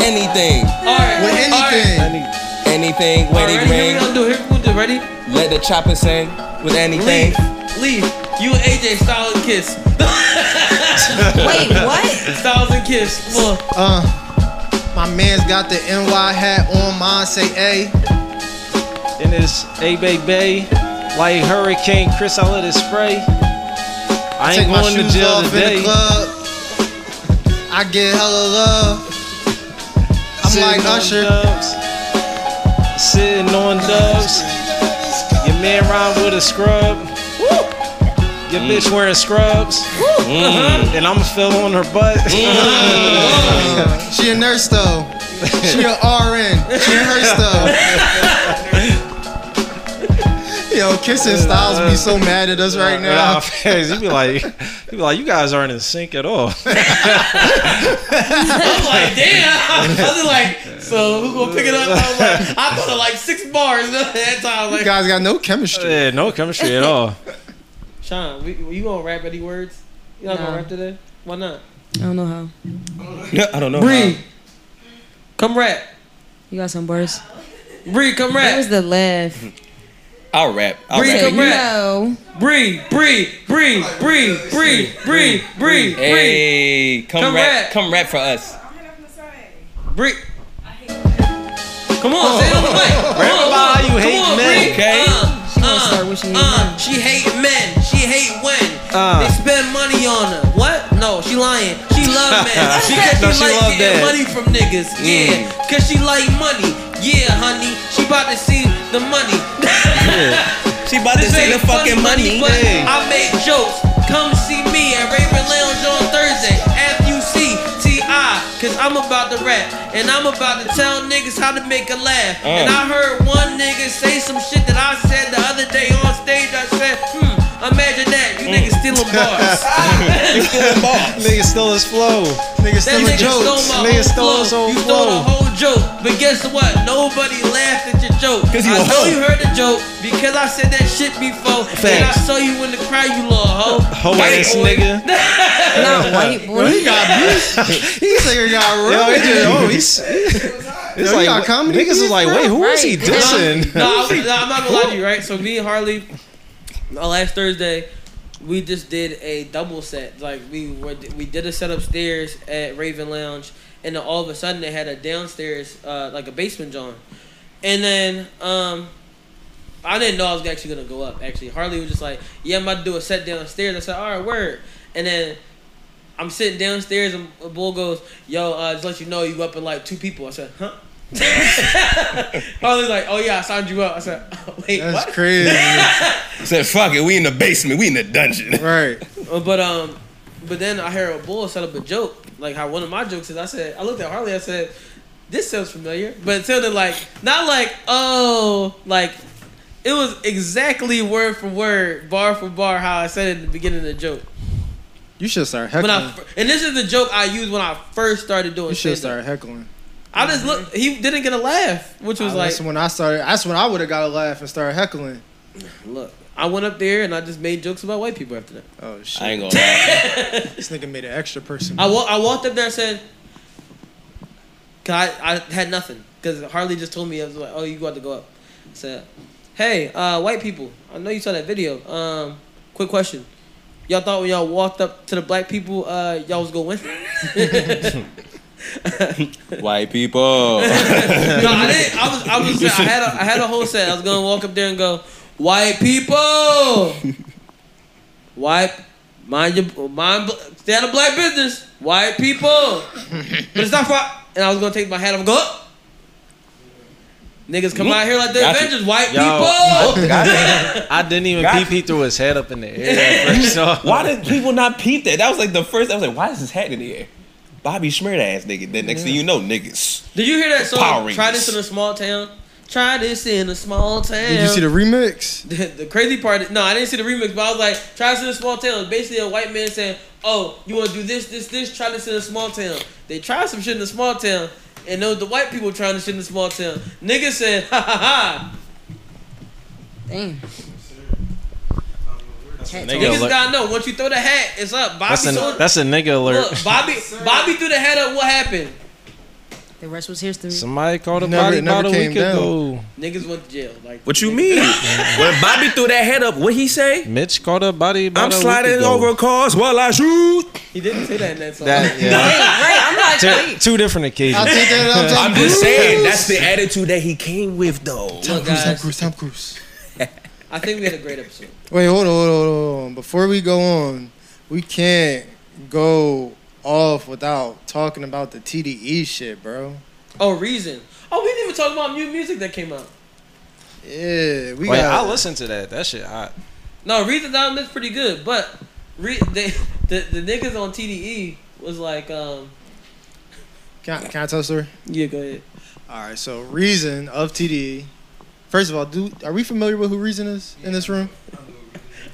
S14: Anything.
S3: Alright.
S14: With anything. Anything. Wedding
S3: Alright, here we
S14: ring.
S3: gonna do. Here we gonna do. Ready?
S14: Let the chopper sing. With anything.
S3: Leave. You and AJ Styles and Kiss. [LAUGHS] Wait,
S1: what?
S3: Styles and Kiss. Come on.
S1: Uh, my man's got the NY hat on. Mine say A.
S10: And it's A Bay Bay. Like Hurricane Chris, I let it spray. I ain't
S1: Take my
S10: going to
S1: shoes
S10: jail
S1: off in
S10: today.
S1: the club. I get hella love. I'm
S10: Sitting
S1: like
S10: on
S1: Usher.
S10: Dubs. Sitting on dubs. Your man rhyme with a scrub. Your
S1: Mm.
S10: bitch wearing scrubs.
S1: Mhm.
S10: And I'ma fill on her butt.
S1: Mm.
S10: [LAUGHS]
S1: uh, She a nurse though. She
S10: [LAUGHS]
S1: a RN. She a nurse though. Yo, kissing Styles be so mad at us right
S10: Nah, [LAUGHS]
S1: now.
S10: facts. you be like, you be like, you guys aren't in sync at all. [LAUGHS]
S3: I'm like, damn. I was like, so who gonna pick it up? I was like, I thought of like six bars [LAUGHS] at that time.
S1: You
S3: Like,
S1: guys got no chemistry.
S10: Yeah, no chemistry at all.
S3: Sean, we, you gonna rap any words? You not
S4: Nah.
S3: gonna rap today? Why not?
S4: I don't know how.
S14: I don't know.
S3: Bree, come rap.
S4: You got some words.
S3: Bree, come rap.
S4: Where's the laugh?
S14: I'll rap. I'll
S4: Bree,
S14: rap.
S4: come rap. No.
S3: Bree, Bree, Bree, Bree, Bree, Bree, Bree, Bree.
S14: Hey, come,
S3: Come
S14: rap,
S3: rap.
S14: Come rap for us.
S3: Bree. Come on, say it on the
S10: [LAUGHS]
S3: mic. Come on,
S10: about how Oh. you
S3: come
S10: hate
S3: on,
S10: men,
S3: Bree.
S10: okay?
S3: Uh,
S4: she wanna start wishing
S3: uh, she hate men. She hate when
S10: Uh.
S3: they spend money on her. What? No, she lying. She love men.
S10: [LAUGHS]
S3: She, cause
S10: No, she
S3: she,
S10: love
S3: like getting
S10: that.
S3: money from niggas.
S14: Mm.
S3: Yeah, cause she like money. Yeah, honey, she about to see the money. [LAUGHS]
S14: She about to
S3: This
S14: see the
S3: ain't funny,
S14: fucking money.
S3: But
S14: Hey.
S3: I make jokes. Come see me at Raven Lounge on Thursday. F-U-C T-I. Cause I'm about to rap. And I'm about to tell niggas how to make a laugh. And
S14: Mm.
S3: I heard one nigga say some shit that I said the other day on stage. I said, hmm, imagine that. You niggas stealing bars.
S14: [LAUGHS]
S10: You
S14: stealing bars.
S10: Nigga stole his flow. Nigga
S3: That nigga stole my
S10: Nigga
S3: whole
S10: stole his
S3: flow.
S10: whole
S3: You stole the
S10: flow.
S3: whole joke, but guess what? Nobody laughed at your joke.
S14: Cause you
S3: I
S14: a
S3: know
S14: hoe.
S3: you heard the joke because I said that shit before, and I
S10: Facts.
S3: saw you in the crowd, you little hoe.
S10: Hoe ass nigga.
S4: Not white boy.
S1: He got
S10: [LAUGHS]
S1: beef. He said he got real.
S10: Yo, he just, oh, he's.
S1: Yo,
S10: It's
S1: he
S10: like,
S1: got comedy
S10: niggas is
S1: beef,
S10: like,
S1: bro?
S10: wait, who is he
S1: Right.
S3: [LAUGHS]
S10: dissing?
S3: No, I, am not gonna lie to you, right? So me and Harley, uh, last Thursday, we just did a double set. Like we were, we did a set upstairs at Raven Lounge, and then all of a sudden they had a downstairs, uh, like a basement John. And then um, I didn't know I was actually gonna go up. Actually, Harley was just like, "Yeah, I'm about to do a set downstairs." I said, "All right, word." And then I'm sitting downstairs, and a bull goes, "Yo, uh, just let you know, you up in like two people." I said, "Huh." [LAUGHS] Harley's like, "Oh yeah, I signed you up." I said, [LAUGHS] oh, "Wait,
S1: That's
S3: what?"
S1: crazy.
S14: said, fuck it, we in the basement, we in the
S3: [LAUGHS]
S14: dungeon.
S1: Right.
S3: Uh, But um, but then I heard a bull set up a joke, like how one of my jokes is. I said, I looked at Harley, I said, this sounds familiar, but it sounded like not like oh, like it was exactly word for word, bar for bar, how I said it at the beginning of the joke.
S1: You should start
S3: When I,
S1: heckling.
S3: fir- and this is the joke I used when I first started doing.
S1: You should
S3: stand-up.
S1: start heckling.
S3: I just look. He didn't get a laugh, which was
S1: Uh,
S3: like
S1: that's when I started. That's when I would have got a laugh and started heckling.
S3: Look, I went up there and I just made jokes about white people after that.
S1: Oh shit!
S14: I ain't
S3: [LAUGHS]
S14: gonna lie.
S1: this nigga made an extra person.
S3: I, wa- I walked up there and said, Cause I, I had nothing. Because Harley just told me, I was like, oh, you got to go up. I said, hey, uh, white people, I know you saw that video. Um, quick question. Y'all thought when y'all walked up to the black people, uh, y'all was going to win?
S14: White people. [LAUGHS] no,
S3: no, I
S1: [LAUGHS]
S3: didn't. I was. I was. I had. A, I had a whole set. I was gonna walk up there and go, "White people, white, mind your mind, stay out of black business, white people." But it's not for. And I was gonna take my hat off and go. "Up." Niggas come out here like the
S10: Got you.
S3: Avengers, white
S10: Yo,
S3: people.
S10: I, didn't- I didn't even
S14: Got
S10: peep. He threw his head up in the
S1: [LAUGHS]
S10: air. at first, so-
S14: why did people not peep that? That was like the first. I was like, why is his hat in the air? Bobby Schmidt ass nigga. Then next thing you know, niggas.
S3: Did you hear that song?
S14: Power Rangers.
S3: Try this in a small town. Try this in a small town.
S1: Did you see the remix?
S3: [LAUGHS] The, the crazy part is, no, I didn't see the remix, but I was like, try this in a small town. Basically, a white man saying, oh, you want to do this, this, this, try this in a small town. They tried some shit in a small town, and those the white people trying this shit in a small town. Niggas said, ha ha ha.
S18: Damn.
S10: Nigga
S3: Niggas
S10: alert.
S3: gotta know, once you throw the hat, it's up. Bobby
S10: That's,
S3: sold-
S10: a, that's a nigga alert.
S3: Look, Bobby, Bobby threw the hat up, what happened?
S18: The rest was history.
S10: Somebody called a
S18: Never-
S10: body
S18: it never
S10: about a
S18: came
S10: week
S18: down.
S10: ago.
S3: Niggas went to jail. Like,
S14: What you mean? when Bobby threw that head up, what he say?
S10: Mitch called a body about
S14: I'm
S10: a week
S14: sliding
S10: ago.
S14: over cars while I shoot.
S3: He didn't say that in that song. [LAUGHS]
S10: That- yeah. Two- two, different occasions.
S14: I'm just saying that's the attitude that he came with, though.
S3: Look, guys,
S1: Cruise, Tom Cruise.
S3: I think we had a great episode.
S1: Wait, hold on, hold on, hold on. Before we go on, we can't go off without talking about the TDE shit, bro.
S3: Oh, Reason. Oh, we didn't even talk about new music that came out.
S1: Yeah, we
S10: Wait,
S1: got.
S10: I listened to that. That shit hot.
S3: No, Reason's album is pretty good, but re- they, [LAUGHS] the the niggas on TDE was like, um,
S1: Can, I- can I tell a story?
S3: Yeah, go ahead.
S1: All right, so Reason of TDE. First of all, do are we familiar with who Reason is in this room?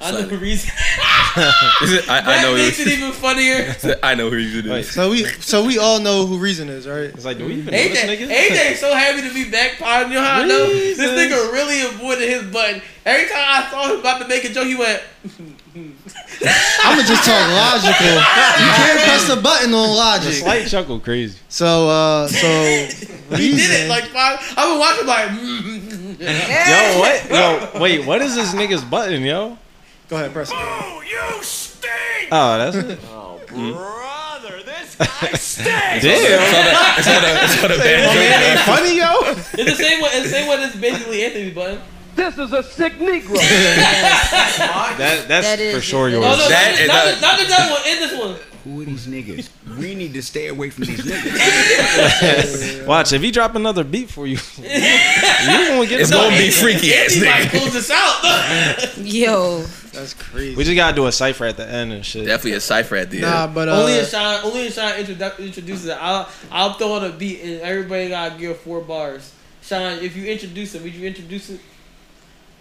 S3: I know Reason.
S14: I,
S3: that makes it even
S14: [LAUGHS]
S3: funnier.
S14: I know who you do.
S1: So we, so we all know who Reason is, right? It's
S10: like, do we even
S3: AJ, AJ is so happy to be back. Pardon you know how I know this
S1: Reason.
S3: nigga really avoided his button. Every time I saw him about to make a joke, he went.
S1: I'm gonna just talk logical. [LAUGHS] You can't press the button on
S10: The
S1: logic.
S10: [LAUGHS] slight chuckle, crazy.
S1: So, uh, [LAUGHS] so
S3: He did it like five. I've been watching like. mm, mm,
S14: [LAUGHS]
S3: mm.
S10: [LAUGHS] Yo, what? Yo, wait, what is this nigga's button, yo?
S1: Go ahead, press it.
S10: Oh, that's it.
S14: Oh,
S10: brother,
S14: this
S10: guy [LAUGHS]
S14: stinks.
S10: Damn.
S14: man ain't funny,
S10: yo.
S3: [LAUGHS] It's the same one. It's the same one. It's basically Anthony's button. This is a sick Negro.
S10: That, that's for sure
S3: No,
S10: yours.
S3: Oh, no, not, the- not, the- not the that one. In this one.
S19: Who are these niggas? We need to stay away from these niggas.
S10: Watch, if he drop another beat for you, [LAUGHS] you won't get
S14: It's
S10: no
S14: gonna be
S10: beat.
S14: freaky ass nigga.
S3: Close this
S14: [LAUGHS]
S3: out.
S18: Yo.
S1: That's crazy.
S10: We just gotta do a cipher at the end and shit.
S14: Definitely a cipher at the
S1: Nah, but uh,
S3: only if Sean, only if Sean introdu- introduces it. I'll, I'll throw on a beat and everybody gotta give four bars. Sean, if you introduce it, would you introduce it?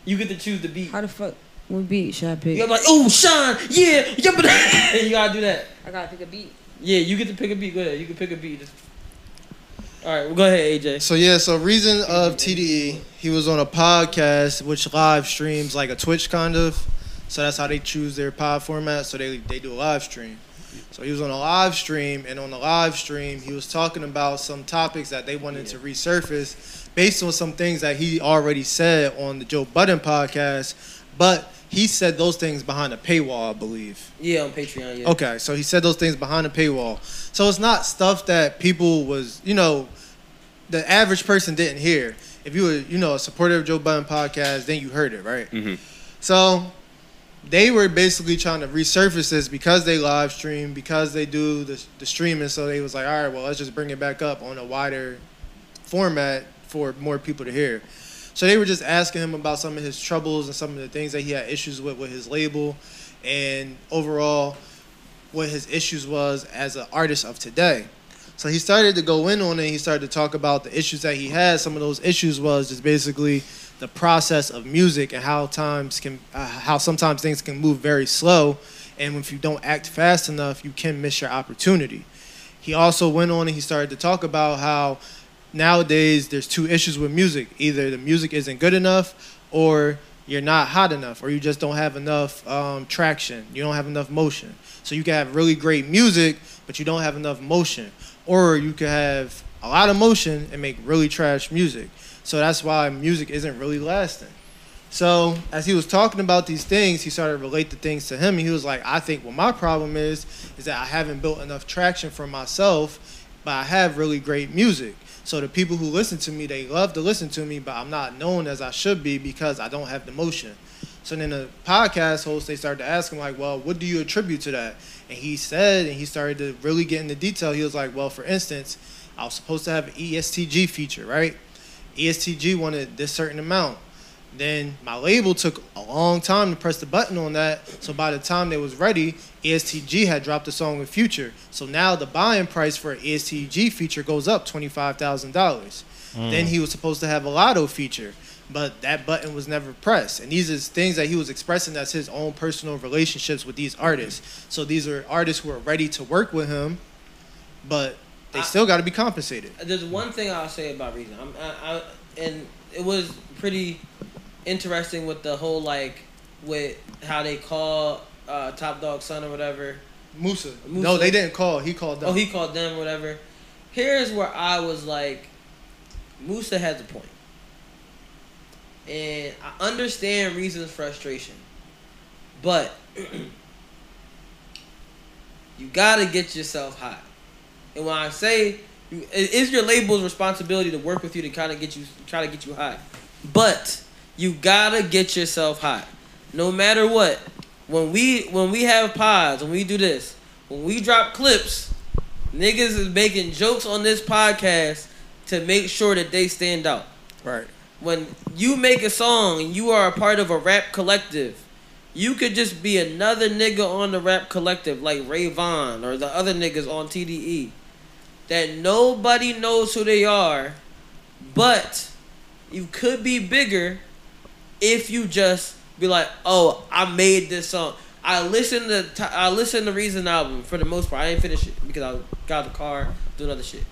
S3: You get to choose the beat.
S18: How the fuck would beat should I pick?
S3: You're like, oh, Sean, yeah, yeah, but [LAUGHS] and you gotta do that.
S18: I gotta pick a beat.
S3: Yeah, you get to pick a beat. Go ahead, you can pick a beat. Just- All right, well, go ahead, AJ.
S1: So yeah, so reason of TDE, he was on a podcast which live streams like a Twitch kind of. So that's how they choose their pod format. So they they do a live stream. So he was on a live stream, and on the live stream, he was talking about some topics that they wanted to resurface, based on some things that he already said on the Joe Budden podcast. But he said those things behind a paywall, I believe.
S3: Yeah, on Patreon. Yeah.
S1: Okay, so he said those things behind the paywall. So it's not stuff that people was, you know, the average person didn't hear. if you were, you know, a supporter of Joe Budden podcast, then you heard it, right?
S6: Mhm.
S1: So they were basically trying to resurface this because they live stream, because they do the, the streaming. So they was like, all right, well, let's just bring it back up on a wider format for more people to hear. So they were just asking him about some of his troubles and some of the things that he had issues with with his label, and overall, what his issues was as an artist of today. So he started to go in on it. He started to talk about the issues that he had. Some of those issues was just basically the process of music and how times can, uh, how sometimes things can move very slow, and if you don't act fast enough, you can miss your opportunity. He also went on and he started to talk about how nowadays there's two issues with music: either the music isn't good enough, or you're not hot enough, or you just don't have enough um, traction. You don't have enough motion. So you can have really great music, but you don't have enough motion or you could have a lot of motion and make really trash music. So that's why music isn't really lasting. So as he was talking about these things, he started to relate the things to him, and he was like, "I think what my problem is is that I haven't built enough traction for myself, but I have really great music. So the people who listen to me, they love to listen to me, but I'm not known as I should be because I don't have the motion." So then the podcast host they started to ask him like, "Well, what do you attribute to that?" And he said, and he started to really get into detail. He was like, "Well, for instance, I was supposed to have an E ESTG feature, right? E ESTG wanted this certain amount. Then my label took a long time to press the button on that. So by the time they was ready, ESTG had dropped a song with Future. So now the buying price for an ESTG feature goes up twenty five thousand dollars.
S6: Mm.
S1: Then he was supposed to have a lotto feature, but that button was never pressed. And these is things that he was expressing that's his own personal relationships with these artists. So these are artists who are ready to work with him, but they still got to be compensated.
S3: There's one thing I'll say about Reason. I'm, I, I, and it was pretty interesting with the whole like with how they call uh, Top Dog Son or whatever.
S1: Musa.
S3: Musa.
S1: No, they didn't call. He called them.
S3: Oh, he called them whatever. Here's where I was like, Musa has a point, and I understand Reason's frustration, but [CLEARS THROAT] you gotta get yourself hot. And when I say you- it is your label's responsibility to work with you to kind of get you try to get you hot, but you gotta get yourself hot, no matter what. When we when we have pods, when we do this, when we drop clips, niggas is making jokes on this podcast to make sure that they stand out.
S1: Right.
S3: When you make a song and you are a part of a rap collective, you could just be another nigga on the rap collective like Ray Vaughn or the other niggas on E. TDE that nobody knows who they are, but you could be bigger if you just be like, "Oh, I made this song. I listened to Ti- I listened to Reason album for the most part. I didn't finish it because I got out the car doing other shit.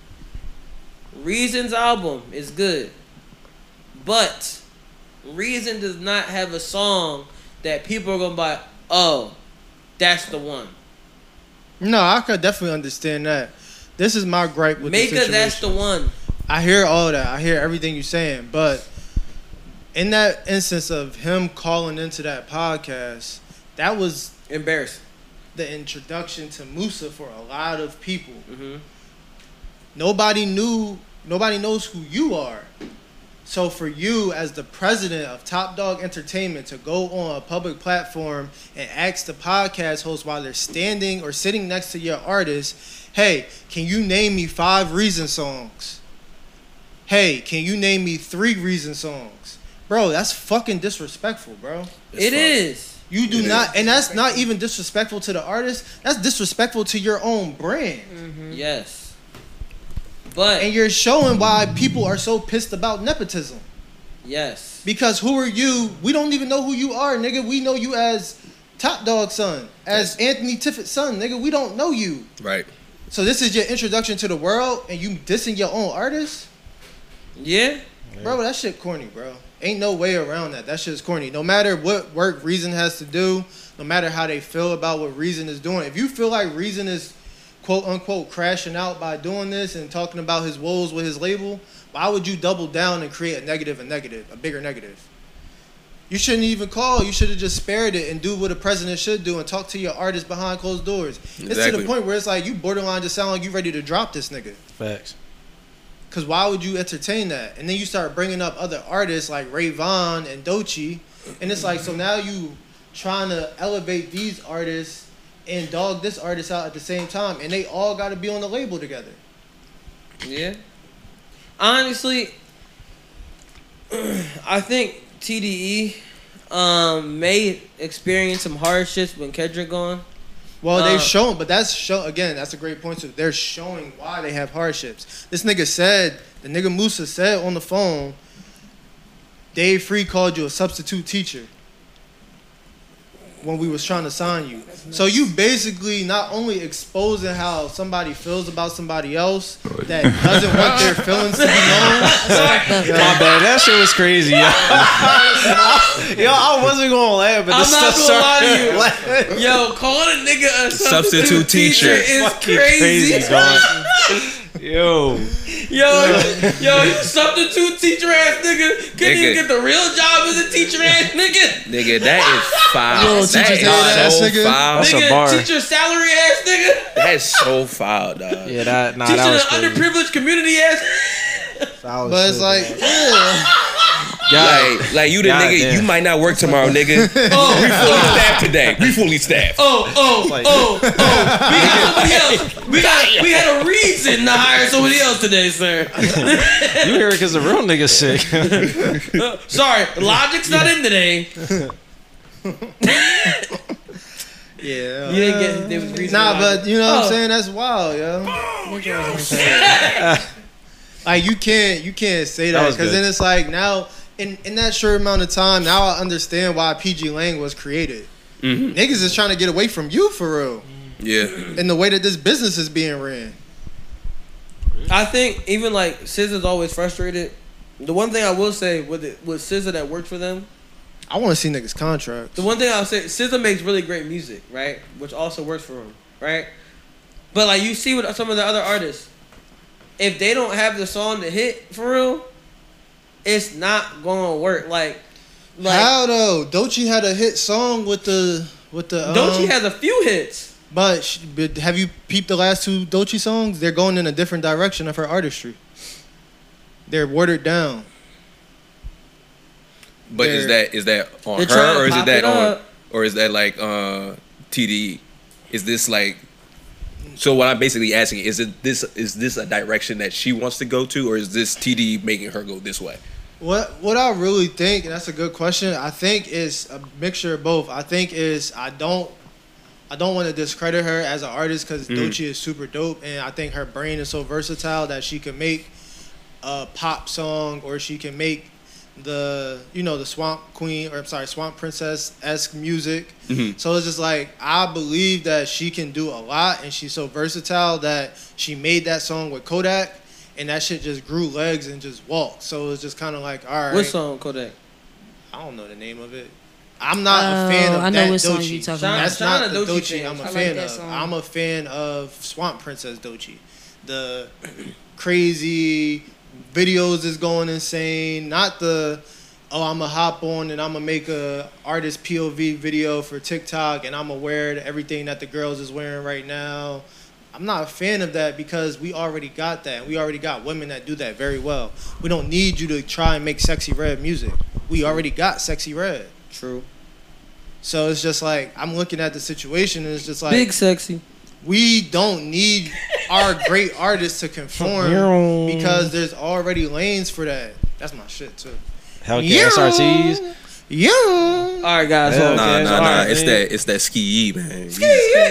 S3: Reason's album is good, but Reason does not have a song that people are gonna buy. Oh, that's the one.
S1: No, I could definitely understand that. This is my gripe with the
S3: Maker,
S1: situation.
S3: that's the one.
S1: I hear all that. I hear everything you're saying, but in that instance of him calling into that podcast, that was
S3: embarrassing.
S1: The introduction to Musa for a lot of people. Nobody knew. Nobody knows who you are. So for you as the president of Top Dog Entertainment to go on a public platform and ask the podcast host while they're standing or sitting next to your artist, "Hey, can you name me five Reason songs?" "Hey, can you name me three Reason songs?" Bro, that's fucking disrespectful, bro.
S3: It is.
S1: You do
S3: It
S1: not,
S3: is.
S1: and that's not even disrespectful to the artist. That's disrespectful to your own brand.
S3: Yes. But
S1: and you're showing why people are so pissed about nepotism.
S3: Yes.
S1: Because who are you? We don't even know who you are, nigga. We know you as Top Dog son, as Anthony Tiffitt's son, nigga. We don't know you.
S14: Right.
S1: So this is your introduction to the world, and you dissing your own artist?
S3: Yeah.
S1: Bro, that shit corny, bro. Ain't no way around that. That shit's corny. No matter what work Reason has to do, no matter how they feel about what Reason is doing, if you feel like Reason is quote unquote crashing out by doing this and talking about his woes with his label, why would you double down and create a negative, a negative, a bigger negative? You shouldn't even call. You should have just spared it and do what a president should do and talk to your artist behind closed doors. It's to
S10: Exactly.
S1: the point where it's like you borderline just sound like you ready to drop this nigga.
S10: Facts.
S1: Cause why would you entertain that? And then you start bringing up other artists like Ray Vaughn and Dochi, and it's like so now you trying to elevate these artists and dog this artist out at the same time, and they all got to be on the label together.
S3: Yeah. Honestly, [CLEARS THROAT] I think TDE um, may experience some hardships when Kendrick gone.
S1: Well, they've
S3: Uh,
S1: shown, but that's show again. That's a great point too. They're showing why they have hardships. This nigga said the nigga Musa said on the phone. Dave Free called you a substitute teacher when we was trying to sign you. So you basically not only exposing how somebody feels about somebody else that doesn't want their feelings to be known.
S10: My [LAUGHS] bad. That shit was crazy, [LAUGHS] yo. yo, I wasn't gonna laugh, but
S3: I'm
S10: this
S3: not
S10: stuff
S3: gonna
S10: [LAUGHS]
S3: [LAUGHS]
S10: started.
S3: lie to you. Yo, calling a nigga a substitute,
S10: Substitute
S3: teacher,
S10: teacher.
S3: is
S10: Fucking
S3: crazy.
S10: crazy, dog. [LAUGHS] yo,
S3: yo, yo, you substitute teacher ass nigga couldn't even
S14: Nigga.
S3: get the real job as a teacher ass nigga.
S14: Nigga, that is foul.
S3: Yo,
S14: that
S3: teachers hate
S14: is
S3: ass
S14: so
S3: nigga.
S14: foul.
S3: nigga, teacher salary ass nigga.
S14: That is so foul, dog.
S10: Yeah, Ah, that
S14: nah,
S3: teacher the underprivileged community ass.
S1: But it's like, yeah.
S14: like, like you the
S1: God
S14: nigga,
S1: damn.
S14: you might not work tomorrow, [LAUGHS] nigga.
S1: Oh.
S14: we fully staffed today. We fully staffed.
S3: Oh, oh, oh, oh. We got somebody else. We got we had a reason to hire somebody else today, sir.
S10: [LAUGHS] you here because the real nigga sick.
S3: Sorry, logic's not in today.
S1: Yeah.
S3: You didn't get- there was reason
S1: Nah,
S3: why.
S1: but you know what
S3: Oh.
S1: I'm saying? That's wild,
S10: [LAUGHS]
S1: yo. like you can't you can't say
S10: That
S1: that
S10: was
S1: because
S10: good.
S1: then it's like now in in that short amount of time now I understand why PG Lang was created.
S10: Mm-hmm.
S1: Niggas is trying to get away from you for real,
S14: Yeah.
S1: and the way that this business is being ran.
S3: I think even like SZA's always frustrated. The one thing I will say with it, with SZA that worked for them,
S1: I want to see niggas contracts.
S3: the one thing I'll say, SZA makes really great music, right? Which also works for him, right? But like you see with some of the other artists, if they don't have the song to hit for real, it's not gonna work. Like, like
S1: How though? Dochi had a hit song with the with the.
S3: Doechii
S1: um,
S3: has a few hits.
S1: But, sh- but have you peeped the last two Dochi songs? They're going in a different direction of her artistry. They're watered down.
S14: But is
S1: They're-
S14: that is that on
S1: They're trying to
S14: her or is
S1: pop
S14: it that
S1: it
S14: on
S1: up.
S14: or is that like uh TDE? Is this like so what I'm basically asking is it this is this a direction that she wants to go to or is this TDE making her go this way?
S1: What what I really think, and that's a good question. I think is a mixture of both. I think is I don't I don't want to discredit her as an artist because
S11: Mhm.
S1: Dochi is super dope, and I think her brain is so versatile that she can make a pop song or she can make the you know the Swamp Queen or I'm sorry Swamp Princess esque music.
S14: Mhm.
S1: So it's just like I believe that she can do a lot, and she's so versatile that she made that song with Kodak, and that shit just grew legs and just walked. So it's just kind of like all right.
S3: What song, Kodak?
S1: I don't know the name of it. I'm not a fan of
S18: Oh, I know
S1: that
S18: what song
S1: Doechii.
S18: you talking about.
S1: That's
S18: Shout
S1: not
S18: out
S1: the
S18: Doechii
S1: Dochi
S18: fans. I
S1: I'm a
S18: like
S1: fan
S18: that
S1: of.
S18: song.
S1: I'm a fan of Swamp Princess Dochi. The [CLEARS THROAT] crazy videos is going insane. Not the oh I'ma hop on and I'ma make a artist POV video for TikTok and I'ma wear everything that the girls is wearing right now. I'm not a fan of that because we already got that. We already got women that do that very well. We don't need you to try and make sexy red music. We already got sexy red.
S3: True.
S1: So it's just like I'm looking at the situation and it's just like
S3: Big sexy.
S1: We don't need our great artists to conform because there's already lanes for that. That's my shit too.
S10: [LAUGHS] Hellcat
S1: Yeah.
S10: SRTs.
S1: Yeah. All
S3: right, guys.
S14: Nah, nah,
S10: Hellcats,
S14: nah.
S10: alright,
S14: It's
S10: man.
S14: that it's that ski E, man.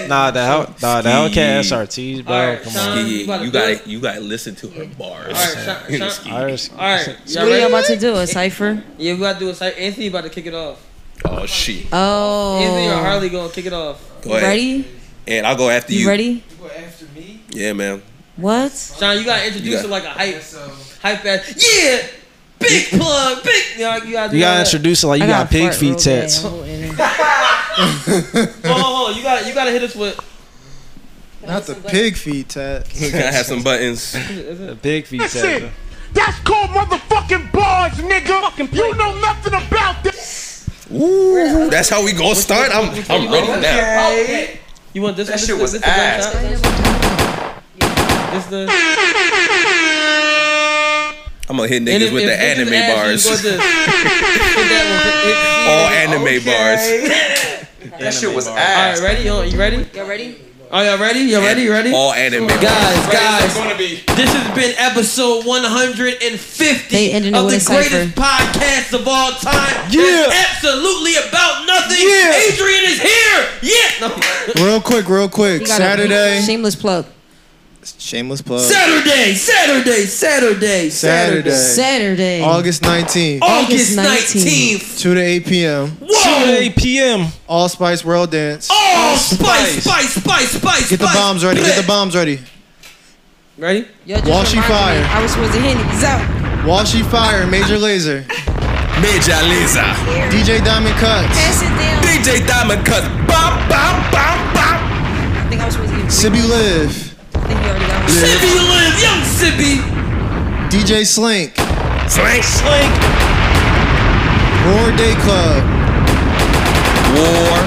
S10: Nah, the hell, nah, the Hellcat SRTs, bro.
S14: Alright,
S10: Come
S14: Sean,
S10: on.
S14: you gotta- E. you gotta you gotta listen to her bars.
S3: Alright, Sean- Sean-
S10: Ours-
S3: All right,
S18: So what are y'all about to do? A cipher?
S3: Yeah, we about to do a cipher. Anthony about to kick it off.
S14: Oh shit.
S18: Oh.
S3: Anthony or Harley gonna kick it off.
S14: Go ahead.
S18: Ready?
S14: And I'll go after you.
S18: You ready?
S14: Yeah, man.
S18: What?
S3: Sean, you gotta introduce
S14: You got-
S3: it like a hype, hype ass. Yeah, big plug, big. You, know, you gotta, do
S10: You gotta
S3: all that.
S10: introduce it like you got pig feet tats.
S3: Oh, Hold on, hold on. You gotta, you gotta hit us with. oh,
S1: Not the pig feet tat.
S14: Can I have some buttons?
S10: The [LAUGHS] pig feet
S12: That's it. That's called motherfucking bars, nigga. you know nothing about this.
S14: Ooh, that's how we gonna start. I'm I'm ready now.
S3: Okay. You want this? That shit was
S14: ass.
S3: This the.
S14: I'm gonna hit
S3: And
S14: niggas
S3: if-
S14: with
S3: if
S14: the
S3: niggas
S14: anime
S3: ask you
S14: bars.
S8: [LAUGHS]
S3: what the-
S14: All anime
S3: bars.
S14: That shit was
S3: ass.
S14: ass.
S3: All right, ready? You, you ready?
S4: Y'all ready?
S3: Are y'all ready? Y'all ready? You ready?
S14: All anime
S3: Guys,
S14: bars.
S3: guys, this has been episode 150 of
S18: it
S3: the
S18: with a
S3: greatest
S18: cipher.
S3: podcast of all time. Yeah. absolutely about nothing.
S18: Yeah.
S3: Adrian is here. Yeah.
S1: [LAUGHS]
S3: No.
S1: Real quick, real quick. Saturday.
S18: Shameless plug.
S1: Shameless plug.
S3: Saturday, Saturday, Saturday,
S1: Saturday.
S18: Saturday.
S1: August 19th.
S18: August 19th.
S1: 2 to 8 p.m. 2
S3: Whoa!
S1: to 8 p.m. All Spice World Dance.
S3: Oh, spice, spice, spice, spice.
S1: Get the
S3: spice.
S1: bombs ready. Get the bombs ready.
S3: Ready?
S18: Yo, just
S1: Washy
S18: reminded
S1: Fire.
S18: me, I was supposed to hit niggas out.
S1: Washy Fire, Major Laser.
S14: Major Laser.
S1: DJ Diamond Cuts.
S14: DJ Diamond Cuts. Bop, bop, bop, bop.
S4: I think I was supposed to
S1: Sibu Live.
S3: Sippy live, young Sippy.
S1: DJ Slink.
S14: Slink.
S3: Slink.
S1: Roar Day Club.
S14: War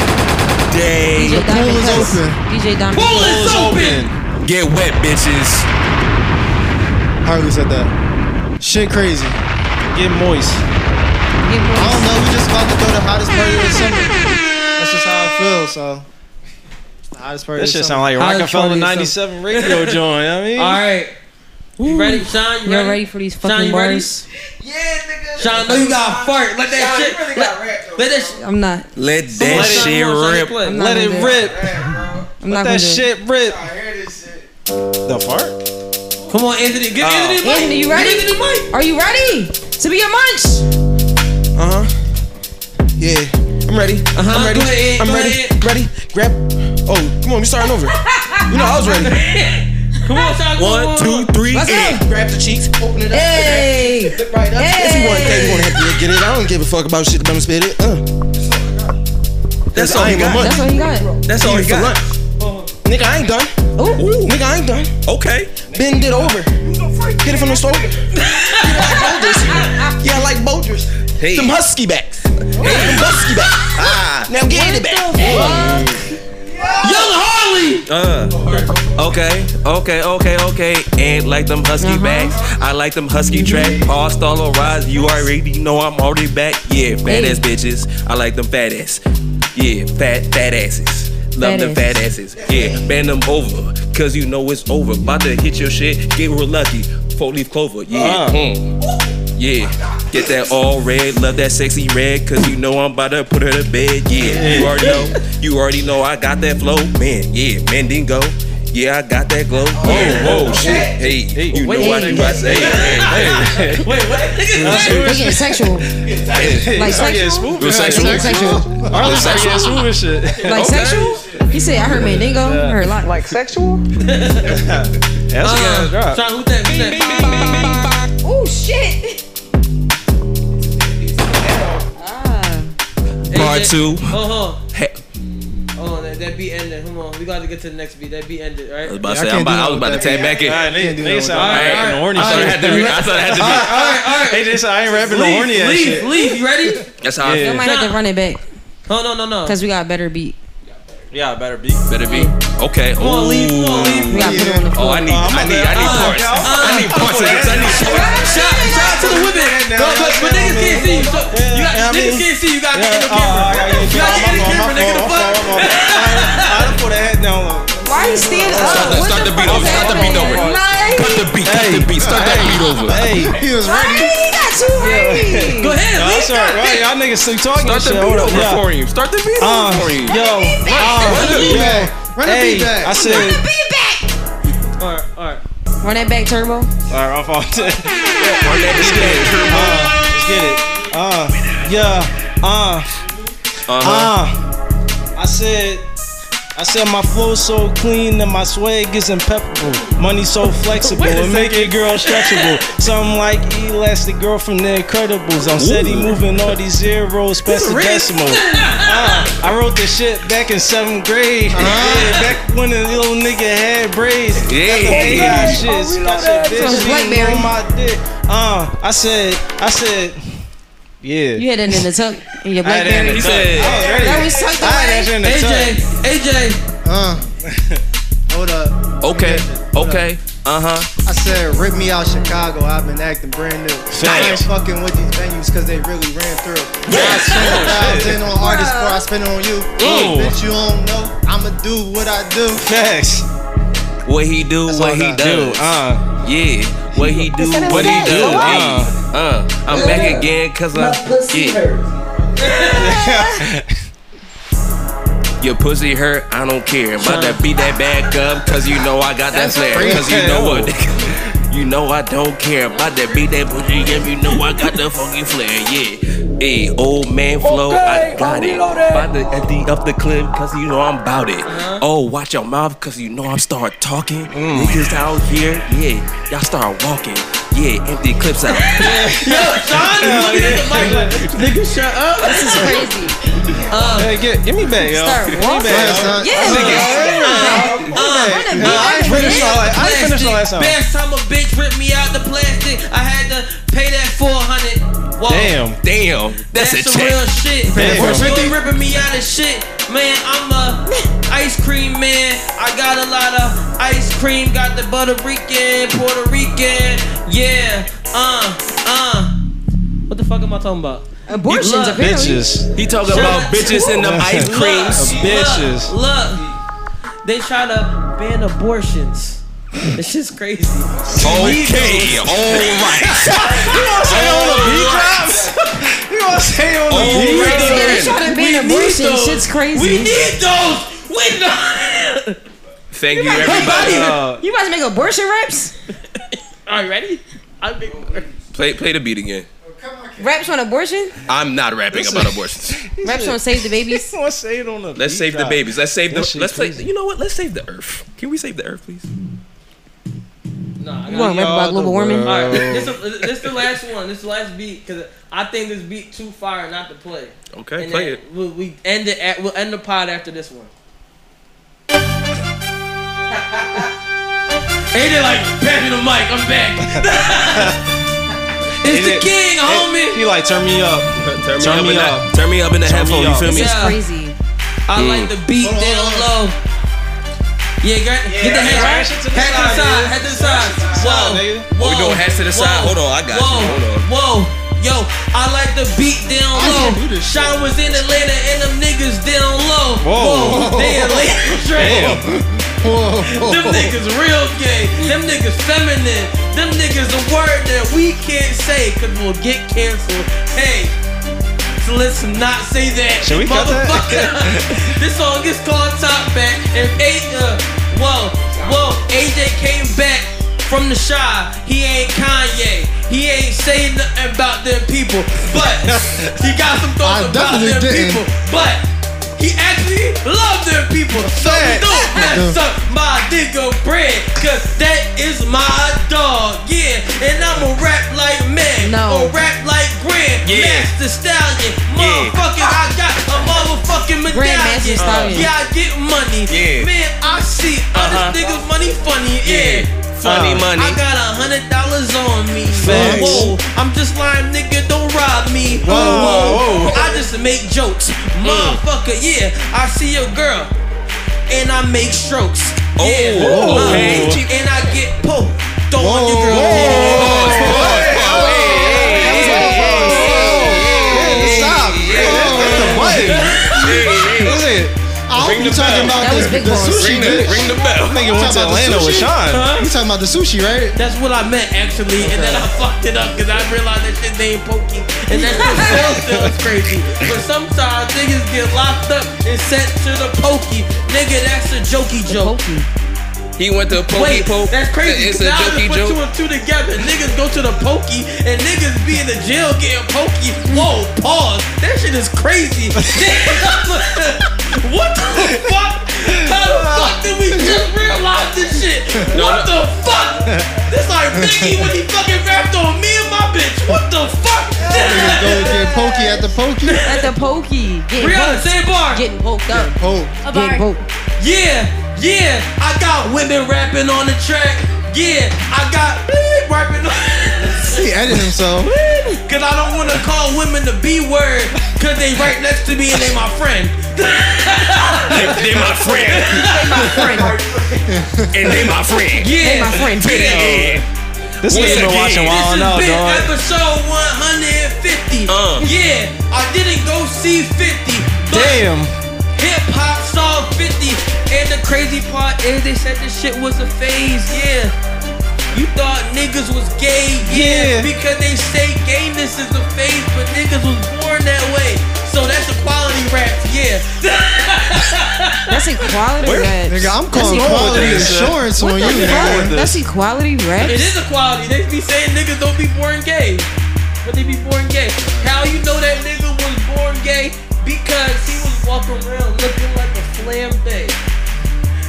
S14: day.
S1: The pool is open.
S18: DJ Diamond.
S1: Pool is
S14: Get wet, bitches.
S1: Hardly said that. Shit crazy. Get moist. I don't know. We just about to go to hottest party of the summer. That's just how I feel. So. The hottest party.
S10: This
S1: of
S10: shit
S1: the
S10: sound
S1: summer.
S10: like Rockefeller 97 radio joint. you know what I mean,
S3: All right. You ready, Sean? You
S18: Y'all
S3: ready?
S18: ready for these
S3: Sean,
S18: fucking
S3: you ready?
S18: words?
S3: Sean, no, you got fart. Let that shit. let, let that shit.
S18: I'm not.
S14: Let
S3: Let
S14: that
S3: it
S14: shit
S3: rip.
S14: rip.
S3: I'm
S10: Let it rip.
S18: I'm not gonna
S10: Let that
S18: do it.
S10: shit rip. The fart?
S3: Come on, Anthony.
S2: Oh.
S3: Get Anthony the mic.
S18: Anthony, you ready? Are you ready to be a munch?
S2: Uh huh. Yeah, I'm ready.
S3: Uh-huh.
S2: I'm ready.
S3: Go ahead,
S2: I'm
S3: go
S2: ready.
S3: ahead.
S2: Ready. Grab. Oh, come on. We starting over. you know I was ready.
S3: Come on, Sean. come on,
S2: One,
S3: come on.
S2: two, three. and Grab the cheeks. Open it up.
S18: Hey.
S2: Flip right up. If you want that, you want to have to get it. I don't give a fuck about shit. Let me spit it. Uh. That's all
S14: all
S2: I
S14: he
S2: ain't got.
S14: got.
S2: Money.
S18: That's all he got.
S14: That's all he
S2: For
S14: got.
S2: lunch. Nigga, I ain't done. Ooh. Nigga, I ain't done.
S14: Okay.
S2: Bend it over. Get it from the store. [LAUGHS] Get it like boulders. Yeah, I like boulders.
S14: Hey.
S2: Them husky backs. Them husky backs.
S14: Ah.
S2: Now get it back.
S3: Young Harley.
S14: Uh, okay, okay, okay, okay. Ain't like them husky
S10: Uh-huh.
S14: backs. I like them husky
S10: Mm-hmm.
S14: track. Paused all on rise. You already know I'm already back. Yeah, fat ass bitches. I like them fat ass. Yeah, fat fat asses. Love
S2: Fat
S14: them fat asses. Yeah, bend them over. Cause you know it's over. About to hit your shit. Get real lucky. Four leaf clover. Yeah.
S2: Uh.
S14: mm. Yeah, get that all red, love that sexy red, cause you know I'm about to put her to bed. Yeah, you already know, you already know I got that flow, man. Yeah, Mendingo. Yeah, I got that glow. Yeah, Oh, whoa, shit. Hey, you know
S18: Wait.
S14: what I do? I say, hey, hey,
S3: Wait, what?
S18: We're
S2: [LAUGHS]
S18: getting sexual.
S14: Oh, hey.
S18: Like
S10: Start
S18: sexual?
S10: getting smooth.
S14: Little sexual.
S18: Like sexual.
S10: Harley start getting smooth and shit.
S18: Like sexual? He said, I heard Mandingo. I heard a lot. Like sexual?
S10: That's a good
S3: Uh,
S10: drop.
S3: Sean, who that? Who that?
S4: Oh shit!
S14: Part two.
S3: Oh,
S14: Hey,
S3: hold on. That, that beat ended. Come on. We got to get to the next beat. That beat ended, right?
S14: I was about to say, I'm about, I was about to tag back in.
S10: All right, they- they
S14: I
S10: sound like rapping the horny
S14: I thought I
S10: shit.
S14: had to be. I thought I had to be.
S10: Hey, they said I ain't rapping the
S14: Leave,
S10: horny ass
S14: leave,
S10: shit.
S3: Leave. You ready? Oh,
S14: That's how
S18: You
S14: I
S18: might
S14: feel.
S18: have to run it back
S3: No, no, no, no.
S18: because we got a better beat.
S10: Yeah, better beat.
S14: Better be. Okay.
S3: Come on, leave. Come on, leave.
S18: We got to put it on the
S14: Oh,
S18: floor.
S14: I need, I need, I need parts.
S3: Uh,
S14: I need parts of this. I need parts.
S3: Shout, shout out to the women. No, but, but niggas can't see you. So you got,
S10: Yeah, I
S3: niggas
S10: mean-
S3: can't see you. You got to get in the
S10: Yeah, uh, I gotta
S3: camera.
S10: get in the
S3: You got to get in the
S10: camera.
S3: camera,
S10: My
S3: nigga. The
S10: fault,
S3: fuck?
S10: my fault, my I done put a head down on.
S4: Why he stand up?
S14: Start the, start the beat over. Start the beat over. Cut the beat. Cut the beat. Start that beat over.
S10: Hey.
S1: He was
S4: Why
S1: ready.
S4: he got you ready?
S3: Go ahead.
S10: Y'all,
S3: leave that
S10: sorry, right?
S3: bitch.
S10: Y'all niggas still talking
S14: Start the
S10: shit.
S14: beat
S10: Hold up,
S14: over
S10: yeah.
S14: for you. Start the beat over
S10: Uh,
S14: for you.
S1: Run
S10: Yo,
S1: the
S10: uh,
S1: beat
S10: yo,
S1: back. Run the
S10: hey,
S1: beat back.
S10: I said,
S3: All right, all right.
S18: Run that back, Turbo.
S10: Alright, I'm off. Let's [LAUGHS] get
S14: Uh,
S10: it. Uh, let's get it. Uh, yeah. Uh,
S14: Uh-huh.
S10: uh. I said, I said my flow so clean and my swag is impeccable. Money so
S3: [LAUGHS]
S10: flexible,
S3: Wait a
S10: it make your girl stretchable. Something like Elastic Girl from The Incredibles. I'm steady moving all these zeros past the decimal. Uh, I wrote this shit back in seventh grade.
S3: Uh-huh.
S10: Yeah, back when the little nigga had braids.
S14: Yeah.
S10: That's the AI shit.
S4: Oh, we know
S10: Got
S4: that.
S10: your
S4: Sounds
S10: bitch leaning
S4: Blackberry.
S10: on my dick. Uh, I said, I said, yeah.
S18: You had it in the tuck in your
S10: I
S18: black
S10: had that
S18: berry.
S14: He
S10: in the tuck.
S14: said-
S10: I was ready.
S4: That was tucked
S10: I had that
S4: away.
S10: shit in the
S3: AJ,
S10: tuck.
S3: AJ.
S1: Uh. [LAUGHS] Hold up.
S14: Okay. Okay.
S8: Uh
S10: uh-huh.
S8: huh.
S1: I said, rip me out Chicago. I've been acting brand new. I ain't fucking with these venues because they really ran through. Yeah. I spend
S10: Oh,
S1: a thousand on artists before I spend it on you.
S8: Ooh.
S1: Bitch, you don't know. I'ma do what I do.
S8: Facts. What he do, what he does. uh, yeah. What he do,
S1: That's
S8: what he
S1: what it
S8: do.
S1: says,
S8: Uh,
S1: right.
S8: uh, I'm back again cause I yeah. Your pussy hurt, I don't care. I'm about to beat that back up cause you know I got that
S20: That's
S8: flair.
S20: crazy.
S8: Cause you know what [LAUGHS] You know I don't care. I'm about to beat that pussy up, you know I got the funky flair, yeah. Hey, old man flow, I got it. About to at the up the clip, cause you know I'm about it. Oh, watch your mouth, cause you know I'm start talking. Niggas out here, yeah, y'all start walking. Yeah, empty clips out.
S3: Yo, John,
S8: Yeah.
S3: looking at the mic like, nigga, shut up. This is crazy. Um,
S10: Hey, get, give me back, yo.
S3: Start
S10: give me back,
S3: walking.
S10: yo.
S3: Yeah,
S10: Nigga,
S3: yeah.
S10: give me
S3: Uh, uh,
S10: back. Give me back. Nah, I ain't finished all that. Oh, I ain't finished all that song.
S3: Best time a bitch ripped me out the plastic. I had to pay that 400. Whoa.
S10: Damn.
S8: Damn.
S3: That's, some real shit.
S10: Damn.
S3: When you ripping me out of shit, man, I'm a [LAUGHS] ice cream man. I got a lot of ice cream. Got the Puerto Rican, Puerto Rican. Yeah, uh, uh. What the fuck am I talking about?
S4: Abortions,
S3: Look.
S4: apparently.
S10: Bitches.
S8: He talking
S3: Shut
S8: about
S3: up.
S8: bitches
S3: [LAUGHS]
S8: and
S10: [LAUGHS]
S8: them ice
S3: Look,
S8: creams.
S3: look,
S10: Bitches.
S3: Look, they try to ban abortions. This shit's crazy.
S8: Okay, alright.
S10: You wanna say on the beat drops? [LAUGHS] You wanna say on the
S3: Oh,
S10: beat
S3: right.
S10: drops?
S3: Yeah, they try to ban
S10: We need
S3: abortion.
S10: those.
S3: Shit's crazy.
S10: We need
S3: those. We know.
S8: Thank you,
S4: Everybody, [LAUGHS]
S8: everybody.
S4: you about to make abortion raps?
S3: [LAUGHS] Are you ready? I'll make
S8: [LAUGHS] Play play the beat again.
S4: Raps on abortion?
S8: I'm not rapping about abortions.
S4: Raps on save the
S10: [LAUGHS]
S4: babies?
S10: I say it on the
S8: Let's save the babies. Let's save the.
S10: That shit
S8: Let's play.
S10: crazy.
S8: You know what? Let's save the earth. Can we save the earth, please?
S3: Nah,
S4: You wanna rap about global warming?
S3: Alright, this, this the last one. This the last beat because I think this beat too fire not to play.
S8: Okay,
S3: And
S8: play
S3: then
S8: it.
S3: We'll, we end it. At, we'll end the pod after this one. [LAUGHS] Ain't it like Pappy the mic? I'm back. [LAUGHS] it's the king, homie.
S10: He like turn me up.
S8: Turn me
S10: Turn
S8: up
S10: me
S8: in that-
S10: up.
S8: turn me up in the
S10: Turn
S8: headphone, you
S10: up.
S8: feel me?
S3: Yeah.
S4: Crazy.
S3: I
S8: Mm.
S3: like the beat they on low. Yeah, gra- get the head right. Head to the side. Head to the side. Whoa.
S8: Oh,
S3: whoa.
S8: we doing heads to the side? Hold on, I got you.
S3: whoa.
S8: Hold on.
S3: Whoa. Yo, I like the beat down low. Sean was in Atlanta and them niggas down low.
S10: Whoa.
S3: They Atlanta
S10: Damn.
S3: Drake. Them niggas real gay. Them niggas feminine. Them niggas a word that we can't say because we'll get canceled. Hey, so let's not say that.
S10: Should we cut that?
S3: motherfucker.
S10: [LAUGHS]
S3: this song is called Top Back. And eight, uh, whoa, whoa, AJ came back from the shy. He ain't Kanye. He ain't saying nothing about them people.
S10: [LAUGHS]
S3: But he got some thoughts about
S1: definitely
S3: them
S1: didn't.
S3: people. But he actually loved them people. So we
S1: [LAUGHS]
S3: don't have to suck my dick of bread. Cause that is my dog. Yeah. And I'ma rap like man.
S4: No.
S3: Or rap like grand.
S8: Yeah.
S3: Master Stallion.
S8: Yeah.
S3: Motherfucker, I got a motherfucking medallion.
S4: Grandmaster Stallion.
S3: Yeah, I get money.
S8: Yeah.
S3: Man, I see
S8: Uh-huh.
S3: other niggas money funny. Yeah.
S8: Funny
S3: Uh,
S8: money.
S3: I got a hundred dollars on me.
S8: Facts.
S3: Whoa, I'm just lying, nigga. Don't rob me.
S8: Whoa,
S3: Whoa,
S8: whoa. Mm.
S3: I just make jokes, motherfucker. Yeah, I see your girl, and I make strokes. Yeah,
S8: Oh,
S3: Uh,
S8: okay.
S3: and I get poked. Throw on your girl. Yeah.
S1: Stop. I hope you talking about the, the sushi,
S8: Ring the,
S1: bitch.
S8: ring the bell.
S10: Nigga went to Atlanta with Sean.
S1: Huh? You talking about the sushi, right?
S3: That's what I meant actually, and then I fucked it up because I realized that shit named Pokey, and that shit still sounds crazy. But sometimes niggas get locked up and sent to the Pokey. Nigga, that's a jokey joke.
S8: He went to
S3: Wait,
S8: Pokey Poke.
S3: that's crazy.
S8: It's a
S3: now I just put
S8: jokey
S3: two
S8: joke.
S3: and two together. Niggas go to the pokey and niggas be in the jail getting pokey. Whoa, pause. That shit is crazy. [LAUGHS] Damn. what the fuck? How the fuck did we just realize this shit? What the fuck? This like Biggie when he fucking rapped on me and my bitch. What the fuck?
S1: Go get pokey at the pokey.
S4: At the pokey. Getting
S3: Rihanna,
S4: poked.
S3: say bar.
S4: Getting poked up.
S1: Oh.
S4: Getting poked.
S3: Yeah, yeah, I got women rapping on [LAUGHS] the track. Yeah, I got bleep rapping on
S1: he editing himself.
S3: Cause I don't wanna call women the B word, cause they right next to me and they my friend.
S5: They my friend.
S3: They my friend.
S5: And they my friend.
S3: Yeah. They my friend, [LAUGHS]
S5: Been
S3: yeah.
S5: again.
S10: This
S5: Once
S10: nigga been
S5: again.
S10: watching Wild Out,
S3: Big
S10: dog. Uh.
S3: episode 150. Yeah, I didn't go see 50. But
S10: Damn.
S3: Hip hop saw 50. And the crazy part is they said this shit was a phase. Yeah. You thought niggas was gay, yeah,
S10: Yeah.
S3: because they say gayness is a phase, but niggas was born that way. So that's a quality rap, yeah.
S4: That's equality
S3: Where-
S4: raps.
S3: Nigga, I'm
S4: That's
S3: calling quality
S4: equality-
S3: insurance
S4: what
S3: on
S4: the
S3: you,
S4: fuck?
S3: nigga. With this.
S4: That's equality raps.
S3: It is a quality. They be saying niggas don't be born gay. But they be born gay. How you know that nigga was born gay? Because he was walking around looking like a flambe.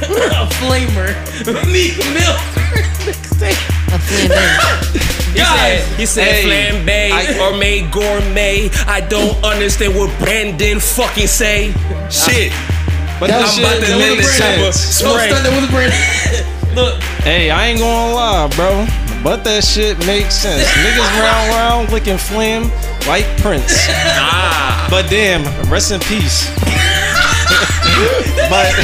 S3: [LAUGHS] a flamer. [LAUGHS] Meek milk. [LAUGHS]
S4: a
S8: He said, he said flambe or made gourmet. I don't understand what Brandon fucking say. Shit.
S10: But
S8: I'm
S10: that shit-
S8: about to
S10: that
S8: let
S10: was
S8: this
S10: Brandon.
S8: shit
S10: No,
S8: spray.
S10: stun, that
S3: [LAUGHS]
S10: was
S3: Look.
S10: Hey, I ain't gonna lie, bro. But that shit makes sense. Niggas round round looking flim like Prince.
S8: Nah.
S10: But damn, rest in peace. but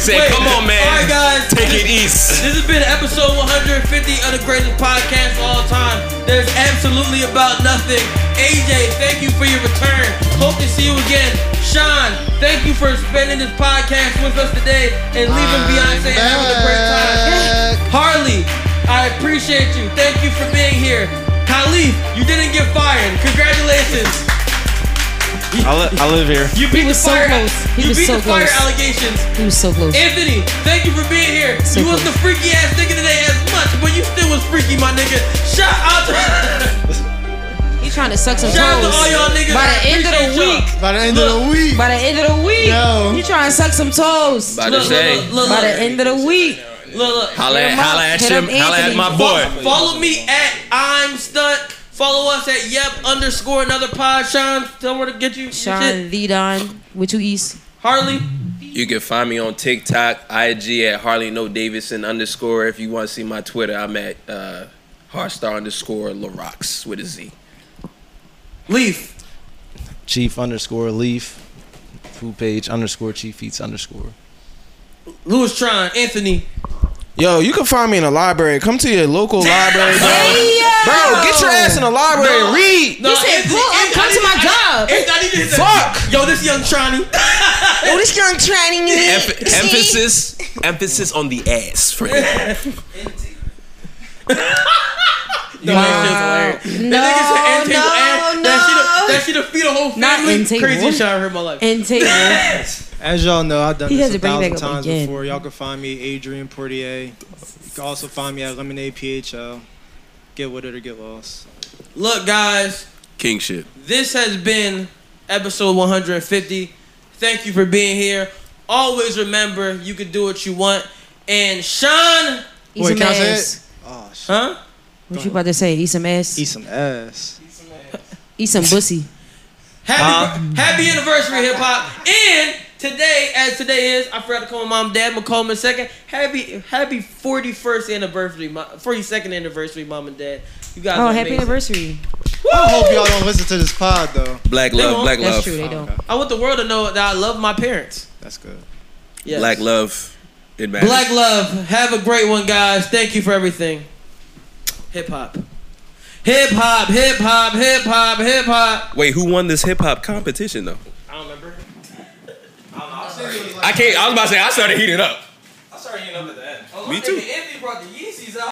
S8: Say,
S3: Wait,
S8: come on, man.
S3: All right, guys.
S8: Take it
S3: This
S8: east.
S3: has been episode 150 of the greatest podcast of all time. There's absolutely about nothing. AJ, thank you for your return. Hope to see you again. Sean, thank you for spending this podcast with us today and leaving Beyonce and having a great time. Harley, I appreciate you. Thank you for being here. Khalif, you didn't get fired. Congratulations.
S10: I, li- I live here.
S3: You beat the
S4: so
S3: fire.
S4: close. He
S3: You
S4: was
S3: beat
S4: so
S3: the fire
S4: close.
S3: allegations.
S4: He was so close.
S3: Anthony, thank you for being here.
S4: So
S3: you was the
S4: close.
S3: freaky ass nigga today as much, but you still was freaky, my nigga. Shout out to [LAUGHS]
S4: He trying to suck some
S3: Shout out to
S4: toes.
S3: all y'all niggas.
S4: By
S3: I
S4: the end of the
S3: appreciate y'all.
S4: week.
S1: By the end of the week.
S4: By the end of the week.
S1: Yo.
S4: He trying to suck some toes.
S8: By the Look, day. look, look,
S4: By
S8: look.
S4: the end of the week.
S3: Look, look.
S8: Holla at-
S4: Hit 'em up. Hit
S8: holla at your-
S4: 'em,
S8: holla at
S4: Anthony.
S8: my boy.
S3: Follow me at I'm stuck. Follow us at yep underscore another pod. Sean, tell where to get you.
S4: Sean the Don with two E's.
S3: Harley.
S8: You can find me on TikTok, IG at Harley No Davidson underscore. If you want to see my Twitter, I'm at uh, Heartstar underscore LaRox with a Z.
S3: Leaf.
S10: Chief underscore leaf. Food page underscore chief eats underscore.
S3: Louis Tron, Anthony.
S21: Yo, you can find me in the library. Come to your local library, bro.
S3: Hey, yo!
S21: Bro, get your ass in the library and read.
S3: No, Anthony, Anthony, I need- I- Anthony, I need to hit that- Yo, this young Tronny.
S4: Oh,
S22: Yo, this young Tronny.
S8: Emph- emphasis, emphasis on the ass, friend.
S3: No, that shit's hilarious. That nigga said N-table ass.
S4: No,
S3: That shit that shit feed a whole
S4: Not
S3: family.
S4: N-table.
S3: Crazy shit I heard in my life.
S4: N-table.
S1: As y'all know, I've done
S4: He has
S1: this a
S4: to bring it
S1: thousand
S4: back up
S1: times
S4: again.
S1: before. Y'all can find me Adrian Portier. You can also find me at Lemonade PHL. Get with it or get lost.
S3: Look, guys,
S8: King shit.
S3: this has been episode 150. Thank you for being here. Always remember, you can do what you want. And Sean,
S4: Eat [LAUGHS] Wait, some can I say ass. it?
S1: Oh, shit.
S3: huh?
S4: What you about to say? Eat some ass. Eat
S1: some ass.
S4: Eat some [LAUGHS] pussy.
S3: Happy, happy anniversary, hip hop. And today, as today is, I forgot to call my mom, dad, I'm gonna call him in a second. Happy, happy 41st anniversary, my 42nd anniversary, mom and dad. You guys,
S4: Oh,
S3: are amazing.
S4: happy anniversary.
S1: I hope y'all don't listen to this pod though.
S8: Black
S3: They
S8: love,
S3: won't.
S8: black
S3: That's
S8: love.
S3: true, they don't. I want the world to know that I love my parents.
S1: That's good.
S3: Yes.
S8: Black love. It matters.
S3: Black love. Have a great one, guys. Thank you for everything. Hip hop. Hip hop, hip hop, hip hop, hip hop.
S8: Wait, who won this hip hop competition though?
S3: I don't remember.
S8: I can't. I was about to say I started heating up.
S10: I started eating up at the end.
S8: Me too.
S3: Anthony brought the Yeezys out.